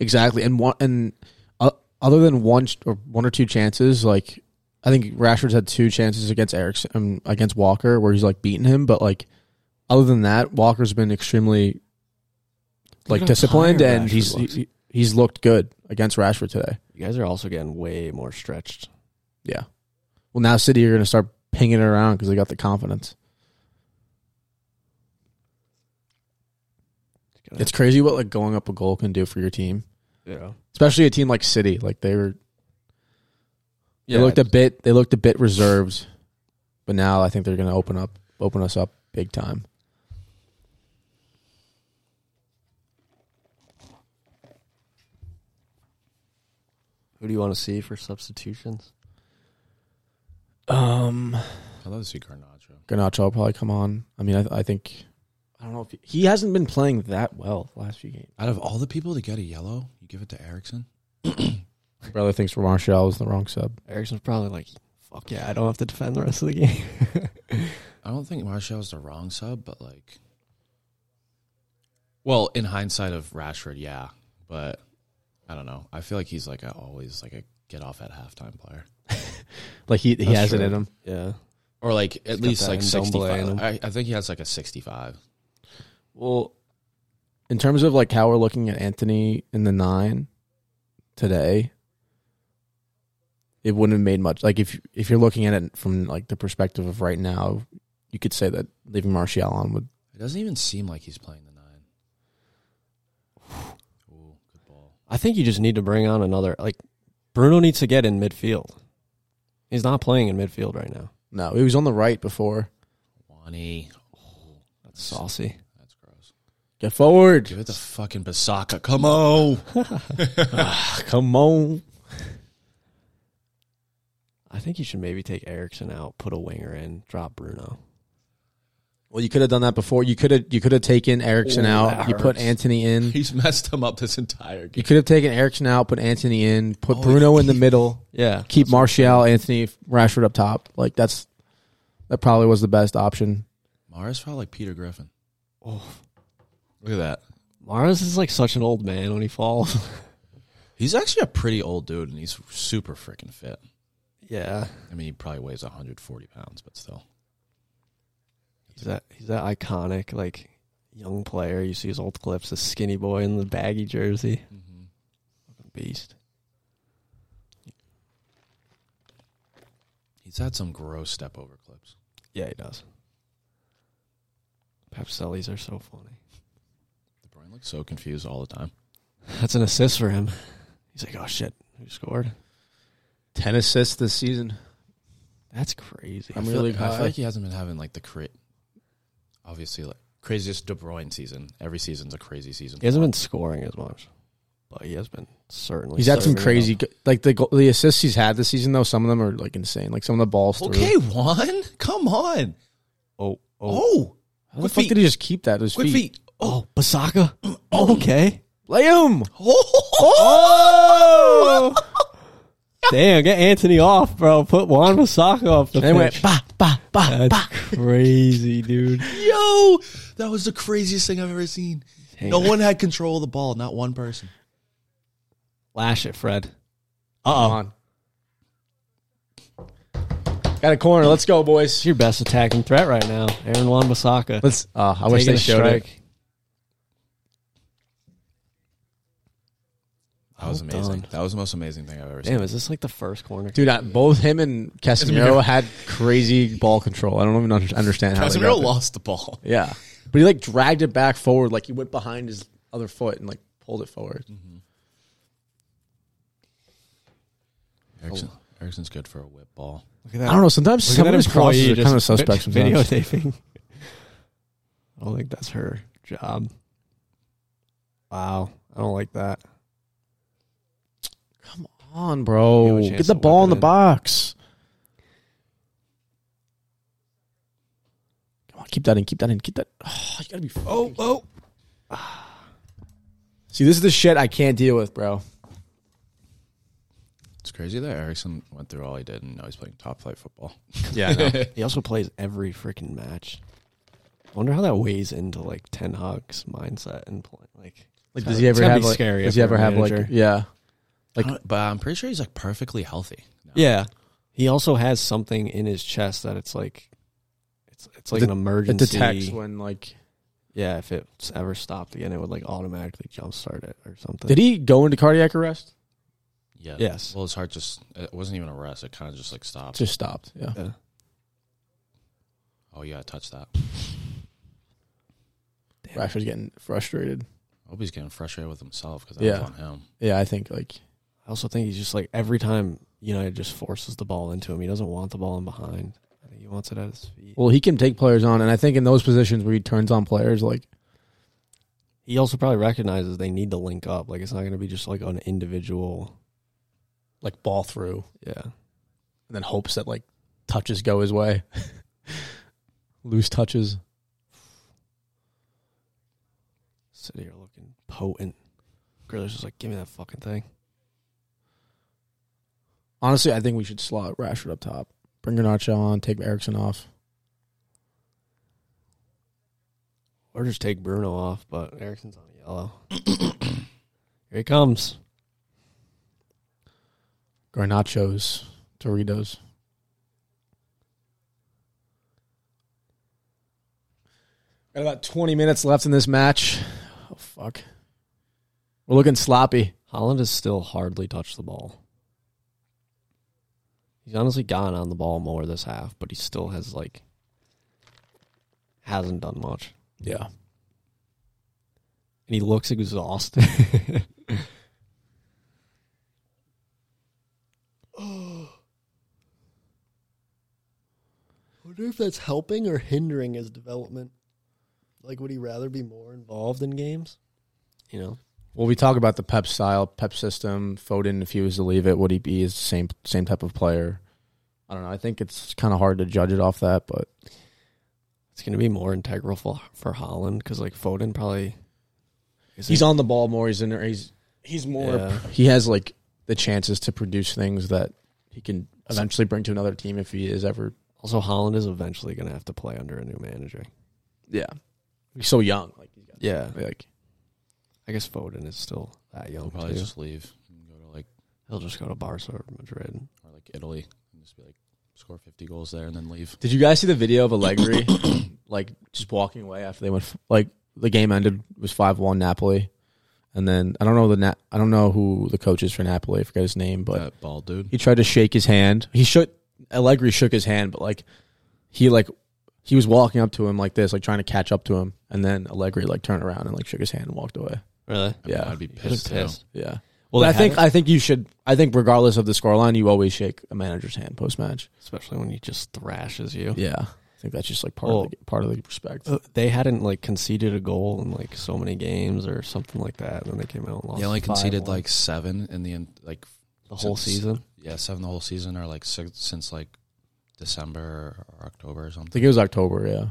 Speaker 1: exactly, and one and uh, other than one ch- or one or two chances, like I think Rashford's had two chances against Erickson um, against Walker where he's like beaten him, but like other than that, Walker's been extremely like
Speaker 3: how
Speaker 1: disciplined
Speaker 3: tired
Speaker 1: and
Speaker 3: Rashford
Speaker 1: he's
Speaker 3: looks.
Speaker 1: he, he's looked good against Rashford today.
Speaker 3: You guys are also getting way more stretched.
Speaker 1: Yeah. Well, now City are going to start pinging it around because they got the confidence.
Speaker 3: gotta-
Speaker 1: It's crazy what like going up a goal can do for your team,
Speaker 3: Yeah.
Speaker 1: especially a team like City. Like they were,
Speaker 3: Yeah.
Speaker 1: they looked a bit, they looked a bit reserved, but now I think they're going to open up, open us up big time.
Speaker 3: Who do you want to see for substitutions?
Speaker 1: Um,
Speaker 2: I love to see Garnacho.
Speaker 1: Garnacho will probably come on. I mean, I, I think I don't know if he, he hasn't been playing that well the last few games.
Speaker 2: Out of all the people to get a yellow, you give it to Erickson.
Speaker 1: Brother thinks Martial is the wrong sub.
Speaker 3: Erickson's probably like, fuck yeah, I don't have to defend the rest of the game. (laughs)
Speaker 2: I don't think Martial's the wrong sub, but like, well, in hindsight of Rashford, yeah, but I don't know. I feel like he's like a, always like a get off at halftime player.
Speaker 1: Like he he
Speaker 3: That's
Speaker 1: has it
Speaker 3: true.
Speaker 1: in him.
Speaker 3: yeah.
Speaker 2: or like at
Speaker 3: He's got
Speaker 2: least
Speaker 3: that
Speaker 2: like
Speaker 3: Ndombele
Speaker 2: sixty
Speaker 3: in him.
Speaker 2: five. I, I think he has like a sixty five.
Speaker 1: Well, in terms of like how we're looking at Anthony in the nine today, it wouldn't have made much. Like if if you're looking at it from like the perspective of right now, you could say that leaving Martial on would.
Speaker 2: It doesn't even seem like he's playing the nine. Ooh, good ball.
Speaker 3: I think you just need to bring on another. Like Bruno needs to get in midfield. He's not playing in midfield right now.
Speaker 1: No, he was on the right before.
Speaker 2: Wani,
Speaker 3: That's saucy.
Speaker 2: that's gross.
Speaker 1: Get forward.
Speaker 2: Give it the fucking Basaka. Come on.
Speaker 1: (laughs) Come on.
Speaker 3: I think you should maybe take Erickson out, put a winger in, drop Bruno.
Speaker 1: Well, you could have done that before. You could have you could have taken Erickson
Speaker 3: Ooh,
Speaker 1: out.
Speaker 3: that
Speaker 1: You put
Speaker 3: hurts.
Speaker 1: Anthony
Speaker 2: (laughs)
Speaker 1: in.
Speaker 2: He's messed him up this entire
Speaker 1: You
Speaker 2: game.
Speaker 1: could have taken Erickson out. Put Anthony in. Put
Speaker 2: Oh,
Speaker 1: Bruno in the
Speaker 2: he-
Speaker 1: middle.
Speaker 3: Yeah.
Speaker 1: keep Martial, Anthony, Rashford up top. Like that's that probably was the best option.
Speaker 2: Mars felt like Peter Griffin.
Speaker 3: Oh.
Speaker 2: Look at that.
Speaker 3: Mars is like such an old man when he falls. (laughs)
Speaker 2: He's actually a pretty old dude, and he's super freaking fit.
Speaker 3: Yeah,
Speaker 2: I mean, he probably weighs 140 pounds, but still.
Speaker 3: he's that he's that iconic like young player. You see his old clips, the skinny boy in the baggy jersey,
Speaker 2: Mm-hmm.
Speaker 3: beast.
Speaker 2: He's had some gross step over clips.
Speaker 3: Yeah, he does. Papselli's are so funny.
Speaker 2: Brian looks so confused all the time.
Speaker 3: That's an assist for him. He's like, oh shit, who scored?
Speaker 1: Ten assists this season.
Speaker 3: That's crazy.
Speaker 1: I'm
Speaker 2: I feel
Speaker 1: really
Speaker 2: like, I
Speaker 1: high.
Speaker 2: feel like he hasn't been having like the cra Obviously, like craziest De Bruyne season. Every season's a crazy season.
Speaker 3: He hasn't been scoring as much, but he has been certainly.
Speaker 1: He's had some
Speaker 3: serving
Speaker 1: crazy,
Speaker 3: up.
Speaker 1: go- like the go- the assists he's had this season though. Some of them are like insane. Like some of the balls. through.
Speaker 2: Okay, Juan, come on.
Speaker 3: Oh, oh,
Speaker 2: Oh,
Speaker 1: How the
Speaker 2: Quick
Speaker 1: fuck
Speaker 2: feet.
Speaker 1: did he just keep that? at His
Speaker 2: quick
Speaker 1: feet.
Speaker 2: feet. Oh,
Speaker 3: oh, Basaka. Oh, okay.
Speaker 1: Lay him.
Speaker 3: Oh! Damn, get Anthony off, bro. Put Juan Basaka off the
Speaker 1: And
Speaker 3: pitch.
Speaker 1: went ba ba ba
Speaker 3: That's
Speaker 1: ba.
Speaker 3: crazy, dude.
Speaker 2: yo, that was the craziest thing I've ever seen.
Speaker 3: Hey,
Speaker 2: No one had control of the ball, not one person.
Speaker 3: Lash it, Fred.
Speaker 1: Come
Speaker 3: Uh oh.
Speaker 1: on. Got a corner. Let's go,
Speaker 3: It's
Speaker 1: boys.
Speaker 3: your best attacking threat right now, Aaron Juan Basaka.
Speaker 1: Let's. Uh, I wish
Speaker 3: Taking
Speaker 1: they
Speaker 3: a
Speaker 1: showed it.
Speaker 3: strike.
Speaker 2: That was
Speaker 3: Well
Speaker 2: amazing.
Speaker 3: done.
Speaker 2: That was the most amazing thing I've ever seen.
Speaker 3: Damn, is this like the first corner?
Speaker 1: Dude, I, both him and Casemiro had crazy ball control. I don't even under- understand how they got
Speaker 2: Casemiro
Speaker 1: there.
Speaker 2: lost the ball.
Speaker 1: Yeah, but he like dragged it back forward, like he went behind his other foot and like pulled it forward.
Speaker 2: Erickson, Erickson's good for a whip ball.
Speaker 3: Look at that.
Speaker 1: I don't know. Sometimes some of his crosses are kind of suspect. Sometimes.
Speaker 3: Videotaping. (laughs) I don't think that's her job. Wow, I don't like that.
Speaker 1: Come on,
Speaker 3: You
Speaker 1: bro,
Speaker 3: have a chance
Speaker 1: get the
Speaker 3: to
Speaker 1: ball
Speaker 3: whip it
Speaker 1: in the
Speaker 3: in.
Speaker 1: box. Come on, keep that in, keep that in, keep that. Oh, you gotta be. Oh,
Speaker 3: oh.
Speaker 1: (sighs) see, this is the shit I can't deal with, bro.
Speaker 2: It's crazy that Erickson went through all he did, and now he's playing top flight football.
Speaker 1: Yeah, (laughs) I know.
Speaker 3: He also plays every freaking match. I wonder how that weighs into like Ten Hog's mindset and play. Like, It's
Speaker 1: like, does
Speaker 3: gotta-
Speaker 1: he
Speaker 3: it's
Speaker 1: ever
Speaker 3: gotta
Speaker 1: have
Speaker 3: be
Speaker 1: like?
Speaker 3: scary
Speaker 1: Does
Speaker 3: if
Speaker 1: he
Speaker 3: you're
Speaker 1: ever
Speaker 3: a
Speaker 1: have like?
Speaker 3: manager.
Speaker 1: Yeah, Like-
Speaker 2: I don't- but I'm pretty sure he's like perfectly healthy. now.
Speaker 3: yeah, he also has something in his chest that it's like, it's it's like
Speaker 1: It
Speaker 3: an
Speaker 1: it
Speaker 3: emergency.
Speaker 1: detects when like.
Speaker 3: Yeah, if it's ever stopped again, it would like automatically jumpstart it or something.
Speaker 1: Did he go into cardiac arrest?
Speaker 2: Yeah.
Speaker 3: Yes.
Speaker 2: Well, his heart just it wasn't even a rest. It kind of just like stopped.
Speaker 1: Just stopped. Yeah.
Speaker 3: Yeah.
Speaker 2: oh yeah, touch that.
Speaker 1: Rashford's getting frustrated.
Speaker 2: I hope he's getting frustrated with himself because
Speaker 1: Yeah.
Speaker 2: was on him.
Speaker 1: Yeah, I think like
Speaker 3: I also think he's just like every time United just forces the ball into him. He doesn't want the ball in behind. I think he wants it at his feet.
Speaker 1: well he can take players on, and I think in those positions where he turns on players, like
Speaker 3: He also probably recognizes they need to link up. Like it's not going to be just like an individual.
Speaker 1: like ball through,
Speaker 3: Yeah,
Speaker 1: and then hopes that like touches go his way, (laughs) loose touches.
Speaker 3: sit here looking potent. Griller's just like, give me that fucking thing.
Speaker 1: Honestly, I think we should slot Rashford up top, bring Garnacho on, take Erickson off.
Speaker 3: Or just take Bruno off. But Erickson's on yellow. (coughs) here he comes.
Speaker 1: Garnacho's Doritos. Got about twenty minutes left in this match. Oh fuck, we're looking sloppy.
Speaker 3: Holland has still hardly touched the ball. He's honestly gone on the ball more this half, but he still has like hasn't done much.
Speaker 1: Yeah.
Speaker 3: and he looks (laughs) exhausted. wonder if that's helping or hindering his development. Like, would he rather be more involved in games? You know,
Speaker 1: Well, we talk about the Pep style, Pep system. Foden, if he was to leave it, would he be is the same same type of player? I don't know. I think it's kind of hard to judge it off that, but
Speaker 3: it's going to be more integral for, for Holland because, like, Foden probably is
Speaker 1: he's on the ball more. He's in there. He's he's more.
Speaker 3: Yeah.
Speaker 1: He has like the chances to produce things that he can eventually bring to another team if he is ever.
Speaker 3: Also, Holland is eventually going to have to play under a new manager.
Speaker 1: Yeah, he's so young. Like he's got
Speaker 3: Yeah,
Speaker 1: like
Speaker 3: I guess Foden is still that young.
Speaker 2: He'll probably
Speaker 3: too.
Speaker 2: just leave and go to like
Speaker 3: He'll just go to Barca or Madrid.
Speaker 2: or like Italy. And and just be like score 50 goals there and then leave.
Speaker 1: Did you guys see the video of Allegri like just walking away after they went f- like the game ended was 5-1 Napoli. And then I don't know the Na- I don't know who the coach is for Napoli, I forget his name, but
Speaker 2: that ball, dude.
Speaker 1: he tried to shake his hand. He shook Allegri shook his hand, but like he like he was walking up to him like this, like trying to catch up to him, and then Allegri like turned around and like shook his hand and walked away.
Speaker 3: Really?
Speaker 2: I mean,
Speaker 1: Yeah.
Speaker 2: I'd be pissed, too.
Speaker 1: Yeah.
Speaker 3: Well,
Speaker 1: Well, I
Speaker 3: they
Speaker 1: think
Speaker 3: had
Speaker 1: I think you should. I think regardless of the scoreline, you always shake a manager's hand post match.
Speaker 3: especially when he just thrashes you.
Speaker 1: Yeah, I think that's just like part
Speaker 3: Well-
Speaker 1: of the, part of the respect.
Speaker 3: Uh, They hadn't like conceded a goal in like so many games or something like that, and then they came out and lost.
Speaker 2: They only conceded
Speaker 3: 5-1
Speaker 2: like seven in the end, like
Speaker 3: the whole
Speaker 2: since-
Speaker 3: season.
Speaker 2: yeah, seven the whole season or like six, since like December or October or
Speaker 1: I
Speaker 2: something.
Speaker 1: think it was October. Yeah,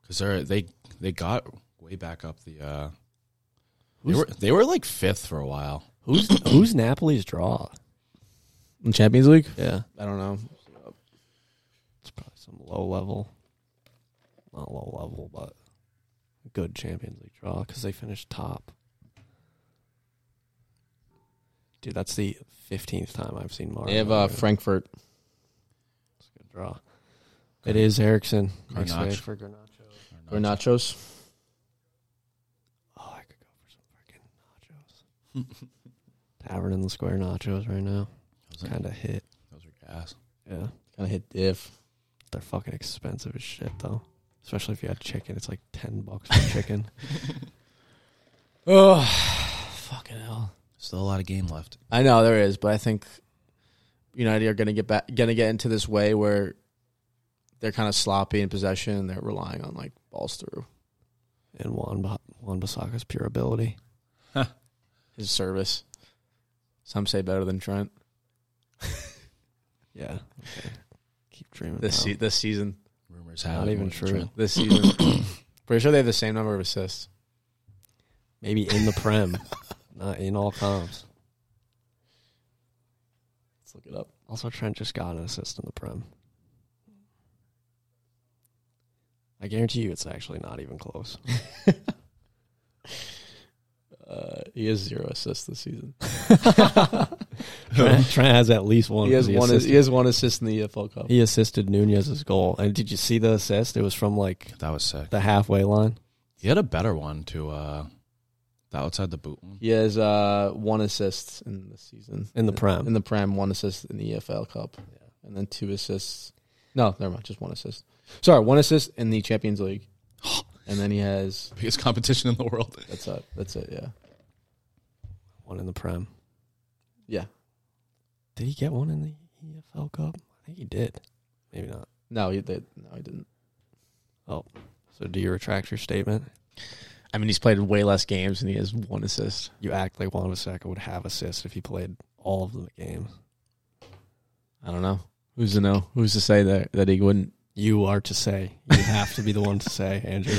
Speaker 2: Because they they they got way back up the. uh They
Speaker 3: Who's-
Speaker 2: were they were like fifth for a while.
Speaker 3: Who's (coughs) who's Napoli's draw?
Speaker 1: in Champions League.
Speaker 3: Yeah,
Speaker 1: I don't know.
Speaker 3: it's probably some low level, not low level, but good Champions League draw because they finished top. Dude, that's the fifteenth time I've seen Mario.
Speaker 1: They have uh,
Speaker 3: Mario.
Speaker 1: Frankfurt.
Speaker 3: It's a good draw. It is Erickson. Next
Speaker 2: Garnacho.
Speaker 3: wave for Garnacho.
Speaker 2: Or
Speaker 1: Or nachos.
Speaker 3: Oh, I could go for some freaking nachos. (laughs) Tavern in the Square nachos right now.
Speaker 2: Those are-
Speaker 3: Kind of hit.
Speaker 2: Those are gas.
Speaker 3: Yeah.
Speaker 1: Kind of hit diff.
Speaker 3: They're fucking expensive as shit, though. Especially if you had chicken. It's like 10 bucks for chicken.
Speaker 1: (laughs) Oh, fucking hell!
Speaker 2: Still a lot of game left.
Speaker 1: I know there is, but I think United are going to get back, going to get into this way where they're kind of sloppy in possession. and They're relying on like balls through
Speaker 3: And Juan, ba- Juan Basaka's pure ability.
Speaker 1: his service. Some say better than Trent
Speaker 3: Yeah. Okay. Keep dreaming.
Speaker 1: this
Speaker 3: pal.
Speaker 1: se- this season.
Speaker 2: Rumors have
Speaker 3: Not
Speaker 2: it
Speaker 3: even
Speaker 2: with
Speaker 3: true.
Speaker 2: Trent.
Speaker 1: This (coughs) season, pretty sure they have the same number of assists.
Speaker 3: Maybe in the
Speaker 1: (laughs)
Speaker 3: Prem, not in all comps.
Speaker 1: Let's look it up.
Speaker 3: Also, Trent just got an assist in the Prem. I guarantee you it's actually not even
Speaker 1: (laughs)
Speaker 3: close.
Speaker 1: Uh, he has zero assists this season. (laughs)
Speaker 3: Trent, Trent has at least one.
Speaker 1: he has
Speaker 3: 'cause
Speaker 1: one.
Speaker 3: assisted-
Speaker 1: he has one assist in the EFL Cup.
Speaker 3: He assisted Nunez's goal. And did you see the assist? It was from like
Speaker 2: That was sick.
Speaker 3: the halfway line.
Speaker 2: He had a better one to uh, the outside the boot one.
Speaker 1: He has uh, one assist in the season
Speaker 3: In the Prem.
Speaker 1: In the Prem, one assist in the EFL Cup, and then two assists. No, never mind. Just one assist. Sorry, one assist in the Champions (gasps) League, and then he has.
Speaker 2: Biggest (laughs) competition in the world.
Speaker 1: That's it. That's it. Yeah.
Speaker 3: One in the Prem.
Speaker 1: Yeah.
Speaker 3: Did he get one in the EFL Cup? I think he did. Maybe not.
Speaker 1: No, he did. No, he didn't.
Speaker 3: So do you retract your statement?
Speaker 1: I mean, he's played way less games, and he has one assist.
Speaker 3: You act like Juan Bissaka would have assists if he played all of the games.
Speaker 1: I don't know. Who's to know? Who's to say that that he (laughs) wouldn't?
Speaker 3: You are to say. You have to be the one to say, Andrew.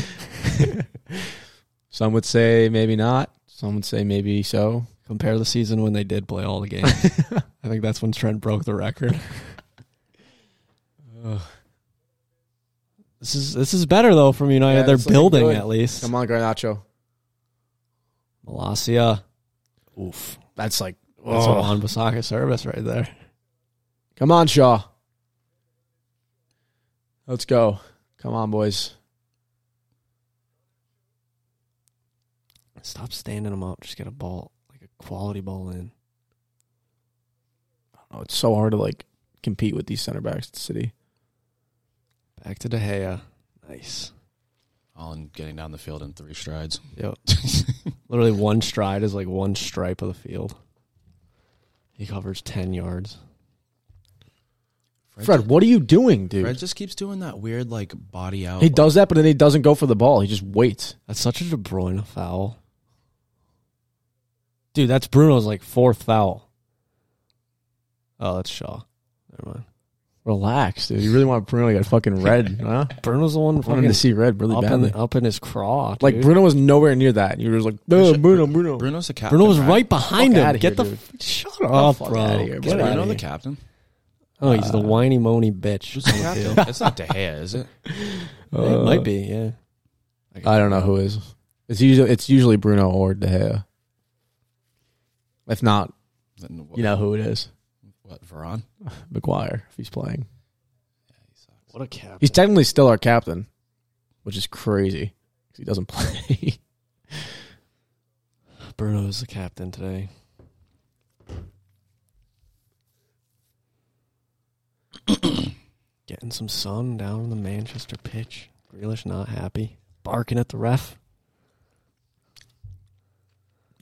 Speaker 1: Some would say maybe not. Some would say maybe so.
Speaker 3: Compare the season when they did play all the (laughs) games. I think that's when Trent broke the record. This is this is better though from United.
Speaker 1: Yeah,
Speaker 3: They're
Speaker 1: it's looking
Speaker 3: building
Speaker 1: good.
Speaker 3: at least.
Speaker 1: Come on, Garnacho.
Speaker 3: Malasia. Oof.
Speaker 1: That's like.
Speaker 3: That's
Speaker 1: oh.
Speaker 3: a Juan Basaka service right there.
Speaker 1: Come on, Shaw. Let's go. Come on, boys.
Speaker 3: Stop standing him up. Just get a ball, like a quality ball in.
Speaker 1: Oh, it's so hard to like compete with these center backs at City.
Speaker 3: Back to De Gea. Nice.
Speaker 2: All in getting down the field in three strides.
Speaker 3: Yep. Literally one stride is like one stripe of the field. He covers 10 yards.
Speaker 1: Fred, what are you doing, dude?
Speaker 2: Fred just keeps doing that weird like body out.
Speaker 1: he does that, but then he doesn't go for the ball. He just waits.
Speaker 3: That's such a De Bruyne foul. Dude, that's Bruno's like fourth foul. Oh, that's Shaw. Never mind.
Speaker 1: Relax, dude. You really want Bruno to get fucking red, (laughs) huh?
Speaker 3: Bruno's the one
Speaker 1: I want him
Speaker 3: fucking
Speaker 1: to see red really
Speaker 3: up,
Speaker 1: badly.
Speaker 3: in, up in his craw.
Speaker 1: like
Speaker 3: dude.
Speaker 1: Bruno was nowhere near that. You were just like,
Speaker 2: Bruno-
Speaker 1: "Ugh, Bruno, Bruno.
Speaker 2: Bruno's the captain.
Speaker 3: Bruno was right behind
Speaker 1: Fuck
Speaker 3: him.
Speaker 1: outta
Speaker 3: Get
Speaker 1: here,
Speaker 3: the
Speaker 1: dude.
Speaker 3: f- shut up,
Speaker 1: fuck
Speaker 3: bro.
Speaker 1: outta here.
Speaker 3: Get
Speaker 2: Is
Speaker 1: Get
Speaker 3: outta
Speaker 2: Bruno
Speaker 1: outta
Speaker 2: the
Speaker 1: here.
Speaker 2: captain?
Speaker 3: Oh, he's the
Speaker 1: Uh,
Speaker 3: whiny moany bitch.
Speaker 2: Who's the captain? it's not De Gea, is it?
Speaker 3: it might be, yeah.
Speaker 1: Uh, I don't know who is. It's usually it's usually Bruno or De Gea. If not,
Speaker 2: (laughs) Then what-
Speaker 1: you know who it is.
Speaker 2: what What Veron?
Speaker 1: McGuire if he's playing.
Speaker 3: What a cap.
Speaker 1: He's technically still our captain, which is crazy 'cause he doesn't (laughs) play.
Speaker 3: Bruno's the captain
Speaker 1: (coughs)
Speaker 3: today. Getting some sun down on the Manchester pitch. Grealish not happy. Barking at the ref.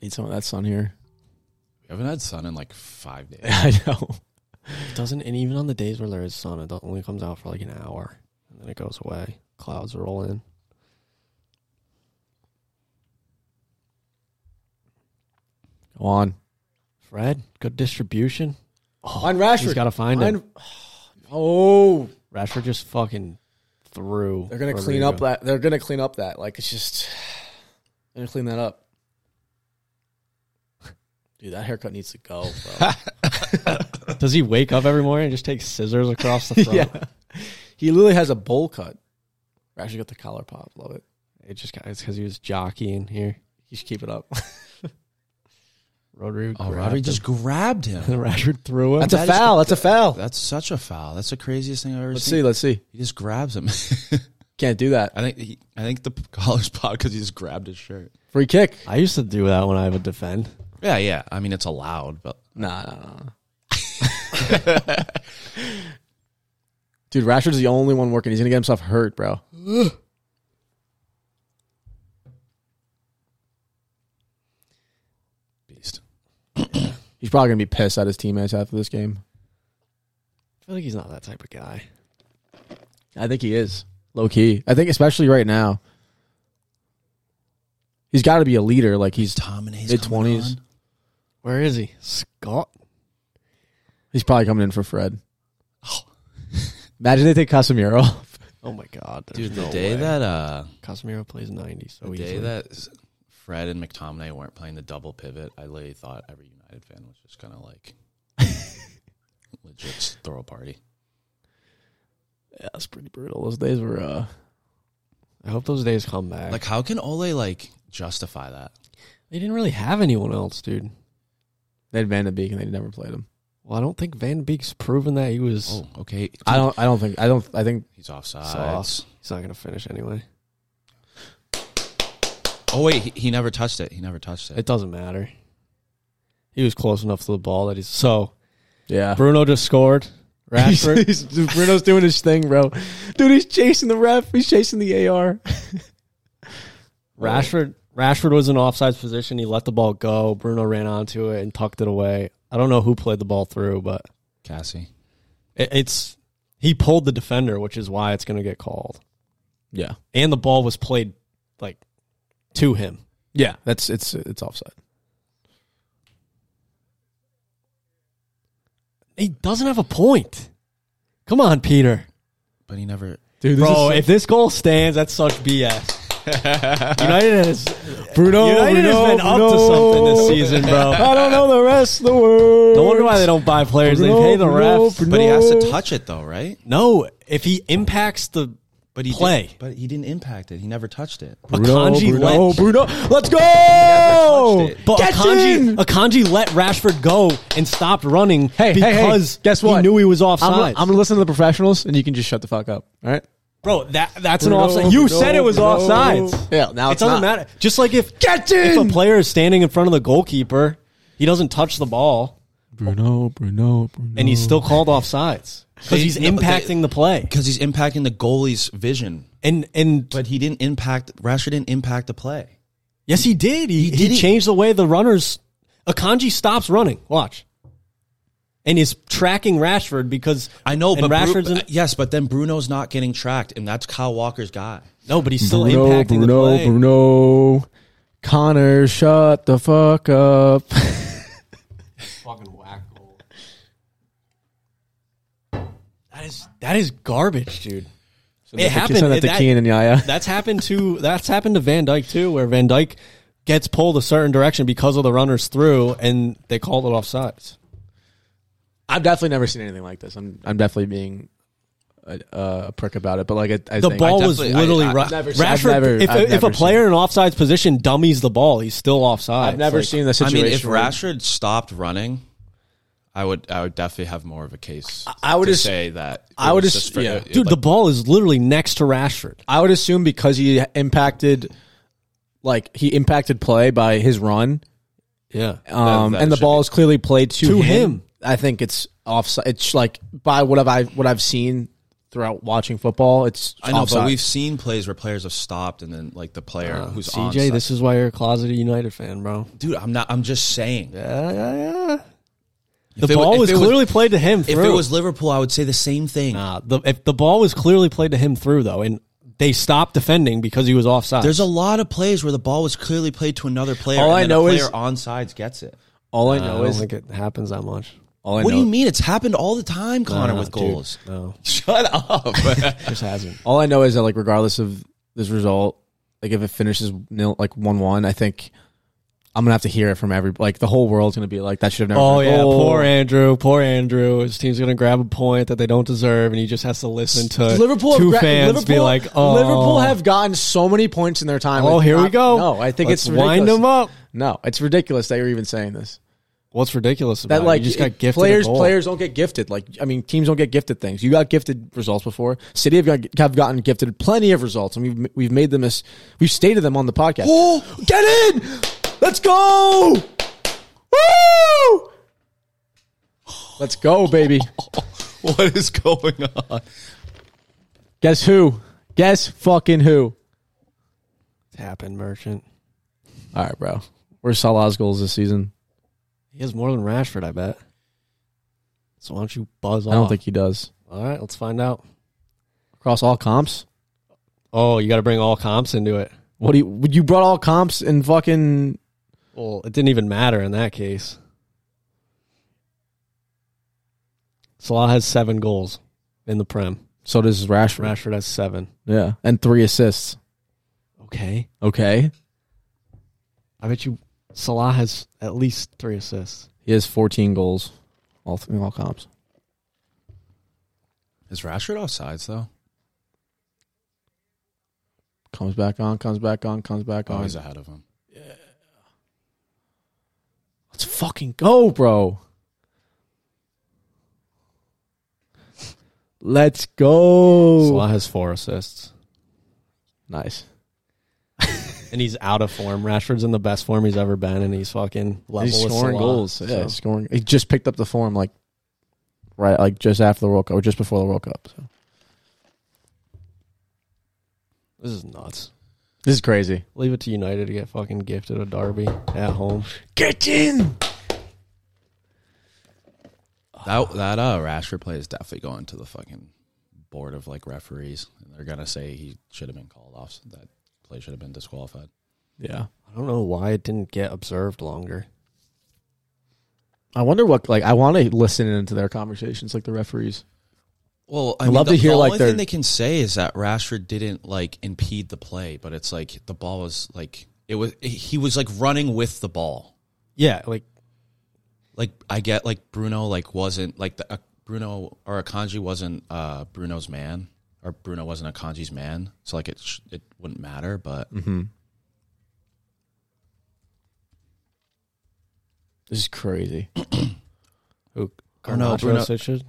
Speaker 1: Need some of that sun here.
Speaker 2: We haven't had sun in like five (laughs) days.
Speaker 1: (laughs) I know.
Speaker 3: It doesn't, and even on the days where there is sun, it only comes out for like an hour, and then it goes away. Clouds roll in.
Speaker 1: Go on.
Speaker 3: Fred, good distribution.
Speaker 1: on
Speaker 3: He's got to find it.
Speaker 1: (sighs) Oh,
Speaker 3: Rashford just fucking threw.
Speaker 1: they're gonna
Speaker 3: Rodrigo.
Speaker 1: clean up that. They're gonna clean up that. Like it's just, (sighs) they're gonna clean that up. (laughs) Dude, that haircut needs to (laughs) go. Bro.
Speaker 3: Does he wake up every morning and just take scissors across
Speaker 1: (laughs)
Speaker 3: the front?
Speaker 1: yeah, he literally has a bowl cut. I actually got the collar pop. Love it.
Speaker 3: It just got, it's because he was jockeying here.
Speaker 1: You should keep it up.
Speaker 3: (laughs) Rodrigo.
Speaker 2: Oh,
Speaker 3: grabbed
Speaker 2: Robbie just (laughs)
Speaker 3: him.
Speaker 2: grabbed him.
Speaker 3: and Rashford threw him.
Speaker 1: That's a
Speaker 2: That is-
Speaker 1: foul. That's a foul.
Speaker 2: That's such a foul. That's the craziest thing I've ever
Speaker 1: Let's
Speaker 2: seen.
Speaker 1: see. Let's see.
Speaker 2: He just grabs him. (laughs)
Speaker 1: Can't do that.
Speaker 2: I think he, I think the (laughs) collar's popped because he just grabbed his shirt.
Speaker 1: Free kick.
Speaker 3: I used to do that when I would defend.
Speaker 2: Yeah, yeah. I mean, it's allowed, but
Speaker 1: Nah, nah, nah. Dude, Rashford's the only one working. He's gonna get himself hurt, bro.
Speaker 2: beast.
Speaker 1: He's probably gonna be pissed at his teammates after this game.
Speaker 3: I feel like he's not that type of guy.
Speaker 1: I think he is low key. I think especially right now, he's got to be a leader. Like he's
Speaker 2: dominates
Speaker 1: mid twenties.
Speaker 3: Where is he? Scott.
Speaker 1: He's probably coming in for Fred. Oh. Imagine they take Casemiro.
Speaker 3: Oh my God, there's
Speaker 2: Dude, the
Speaker 3: no
Speaker 2: day
Speaker 3: way.
Speaker 2: that uh,
Speaker 3: Casemiro plays ninety,
Speaker 1: Oh,
Speaker 3: so
Speaker 2: the day
Speaker 3: easily.
Speaker 2: that s- Fred and McTominay weren't playing the double pivot, I literally thought every United fan was just gonna
Speaker 1: (laughs)
Speaker 2: like legit throw a party.
Speaker 1: (laughs) yeah, that's pretty brutal. Those days were. uh
Speaker 3: I hope those days come back.
Speaker 2: Like, how can Ole like justify that?
Speaker 3: they didn't really have anyone else, dude.
Speaker 1: They had Van de Beek and they never played him.
Speaker 3: Well, I don't think Van Beek's proven that he was.
Speaker 2: Oh, okay.
Speaker 1: I don't. I don't think. I don't. I think.
Speaker 2: He's offside.
Speaker 3: Sauce. He's not gonna finish anyway.
Speaker 2: Oh wait, he, he never touched it. He never touched it.
Speaker 3: It doesn't matter. He was close enough to the ball that he's so.
Speaker 1: Yeah. (laughs)
Speaker 3: Bruno just
Speaker 2: (laughs)
Speaker 3: scored. Rashford.
Speaker 1: He's- he's- Bruno's doing his thing, bro. Dude, he's chasing the ref. He's chasing the AR.
Speaker 3: Rashford Rashford was in offsides position. He let the ball go. Bruno ran onto it and tucked it away. I don't know who played the ball through, but
Speaker 2: Cassie.
Speaker 3: it, it's he pulled the defender, which is why it's going to get called.
Speaker 1: Yeah.
Speaker 3: And the ball was played like to him.
Speaker 1: Yeah. That's it's it's offside.
Speaker 3: He doesn't have a point. Come on, Peter.
Speaker 2: But he never.
Speaker 1: Dude, this
Speaker 3: Bro,
Speaker 1: is-
Speaker 3: if this goal stands, that's such
Speaker 1: (laughs)
Speaker 3: BS. United has
Speaker 1: Bruno,
Speaker 3: United
Speaker 1: Bruno,
Speaker 3: has been up to
Speaker 1: Bruno.
Speaker 3: something this season, bro.
Speaker 1: (laughs) I don't know the rest of the world.
Speaker 3: No wonder why they don't buy players.
Speaker 1: Bruno,
Speaker 3: they pay the
Speaker 1: Bruno,
Speaker 3: refs.
Speaker 1: Bruno.
Speaker 2: But he has to touch it though, right?
Speaker 3: No, if he impacts the
Speaker 2: But he
Speaker 3: Play.
Speaker 2: did- but he didn't impact it. He never touched it.
Speaker 1: Bruno,
Speaker 3: Akanji
Speaker 1: Bruno,
Speaker 3: let-
Speaker 1: Bruno. Let's go.
Speaker 2: touched it.
Speaker 3: But
Speaker 1: Get
Speaker 3: Akanji, uh,
Speaker 1: in.
Speaker 3: Akanji let Rashford go and stopped running
Speaker 1: Hey, hey, hey,
Speaker 3: because
Speaker 1: guess
Speaker 3: he
Speaker 1: what?
Speaker 3: knew he was offside.
Speaker 1: I'm, I'm gonna listen to the professionals, and you can just shut the fuck up. All right.
Speaker 3: Bro, that that's
Speaker 1: Bruno,
Speaker 3: an offside. You
Speaker 1: Bruno,
Speaker 3: said it was
Speaker 1: Bruno.
Speaker 3: offsides.
Speaker 1: Yeah, now
Speaker 3: it
Speaker 1: it's
Speaker 3: doesn't
Speaker 1: not.
Speaker 3: matter. Just like if
Speaker 1: Get
Speaker 3: if a
Speaker 1: in.
Speaker 3: player is standing in front of the goalkeeper, he doesn't touch the ball
Speaker 1: Bruno, Bruno, Bruno.
Speaker 3: and he's still called offsides because
Speaker 2: They-
Speaker 3: he's
Speaker 2: no, they-
Speaker 3: impacting the play.
Speaker 2: Because he's impacting the goalie's vision.
Speaker 3: And and
Speaker 2: But he didn't impact. Rashford didn't impact the play.
Speaker 3: yes, he did. He, he,
Speaker 2: did it.
Speaker 3: changed the way the runners. Akanji stops running. Watch. And is tracking Rashford because
Speaker 2: I know,
Speaker 3: and
Speaker 2: but Bru-
Speaker 3: Rashford's in-
Speaker 2: yes, but then Bruno's not getting tracked, and that's Kyle Walker's guy.
Speaker 3: No, but he's still
Speaker 1: Bruno,
Speaker 3: impacting the
Speaker 1: Bruno,
Speaker 3: play.
Speaker 1: Bruno. Connor, shut the fuck up. (laughs)
Speaker 3: Fucking whack goal. That is that is garbage, dude. it happened.
Speaker 1: Send that to
Speaker 3: that-
Speaker 1: Keenan and Yaya.
Speaker 3: that's happened to that's happened to Van Dyke too, where Van Dyke gets pulled a certain direction because of the runners through, and they called it offsides.
Speaker 1: (laughs) I've definitely never seen anything like this. I'm I'm definitely being a, a prick about it, but like I, I
Speaker 3: The
Speaker 1: think
Speaker 3: ball
Speaker 2: I
Speaker 3: was
Speaker 2: definitely- I-
Speaker 3: literally
Speaker 2: I've
Speaker 3: ru-
Speaker 1: never seen- I've
Speaker 3: Rashford.
Speaker 1: never-
Speaker 3: if,
Speaker 1: I've
Speaker 3: if
Speaker 1: never
Speaker 3: a player in an offsides position dummies the ball, he's still offside.
Speaker 1: I've never seen the
Speaker 2: I
Speaker 1: situation.
Speaker 2: mean, if
Speaker 1: where-
Speaker 2: Rashford stopped running, I I would I would definitely have more of a case.
Speaker 1: I would
Speaker 2: to
Speaker 1: just-
Speaker 2: say that. it
Speaker 1: I would
Speaker 2: was
Speaker 1: just-
Speaker 2: for-
Speaker 1: yeah.
Speaker 2: it-
Speaker 3: Dude, the
Speaker 2: like,
Speaker 3: ball is literally next to Rashford.
Speaker 1: I would assume because he impacted, like he impacted play by his run,
Speaker 3: Yeah.
Speaker 1: um,
Speaker 2: That- that
Speaker 1: and the
Speaker 2: should
Speaker 1: ball
Speaker 2: be-
Speaker 1: is clearly played to,
Speaker 3: To
Speaker 1: him.
Speaker 3: him.
Speaker 1: I think it's offside. It's like by what have I what I've seen throughout watching football. It's
Speaker 2: I know,
Speaker 1: offside. Uh,
Speaker 2: but we've seen plays where players have stopped and then like the player who's on.
Speaker 3: CJ, this is why you're a closeted United fan, bro.
Speaker 2: dude. I'm not. I'm just saying.
Speaker 3: Yeah, yeah, yeah. The
Speaker 2: it wa-
Speaker 3: ball
Speaker 2: if
Speaker 3: was
Speaker 2: it was-
Speaker 3: clearly played to him.
Speaker 2: If
Speaker 3: Through.
Speaker 2: it was Liverpool, I would say the same thing.
Speaker 3: Nah, the, if the ball was clearly played to him through though, and they stopped defending because he was offside.
Speaker 2: There's a lot of plays where the ball was clearly played to another player.
Speaker 1: All
Speaker 2: and
Speaker 1: I
Speaker 2: then
Speaker 1: know
Speaker 2: a
Speaker 1: is-
Speaker 2: player on sides gets it.
Speaker 1: all I
Speaker 3: Uh, I
Speaker 1: know
Speaker 3: don't
Speaker 1: is
Speaker 3: think it happens that much.
Speaker 1: all I
Speaker 2: What do
Speaker 1: know-
Speaker 2: you mean? It's happened all the time, Connor,
Speaker 3: No,
Speaker 2: with
Speaker 3: dude.
Speaker 2: goals.
Speaker 3: No,
Speaker 2: (laughs) Shut
Speaker 1: (laughs)
Speaker 2: up.
Speaker 3: just hasn't.
Speaker 1: All I know is that like regardless of this result, like if it finishes nil like one one, I think I'm gonna have to hear it from every like the whole world's gonna be like that should have never.
Speaker 3: Oh
Speaker 1: been a
Speaker 3: yeah,
Speaker 1: goal.
Speaker 3: poor Andrew, poor Andrew. His team's gonna grab a point that they don't deserve, and he just has to listen to
Speaker 1: Liverpool have
Speaker 3: two
Speaker 1: gra-
Speaker 3: fans
Speaker 1: Liverpool,
Speaker 3: be like, "Oh,
Speaker 1: Liverpool have gotten so many points in their time.
Speaker 3: oh,
Speaker 1: Like,
Speaker 3: here
Speaker 1: I-
Speaker 3: we go."
Speaker 1: No, I think
Speaker 3: Let's
Speaker 1: it's ridiculous.
Speaker 3: wind them up.
Speaker 1: No, it's ridiculous that you're even saying this.
Speaker 3: What's ridiculous about
Speaker 1: That like
Speaker 3: it? You just got
Speaker 1: it-
Speaker 3: gifted a
Speaker 1: players
Speaker 3: goal.
Speaker 1: players don't get gifted. Like I mean, teams don't get gifted things. You got gifted results before. City have, got, have gotten gifted plenty of results, and we've we've made them as we've stated them on the podcast.
Speaker 2: Oh, get in.
Speaker 1: Let's go! Woo! Let's go, baby.
Speaker 2: What is going on?
Speaker 1: Guess who? Guess fucking who?
Speaker 3: happen, merchant.
Speaker 1: All right, bro. Where's Salah's goals this season?
Speaker 3: He has more than Rashford, I bet. So why don't you buzz off?
Speaker 1: I don't think he does.
Speaker 3: All right, let's find out.
Speaker 1: Across all comps?
Speaker 3: Oh, you got to bring all comps into it.
Speaker 1: What do you would you brought all comps and fucking
Speaker 3: Well, it didn't even matter in that case. Salah has seven goals in the Prem.
Speaker 1: so does Rashford.
Speaker 3: Rashford has seven.
Speaker 1: Yeah. And three assists.
Speaker 3: Okay.
Speaker 1: Okay.
Speaker 3: I bet you Salah has at least three assists.
Speaker 1: He has fourteen goals. All th- in all comps.
Speaker 2: Is Rashford offsides though?
Speaker 1: Comes back on, comes back on, comes back
Speaker 2: Oh,
Speaker 1: on.
Speaker 2: he's ahead of him.
Speaker 1: Let's fucking go, bro. Let's go.
Speaker 3: Salah has four assists.
Speaker 1: Nice.
Speaker 3: And he's out of form. Rashford's in the best form he's ever been, and he's fucking level
Speaker 1: he's
Speaker 3: with
Speaker 1: scoring
Speaker 3: Salah.
Speaker 1: goals. Yeah,
Speaker 3: So-
Speaker 1: he's scoring. He just picked up the form like right, like just after the World Cup or just before the World Cup. So.
Speaker 3: This is nuts.
Speaker 1: This is crazy.
Speaker 3: Leave it to United to get fucking gifted a derby at home.
Speaker 1: Get in.
Speaker 2: That that uh, Rashford play is definitely going to the fucking board of like referees, and they're gonna say he should have been called off. so That play should have been disqualified.
Speaker 1: Yeah.
Speaker 3: I don't know why it didn't get observed longer.
Speaker 1: I wonder what like I want to listen into their conversations like the referees.
Speaker 2: Well, I
Speaker 1: I'd
Speaker 2: mean,
Speaker 1: love
Speaker 2: the,
Speaker 1: to hear,
Speaker 2: the
Speaker 1: like,
Speaker 2: only
Speaker 1: their-
Speaker 2: thing they can say is that Rashford didn't like impede the play, but it's like the ball was like it was he was like running with the ball.
Speaker 3: Yeah, like
Speaker 2: Like I get like Bruno like wasn't like the uh, Bruno or Akanji wasn't uh Bruno's man or Bruno wasn't Akanji's man, so like it sh- it wouldn't matter, but
Speaker 1: Mm-hmm. This is (clears throat) crazy.
Speaker 3: who?
Speaker 2: Or no,
Speaker 3: Garnacho
Speaker 2: Bruno-
Speaker 3: Sitchin?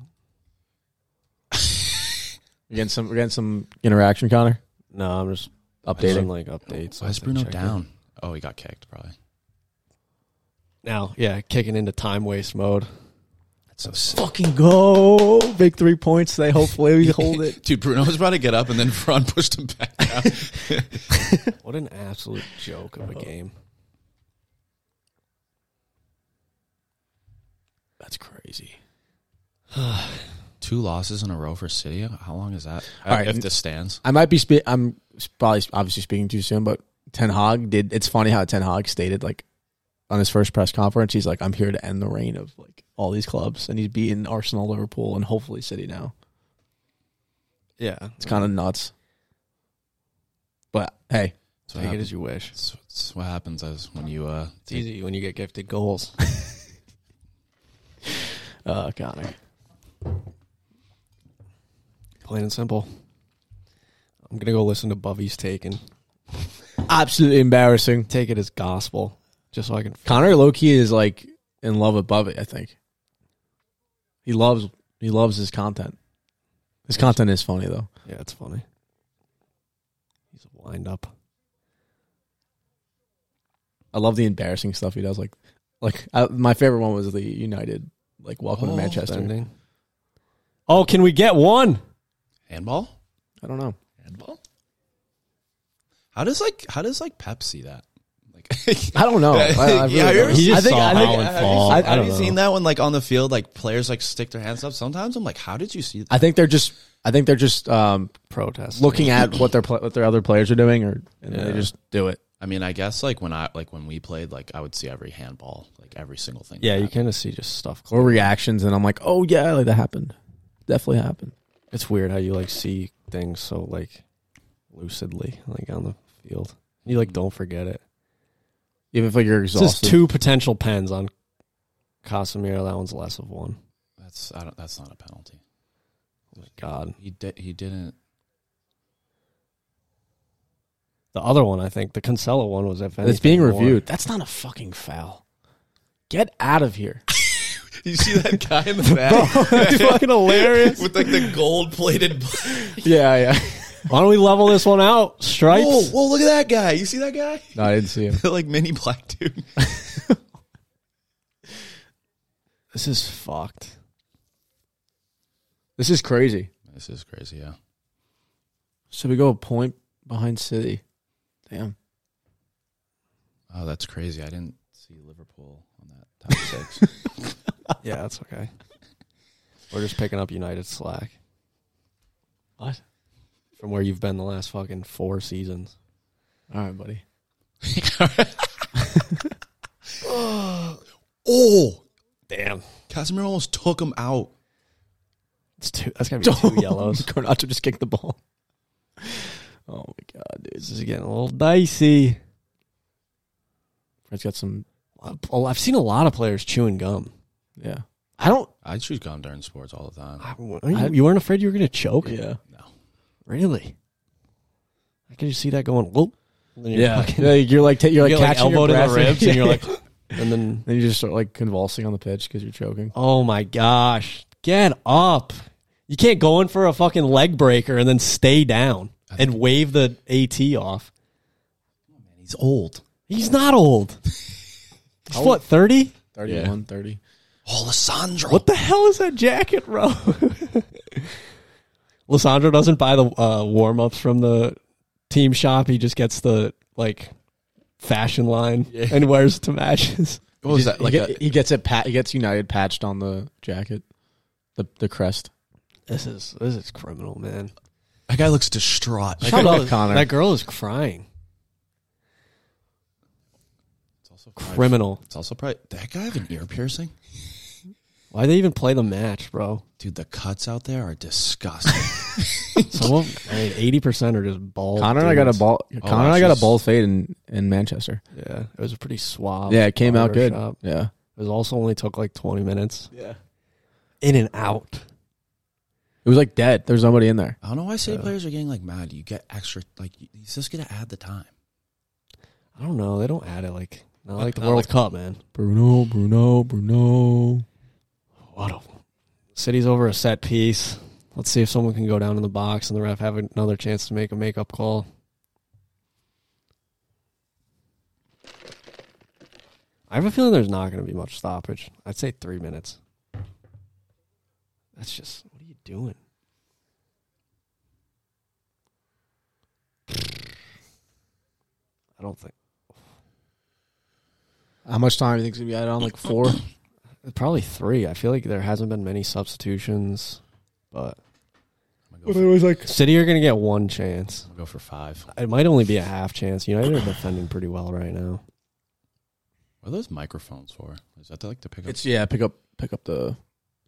Speaker 1: We're getting some we're getting some interaction, Connor.
Speaker 3: No, I'm just
Speaker 1: Updating.
Speaker 3: updating like updates.
Speaker 2: why is Bruno down? Oh, he got kicked probably.
Speaker 3: now? Yeah, kicking into time waste mode.
Speaker 2: That's so sick.
Speaker 1: Fucking go. Big three points. They hopefully we hold it.
Speaker 2: Dude, Bruno was about to get up and then (laughs) Fran pushed him back down.
Speaker 3: (laughs) What an absolute joke of a game.
Speaker 1: That's crazy.
Speaker 2: Two losses in a row for City. How long is that?
Speaker 1: All right.
Speaker 2: if this stands.
Speaker 1: I might be. Spe- I'm probably obviously speaking too soon, but Ten Hag did. It's funny how Ten Hag stated like on his first press conference, he's like, "I'm here to end the reign of like all these clubs," and he's beaten Arsenal, Liverpool, and hopefully City now.
Speaker 3: Yeah,
Speaker 1: It's kind of nuts, but hey,
Speaker 2: That's what
Speaker 3: take it
Speaker 2: happened.
Speaker 3: as you wish.
Speaker 2: It's, it's what happens is when you uh
Speaker 3: It's easy when you get gifted
Speaker 1: (laughs)
Speaker 3: goals. Oh,
Speaker 1: uh, Connor,
Speaker 3: Plain and simple. I'm gonna go listen to Bubby's take and
Speaker 1: absolutely embarrassing.
Speaker 3: take it as gospel, just so I can.
Speaker 1: Connor Loki is like in love with Bubby. I think He loves he loves his content. His content is funny though.
Speaker 3: Yeah, it's funny. He's a wind up.
Speaker 1: I love the embarrassing stuff he does. Like like I, my favorite one was the United like welcome to Manchester.
Speaker 3: Spending. Oh, can we get one?
Speaker 2: Handball?
Speaker 1: I don't know.
Speaker 2: Handball? How does like how does like Pep see that? Like (laughs)
Speaker 1: I don't know. I, I really
Speaker 2: Yeah, have you
Speaker 1: don't.
Speaker 2: ever seen-
Speaker 1: I think I think
Speaker 3: Holland fall.
Speaker 2: I,
Speaker 1: I
Speaker 2: have
Speaker 1: don't
Speaker 2: you
Speaker 1: know.
Speaker 2: seen that when like on the field, like players like stick their hands up? Sometimes I'm like, how did you see that?
Speaker 1: I think they're just I think they're just um,
Speaker 3: Protest.
Speaker 1: looking at what their pla what their other players are doing or and
Speaker 2: Yeah.
Speaker 1: they just do it.
Speaker 2: I mean, I guess like when I like when we played, like I would see every handball, like every single thing.
Speaker 3: Yeah,
Speaker 2: that
Speaker 3: you
Speaker 2: happened.
Speaker 3: kind of see just stuff.
Speaker 1: Or reactions and I'm like, "Oh yeah, like that happened." Definitely happened.
Speaker 3: It's weird how you like see things so like lucidly, like on the field. You
Speaker 1: Mm.
Speaker 3: like don't forget it.
Speaker 1: Even if like you're
Speaker 3: This is
Speaker 1: exhausted.
Speaker 3: two potential pens on Casemiro. That one's less of one.
Speaker 2: That's I don't. That's not a penalty.
Speaker 3: Oh my God,
Speaker 2: He did. He didn't.
Speaker 3: the other one I think the Cancelo one was if
Speaker 1: it's
Speaker 3: anything,
Speaker 1: being
Speaker 3: more-
Speaker 1: reviewed. That's not a fucking foul. Get out of here.
Speaker 2: (laughs) You see that guy in (laughs) the back
Speaker 3: (laughs) It's fucking hilarious.
Speaker 2: with like the gold plated.
Speaker 1: yeah, yeah. (laughs)
Speaker 3: Why don't we level this one out? Stripes.
Speaker 2: Whoa!
Speaker 1: Oh.
Speaker 2: Whoa! Look at that guy. You see that guy? (laughs)
Speaker 1: No, I didn't see him.
Speaker 2: like mini black dude.
Speaker 3: This is fucked.
Speaker 1: This is crazy.
Speaker 2: This is crazy. Yeah.
Speaker 1: So we go a point behind City. Damn.
Speaker 2: Oh, that's crazy. I didn't see Liverpool on that top
Speaker 1: (laughs)
Speaker 2: six.
Speaker 3: Yeah, that's okay. We're just picking up United slack.
Speaker 1: What?
Speaker 3: From where you've been the last fucking four seasons.
Speaker 1: All right, buddy.
Speaker 2: (laughs) oh,
Speaker 3: Damn.
Speaker 2: Casemiro almost took him out.
Speaker 3: It's two. That's gotta be
Speaker 1: (laughs)
Speaker 3: two yellows.
Speaker 1: Garnacho just kicked the ball. (laughs)
Speaker 3: Oh my god, dude, this is getting a little dicey.
Speaker 1: Fred's got some.
Speaker 3: Well, I've seen a lot of players chewing gum.
Speaker 1: Yeah.
Speaker 3: I don't.
Speaker 2: I choose gum during sports all the time.
Speaker 3: I, you, you weren't afraid you were gonna choke?
Speaker 1: Yeah.
Speaker 3: Really? I can just see that going. Whoop. And then you're
Speaker 1: Yeah.
Speaker 3: fucking-
Speaker 1: Yeah, you're like ta-
Speaker 3: (laughs)
Speaker 1: you're like
Speaker 3: you get, like,
Speaker 1: catching your
Speaker 3: elbowed in the
Speaker 1: breath
Speaker 3: ribs,
Speaker 1: (laughs)
Speaker 3: and you're like, and then
Speaker 1: then you just start like convulsing on the pitch because you're choking.
Speaker 3: (laughs) oh my gosh, get up! You can't go in for a fucking leg breaker and then stay down and wave the at off.
Speaker 2: He's old.
Speaker 3: He's not
Speaker 1: (laughs)
Speaker 3: old. He's what thirty?
Speaker 1: 31, 30.
Speaker 2: Alessandro.
Speaker 3: What the hell is that jacket, bro? (laughs) Lissandro doesn't buy the uh, warm ups from the team shop. He just gets the like fashion line and wears it to matches.
Speaker 2: What was that?
Speaker 1: He
Speaker 2: Like
Speaker 1: get-
Speaker 2: a,
Speaker 1: he gets it. Pat, he gets United patched on the jacket, the the crest.
Speaker 3: This is this is criminal, man.
Speaker 2: that guy looks distraught.
Speaker 1: Shut up, Connor.
Speaker 3: That girl is crying.
Speaker 2: It's also
Speaker 3: Criminal.
Speaker 2: It's also probably did that guy have an ear piercing.
Speaker 3: Why they even play the match, bro?
Speaker 2: Dude, the cuts out there are
Speaker 1: (laughs)
Speaker 2: disgusting.
Speaker 3: Some (laughs) of I mean, eighty percent are just bald.
Speaker 1: Connor and I got a
Speaker 3: dudes.
Speaker 1: ball.
Speaker 2: Oh,
Speaker 1: Connor and I got a
Speaker 2: that's
Speaker 1: bald fade in, in Manchester.
Speaker 3: Yeah, it was a pretty suave.
Speaker 1: yeah, it came out good.
Speaker 3: barbershop.
Speaker 1: Yeah,
Speaker 3: It was also only took like twenty minutes.
Speaker 1: yeah.
Speaker 3: In and out.
Speaker 1: It was like dead. There was nobody in there.
Speaker 2: I don't know why city players are getting like mad. You get extra like you you just gotta add the time.
Speaker 3: I don't know. They don't add it like not like the
Speaker 2: Not
Speaker 3: World
Speaker 2: like-
Speaker 3: Cup, man.
Speaker 1: Bruno, Bruno, Bruno.
Speaker 3: What a City's over a set piece. Let's see if someone can go down in the box and the ref have another chance to make a makeup call. I have a feeling there's not going to be much stoppage. I'd say three minutes. That's just what are you doing? I don't think
Speaker 1: How much time do you think it's gonna be added on? Like (clears throat) four.
Speaker 3: probably three. I feel like there hasn't been many substitutions, but
Speaker 2: I'm gonna go, for,
Speaker 1: was like
Speaker 3: City are going to get one chance.
Speaker 2: I'm gonna go for five.
Speaker 3: It might only be a half chance. United are defending pretty well right now.
Speaker 2: What are those microphones for? Is that to, like to pick up?
Speaker 1: it's yeah. Pick up, pick up the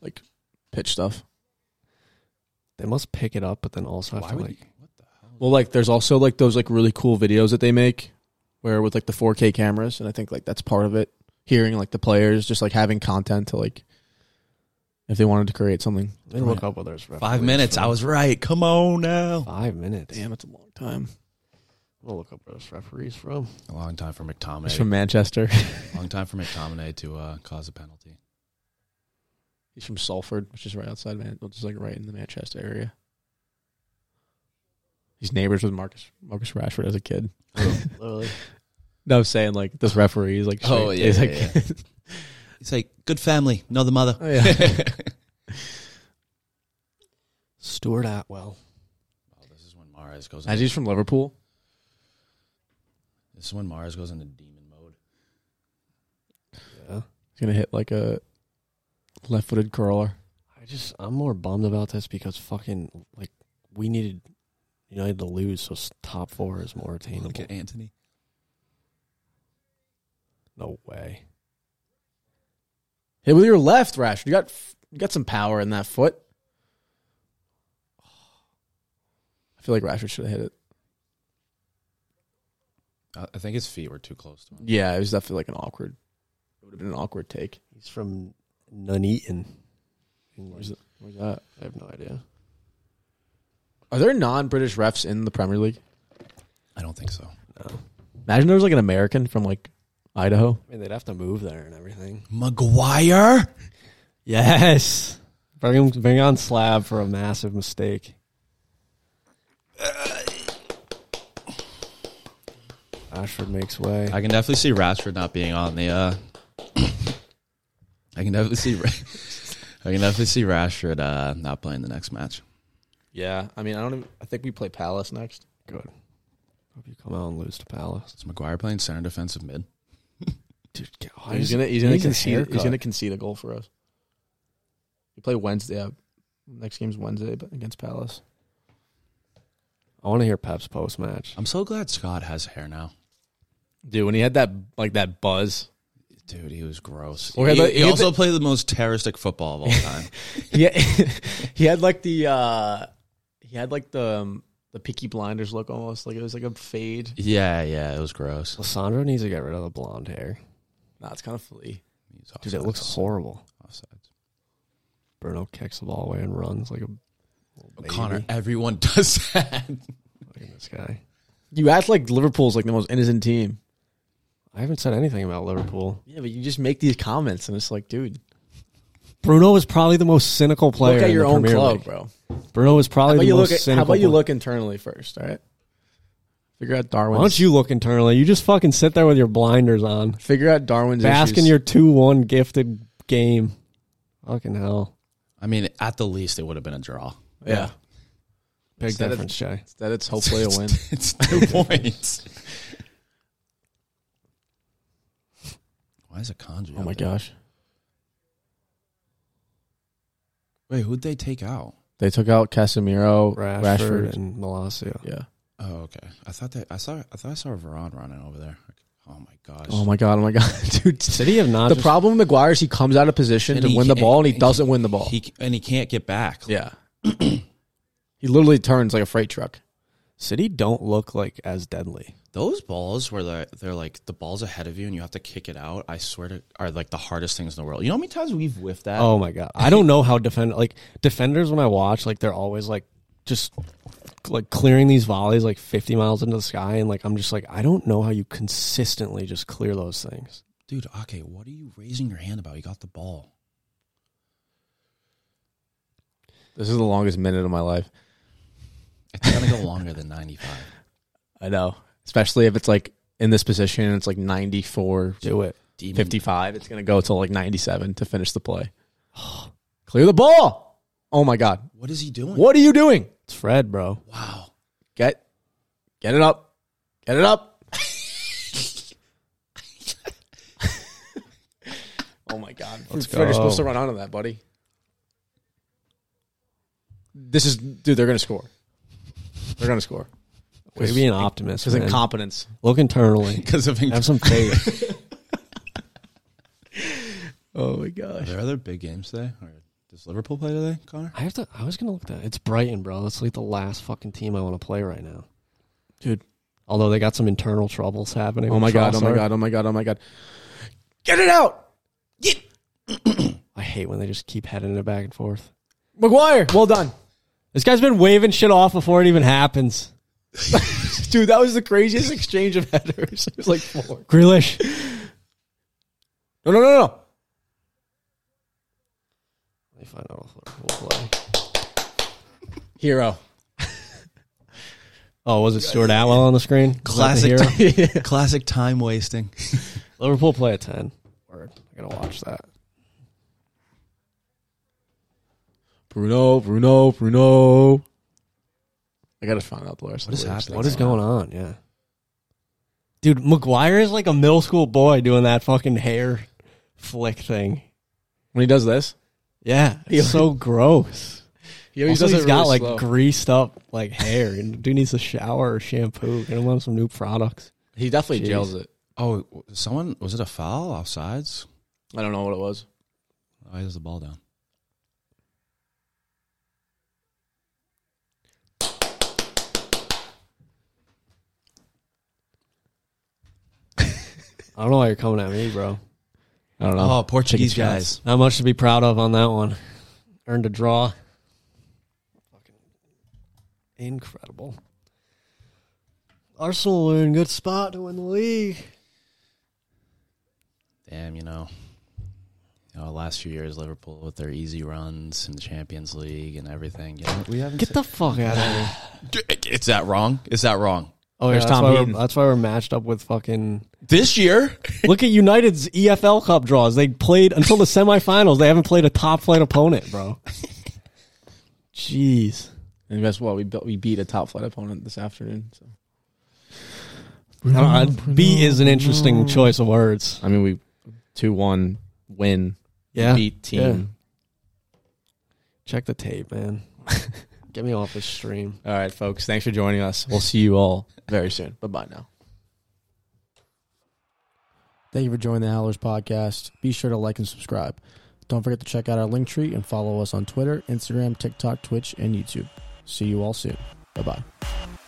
Speaker 1: like pitch stuff.
Speaker 3: They must pick it up, but then also have
Speaker 2: why
Speaker 3: to
Speaker 2: would
Speaker 3: like.
Speaker 2: you, what the hell?
Speaker 1: Well, like there's also like those like really cool videos that they make, where with like the 4K cameras, and I think like that's part of it. Hearing like the players, just like having content to like, if they wanted to create something.
Speaker 3: Let me look up whether it's
Speaker 2: five minutes. I was right. Come on now.
Speaker 3: five minutes.
Speaker 1: Damn, it's a long time.
Speaker 3: I'm gonna look up where this referee's (laughs) from.
Speaker 2: A long time for
Speaker 1: It's
Speaker 2: McTominay.
Speaker 1: from Manchester.
Speaker 2: long time for McTominay to uh, cause a penalty.
Speaker 1: (laughs) He's from Salford, which is right outside Man, which is like right in the Manchester area. He's neighbors with Marcus Marcus Rashford as a kid.
Speaker 3: Literally.
Speaker 1: No, I'm saying like this referee is like
Speaker 2: Oh,
Speaker 1: straight-
Speaker 2: yeah,
Speaker 1: he's
Speaker 2: yeah,
Speaker 1: like,
Speaker 2: It's like good family, not the mother.
Speaker 1: Oh, yeah.
Speaker 3: Stuart Atwell.
Speaker 2: Oh, this is when Mars goes.
Speaker 1: As he's from Liverpool,
Speaker 2: this is when Mars goes into demon mode.
Speaker 3: Yeah.
Speaker 1: he's gonna hit like a left-footed curler.
Speaker 3: I just I'm more bummed about this because fucking like we needed United to lose, so s- top four is more attainable.
Speaker 2: Look at Anthony.
Speaker 3: No way.
Speaker 1: Hit with your left, Rashford. You got you got some power in that foot. I feel like Rashford should have hit it.
Speaker 2: I I think his feet were too close to him.
Speaker 1: Yeah, it was definitely like an awkward. It would have been an awkward take.
Speaker 3: He's from Nuneaton. England.
Speaker 1: Where's it- where's that?
Speaker 3: I have no idea.
Speaker 1: Are there non-British refs in the Premier League?
Speaker 2: I don't think so.
Speaker 3: No.
Speaker 1: Imagine there was like an American from like Idaho.
Speaker 3: I mean, they'd have to move there and everything.
Speaker 2: Maguire.
Speaker 3: Yes. Bring him, bring on Slab for a massive mistake. Uh, Ashford makes way.
Speaker 2: I can definitely see Rashford not being on the. uh (coughs) I can definitely see. Ra- (laughs) I can definitely see Rashford uh, not playing the next match.
Speaker 1: Yeah, I mean, I don't. Even, I think we play Palace next.
Speaker 3: Good. Hope you come out and lose to Palace.
Speaker 2: Is Maguire playing center defensive mid?
Speaker 3: Dude, get- why
Speaker 1: He's
Speaker 3: is-
Speaker 1: gonna. He's gonna
Speaker 3: needs a
Speaker 1: concede. He's
Speaker 3: haircut.
Speaker 1: gonna concede a goal for us. We play Wednesday. uh, Next game's Wednesday, but against Palace.
Speaker 3: I want to hear Pep's post match.
Speaker 2: I'm so glad Scott has hair now.
Speaker 1: Dude, when he had that like that buzz,
Speaker 2: Dude, he was gross.
Speaker 1: Or had
Speaker 2: he
Speaker 1: the-
Speaker 2: he
Speaker 1: he had
Speaker 2: also played the most terroristic football of all
Speaker 1: (laughs)
Speaker 2: time.
Speaker 1: he had, he had like the uh he had like the um, the Peaky Blinders look almost like it was like a fade.
Speaker 2: yeah, yeah, it was gross.
Speaker 3: Lissandro needs to get rid of the blonde hair.
Speaker 1: Nah, it's kind of flea.
Speaker 2: He's
Speaker 3: Dude,
Speaker 2: offsides,
Speaker 3: it looks horrible.
Speaker 2: offsides.
Speaker 3: Bruno kicks the ball away and runs like a little baby.
Speaker 2: Connor, everyone (laughs) does that.
Speaker 3: Look at this guy.
Speaker 1: You act like Liverpool's like the most innocent team.
Speaker 3: I haven't said anything about Liverpool.
Speaker 1: Yeah, but you just make these comments and it's like, dude,
Speaker 3: Bruno is probably the most cynical player.
Speaker 1: look at
Speaker 3: in
Speaker 1: your
Speaker 3: the
Speaker 1: own
Speaker 3: Premier
Speaker 1: club,
Speaker 3: League.
Speaker 1: bro.
Speaker 3: Bruno is
Speaker 1: How
Speaker 3: probably
Speaker 1: about
Speaker 3: the
Speaker 1: you
Speaker 3: most
Speaker 1: look? At,
Speaker 3: cynical.
Speaker 1: how about you
Speaker 3: player.
Speaker 1: look internally first? All right, figure out Darwin.
Speaker 3: Why don't you look internally? You just fucking sit there with your blinders on,
Speaker 1: figure out Darwin's
Speaker 3: bask in your two-one gifted game. Fucking hell!
Speaker 2: I mean, at the least, it would have been a draw.
Speaker 1: yeah.
Speaker 3: Big
Speaker 1: Instead of-
Speaker 3: difference, Shay.
Speaker 1: That
Speaker 2: (laughs)
Speaker 1: it's hopefully a win.
Speaker 2: it's two points. Why is it Kanji?
Speaker 1: (laughs) oh
Speaker 2: out
Speaker 1: my
Speaker 2: there?
Speaker 1: gosh,
Speaker 2: Wait, who'd they take out?
Speaker 1: they took out Casemiro,
Speaker 3: Rashford,
Speaker 1: Rashford.
Speaker 3: and Malasia.
Speaker 1: yeah.
Speaker 2: Oh, okay. I thought they. I saw. I thought I saw Veron running over there. Like, oh my gosh.
Speaker 1: Oh my god. Oh my god, (laughs) dude.
Speaker 3: City have not.
Speaker 1: the
Speaker 3: just-
Speaker 1: problem with McGuire is he comes out of position
Speaker 2: And
Speaker 1: to
Speaker 2: he
Speaker 1: win the
Speaker 2: can't-
Speaker 1: ball and he
Speaker 2: and
Speaker 1: doesn't win the ball.
Speaker 2: He and he can't get back.
Speaker 1: yeah. (clears throat) he literally turns like a freight truck.
Speaker 3: City don't look like as deadly.
Speaker 2: Those balls where they're, they're like the ball's ahead of you and you have to kick it out. I swear to are like the hardest things in the world. You know how many times we've whiffed that?
Speaker 1: Uh,
Speaker 3: Oh my god! I don't know how defend like defenders when I watch like they're always like just like clearing these volleys like 50 miles into the sky and like I'm just like I don't know how you consistently just clear those things.
Speaker 2: dude. Okay, what are you raising your hand about? You got the ball.
Speaker 1: This is the longest minute of my life.
Speaker 2: It's gonna go longer than ninety
Speaker 1: (laughs)
Speaker 2: five.
Speaker 1: I know. Especially if it's like in this position and it's like 94
Speaker 3: Do it.
Speaker 1: 55. It's going to go till like 97 to finish the play. Clear the ball. Oh my God.
Speaker 2: What is he doing?
Speaker 1: What are you doing?
Speaker 3: It's Fred, bro.
Speaker 2: Wow.
Speaker 1: Get get it up. Get it up. oh my god.
Speaker 3: Let's
Speaker 1: Fred, You're supposed to
Speaker 3: go.
Speaker 1: run onto that, buddy. This is dude, they're gonna score. They're gonna score.
Speaker 3: Way be an optimist.
Speaker 1: Because
Speaker 3: man.
Speaker 1: incompetence.
Speaker 3: Look
Speaker 1: (laughs)
Speaker 3: internally.
Speaker 2: Because of
Speaker 3: Have some faith.
Speaker 1: Oh my
Speaker 2: Are
Speaker 1: gosh.
Speaker 2: there other big games today? Or does Liverpool play today,
Speaker 1: (laughs)
Speaker 2: Connor?
Speaker 3: I have to. I was gonna look that. It's Brighton, bro. That's like the last fucking team I want to play right now,
Speaker 1: Dude.
Speaker 3: Although they got some internal troubles happening.
Speaker 1: Oh
Speaker 3: with
Speaker 1: my god, oh my
Speaker 3: Trossard.
Speaker 1: god, oh my god, oh my god. Get it out!
Speaker 3: I hate when they just keep heading it back and forth.
Speaker 1: McGuire, well done.
Speaker 3: This guy's been waving shit off before it even happens.
Speaker 1: Dude, that was the craziest exchange of headers. (laughs) It was like four.
Speaker 3: Grealish.
Speaker 1: No, no, no, no.
Speaker 3: me find out who will play.
Speaker 1: Hero.
Speaker 3: Oh, was it Stuart Atwell on the screen? Was that the
Speaker 5: Classic,
Speaker 1: (laughs)
Speaker 3: hero?
Speaker 5: ti- classic time wasting.
Speaker 3: Liverpool play a ten. Word. I gotta watch that.
Speaker 1: Bruno, Bruno, Bruno. I gotta find out the rest.
Speaker 2: What
Speaker 1: of
Speaker 2: is
Speaker 1: the lyrics
Speaker 2: happening?
Speaker 3: What is going on? Yeah. Dude, McGuire is like a middle school boy doing that fucking hair flick thing.
Speaker 1: When he does this,
Speaker 3: (laughs) Yeah. It's so gross.
Speaker 1: he always
Speaker 3: also,
Speaker 1: does
Speaker 3: he's
Speaker 1: it
Speaker 3: got
Speaker 1: really
Speaker 3: like
Speaker 1: slow.
Speaker 3: greased up like hair. And dude needs a shower or shampoo. Get him on some new products.
Speaker 1: he definitely
Speaker 3: Jeez.
Speaker 1: jails it.
Speaker 2: (laughs) Oh, someone was it a foul offsides?
Speaker 1: I don't know what it was.
Speaker 2: Oh, he has the ball down.
Speaker 3: I don't know why you're coming at me, bro.
Speaker 1: I don't know.
Speaker 5: Oh, Portuguese
Speaker 1: Chicken
Speaker 5: guys.
Speaker 3: Not much to be proud of on that one. Earned a draw. Fucking Incredible. Arsenal are in good spot to win the league.
Speaker 2: Damn, you know, you know, last few years Liverpool with their easy runs in the Champions League and everything. You know, we haven't.
Speaker 3: Get the fuck out of here.
Speaker 2: Is that wrong? Is that wrong?
Speaker 3: (sighs) Oh, yeah,
Speaker 5: There's
Speaker 3: that's,
Speaker 5: Tom
Speaker 3: why we're-
Speaker 5: Heaton.
Speaker 3: that's why we're matched up with fucking.
Speaker 2: This year,
Speaker 3: Look at United's EFL Cup draws. They played until the semifinals. They haven't played a top flight opponent, bro. Jeez.
Speaker 1: And guess what? We built, we beat a top flight opponent this afternoon. So.
Speaker 3: I don't know. B is an interesting choice of words.
Speaker 1: I mean, we two one win
Speaker 3: Yeah.
Speaker 1: beat team.
Speaker 3: Check the tape, (laughs) man. Get me off this stream.
Speaker 1: All right, folks. Thanks for joining us. We'll see you all very soon. Bye bye now.
Speaker 6: Thank you for joining the Howlers podcast. Be sure to like and subscribe. Don't forget to check out our link tree and follow us on Twitter, Instagram, TikTok, Twitch, and YouTube. See you all soon. Bye bye.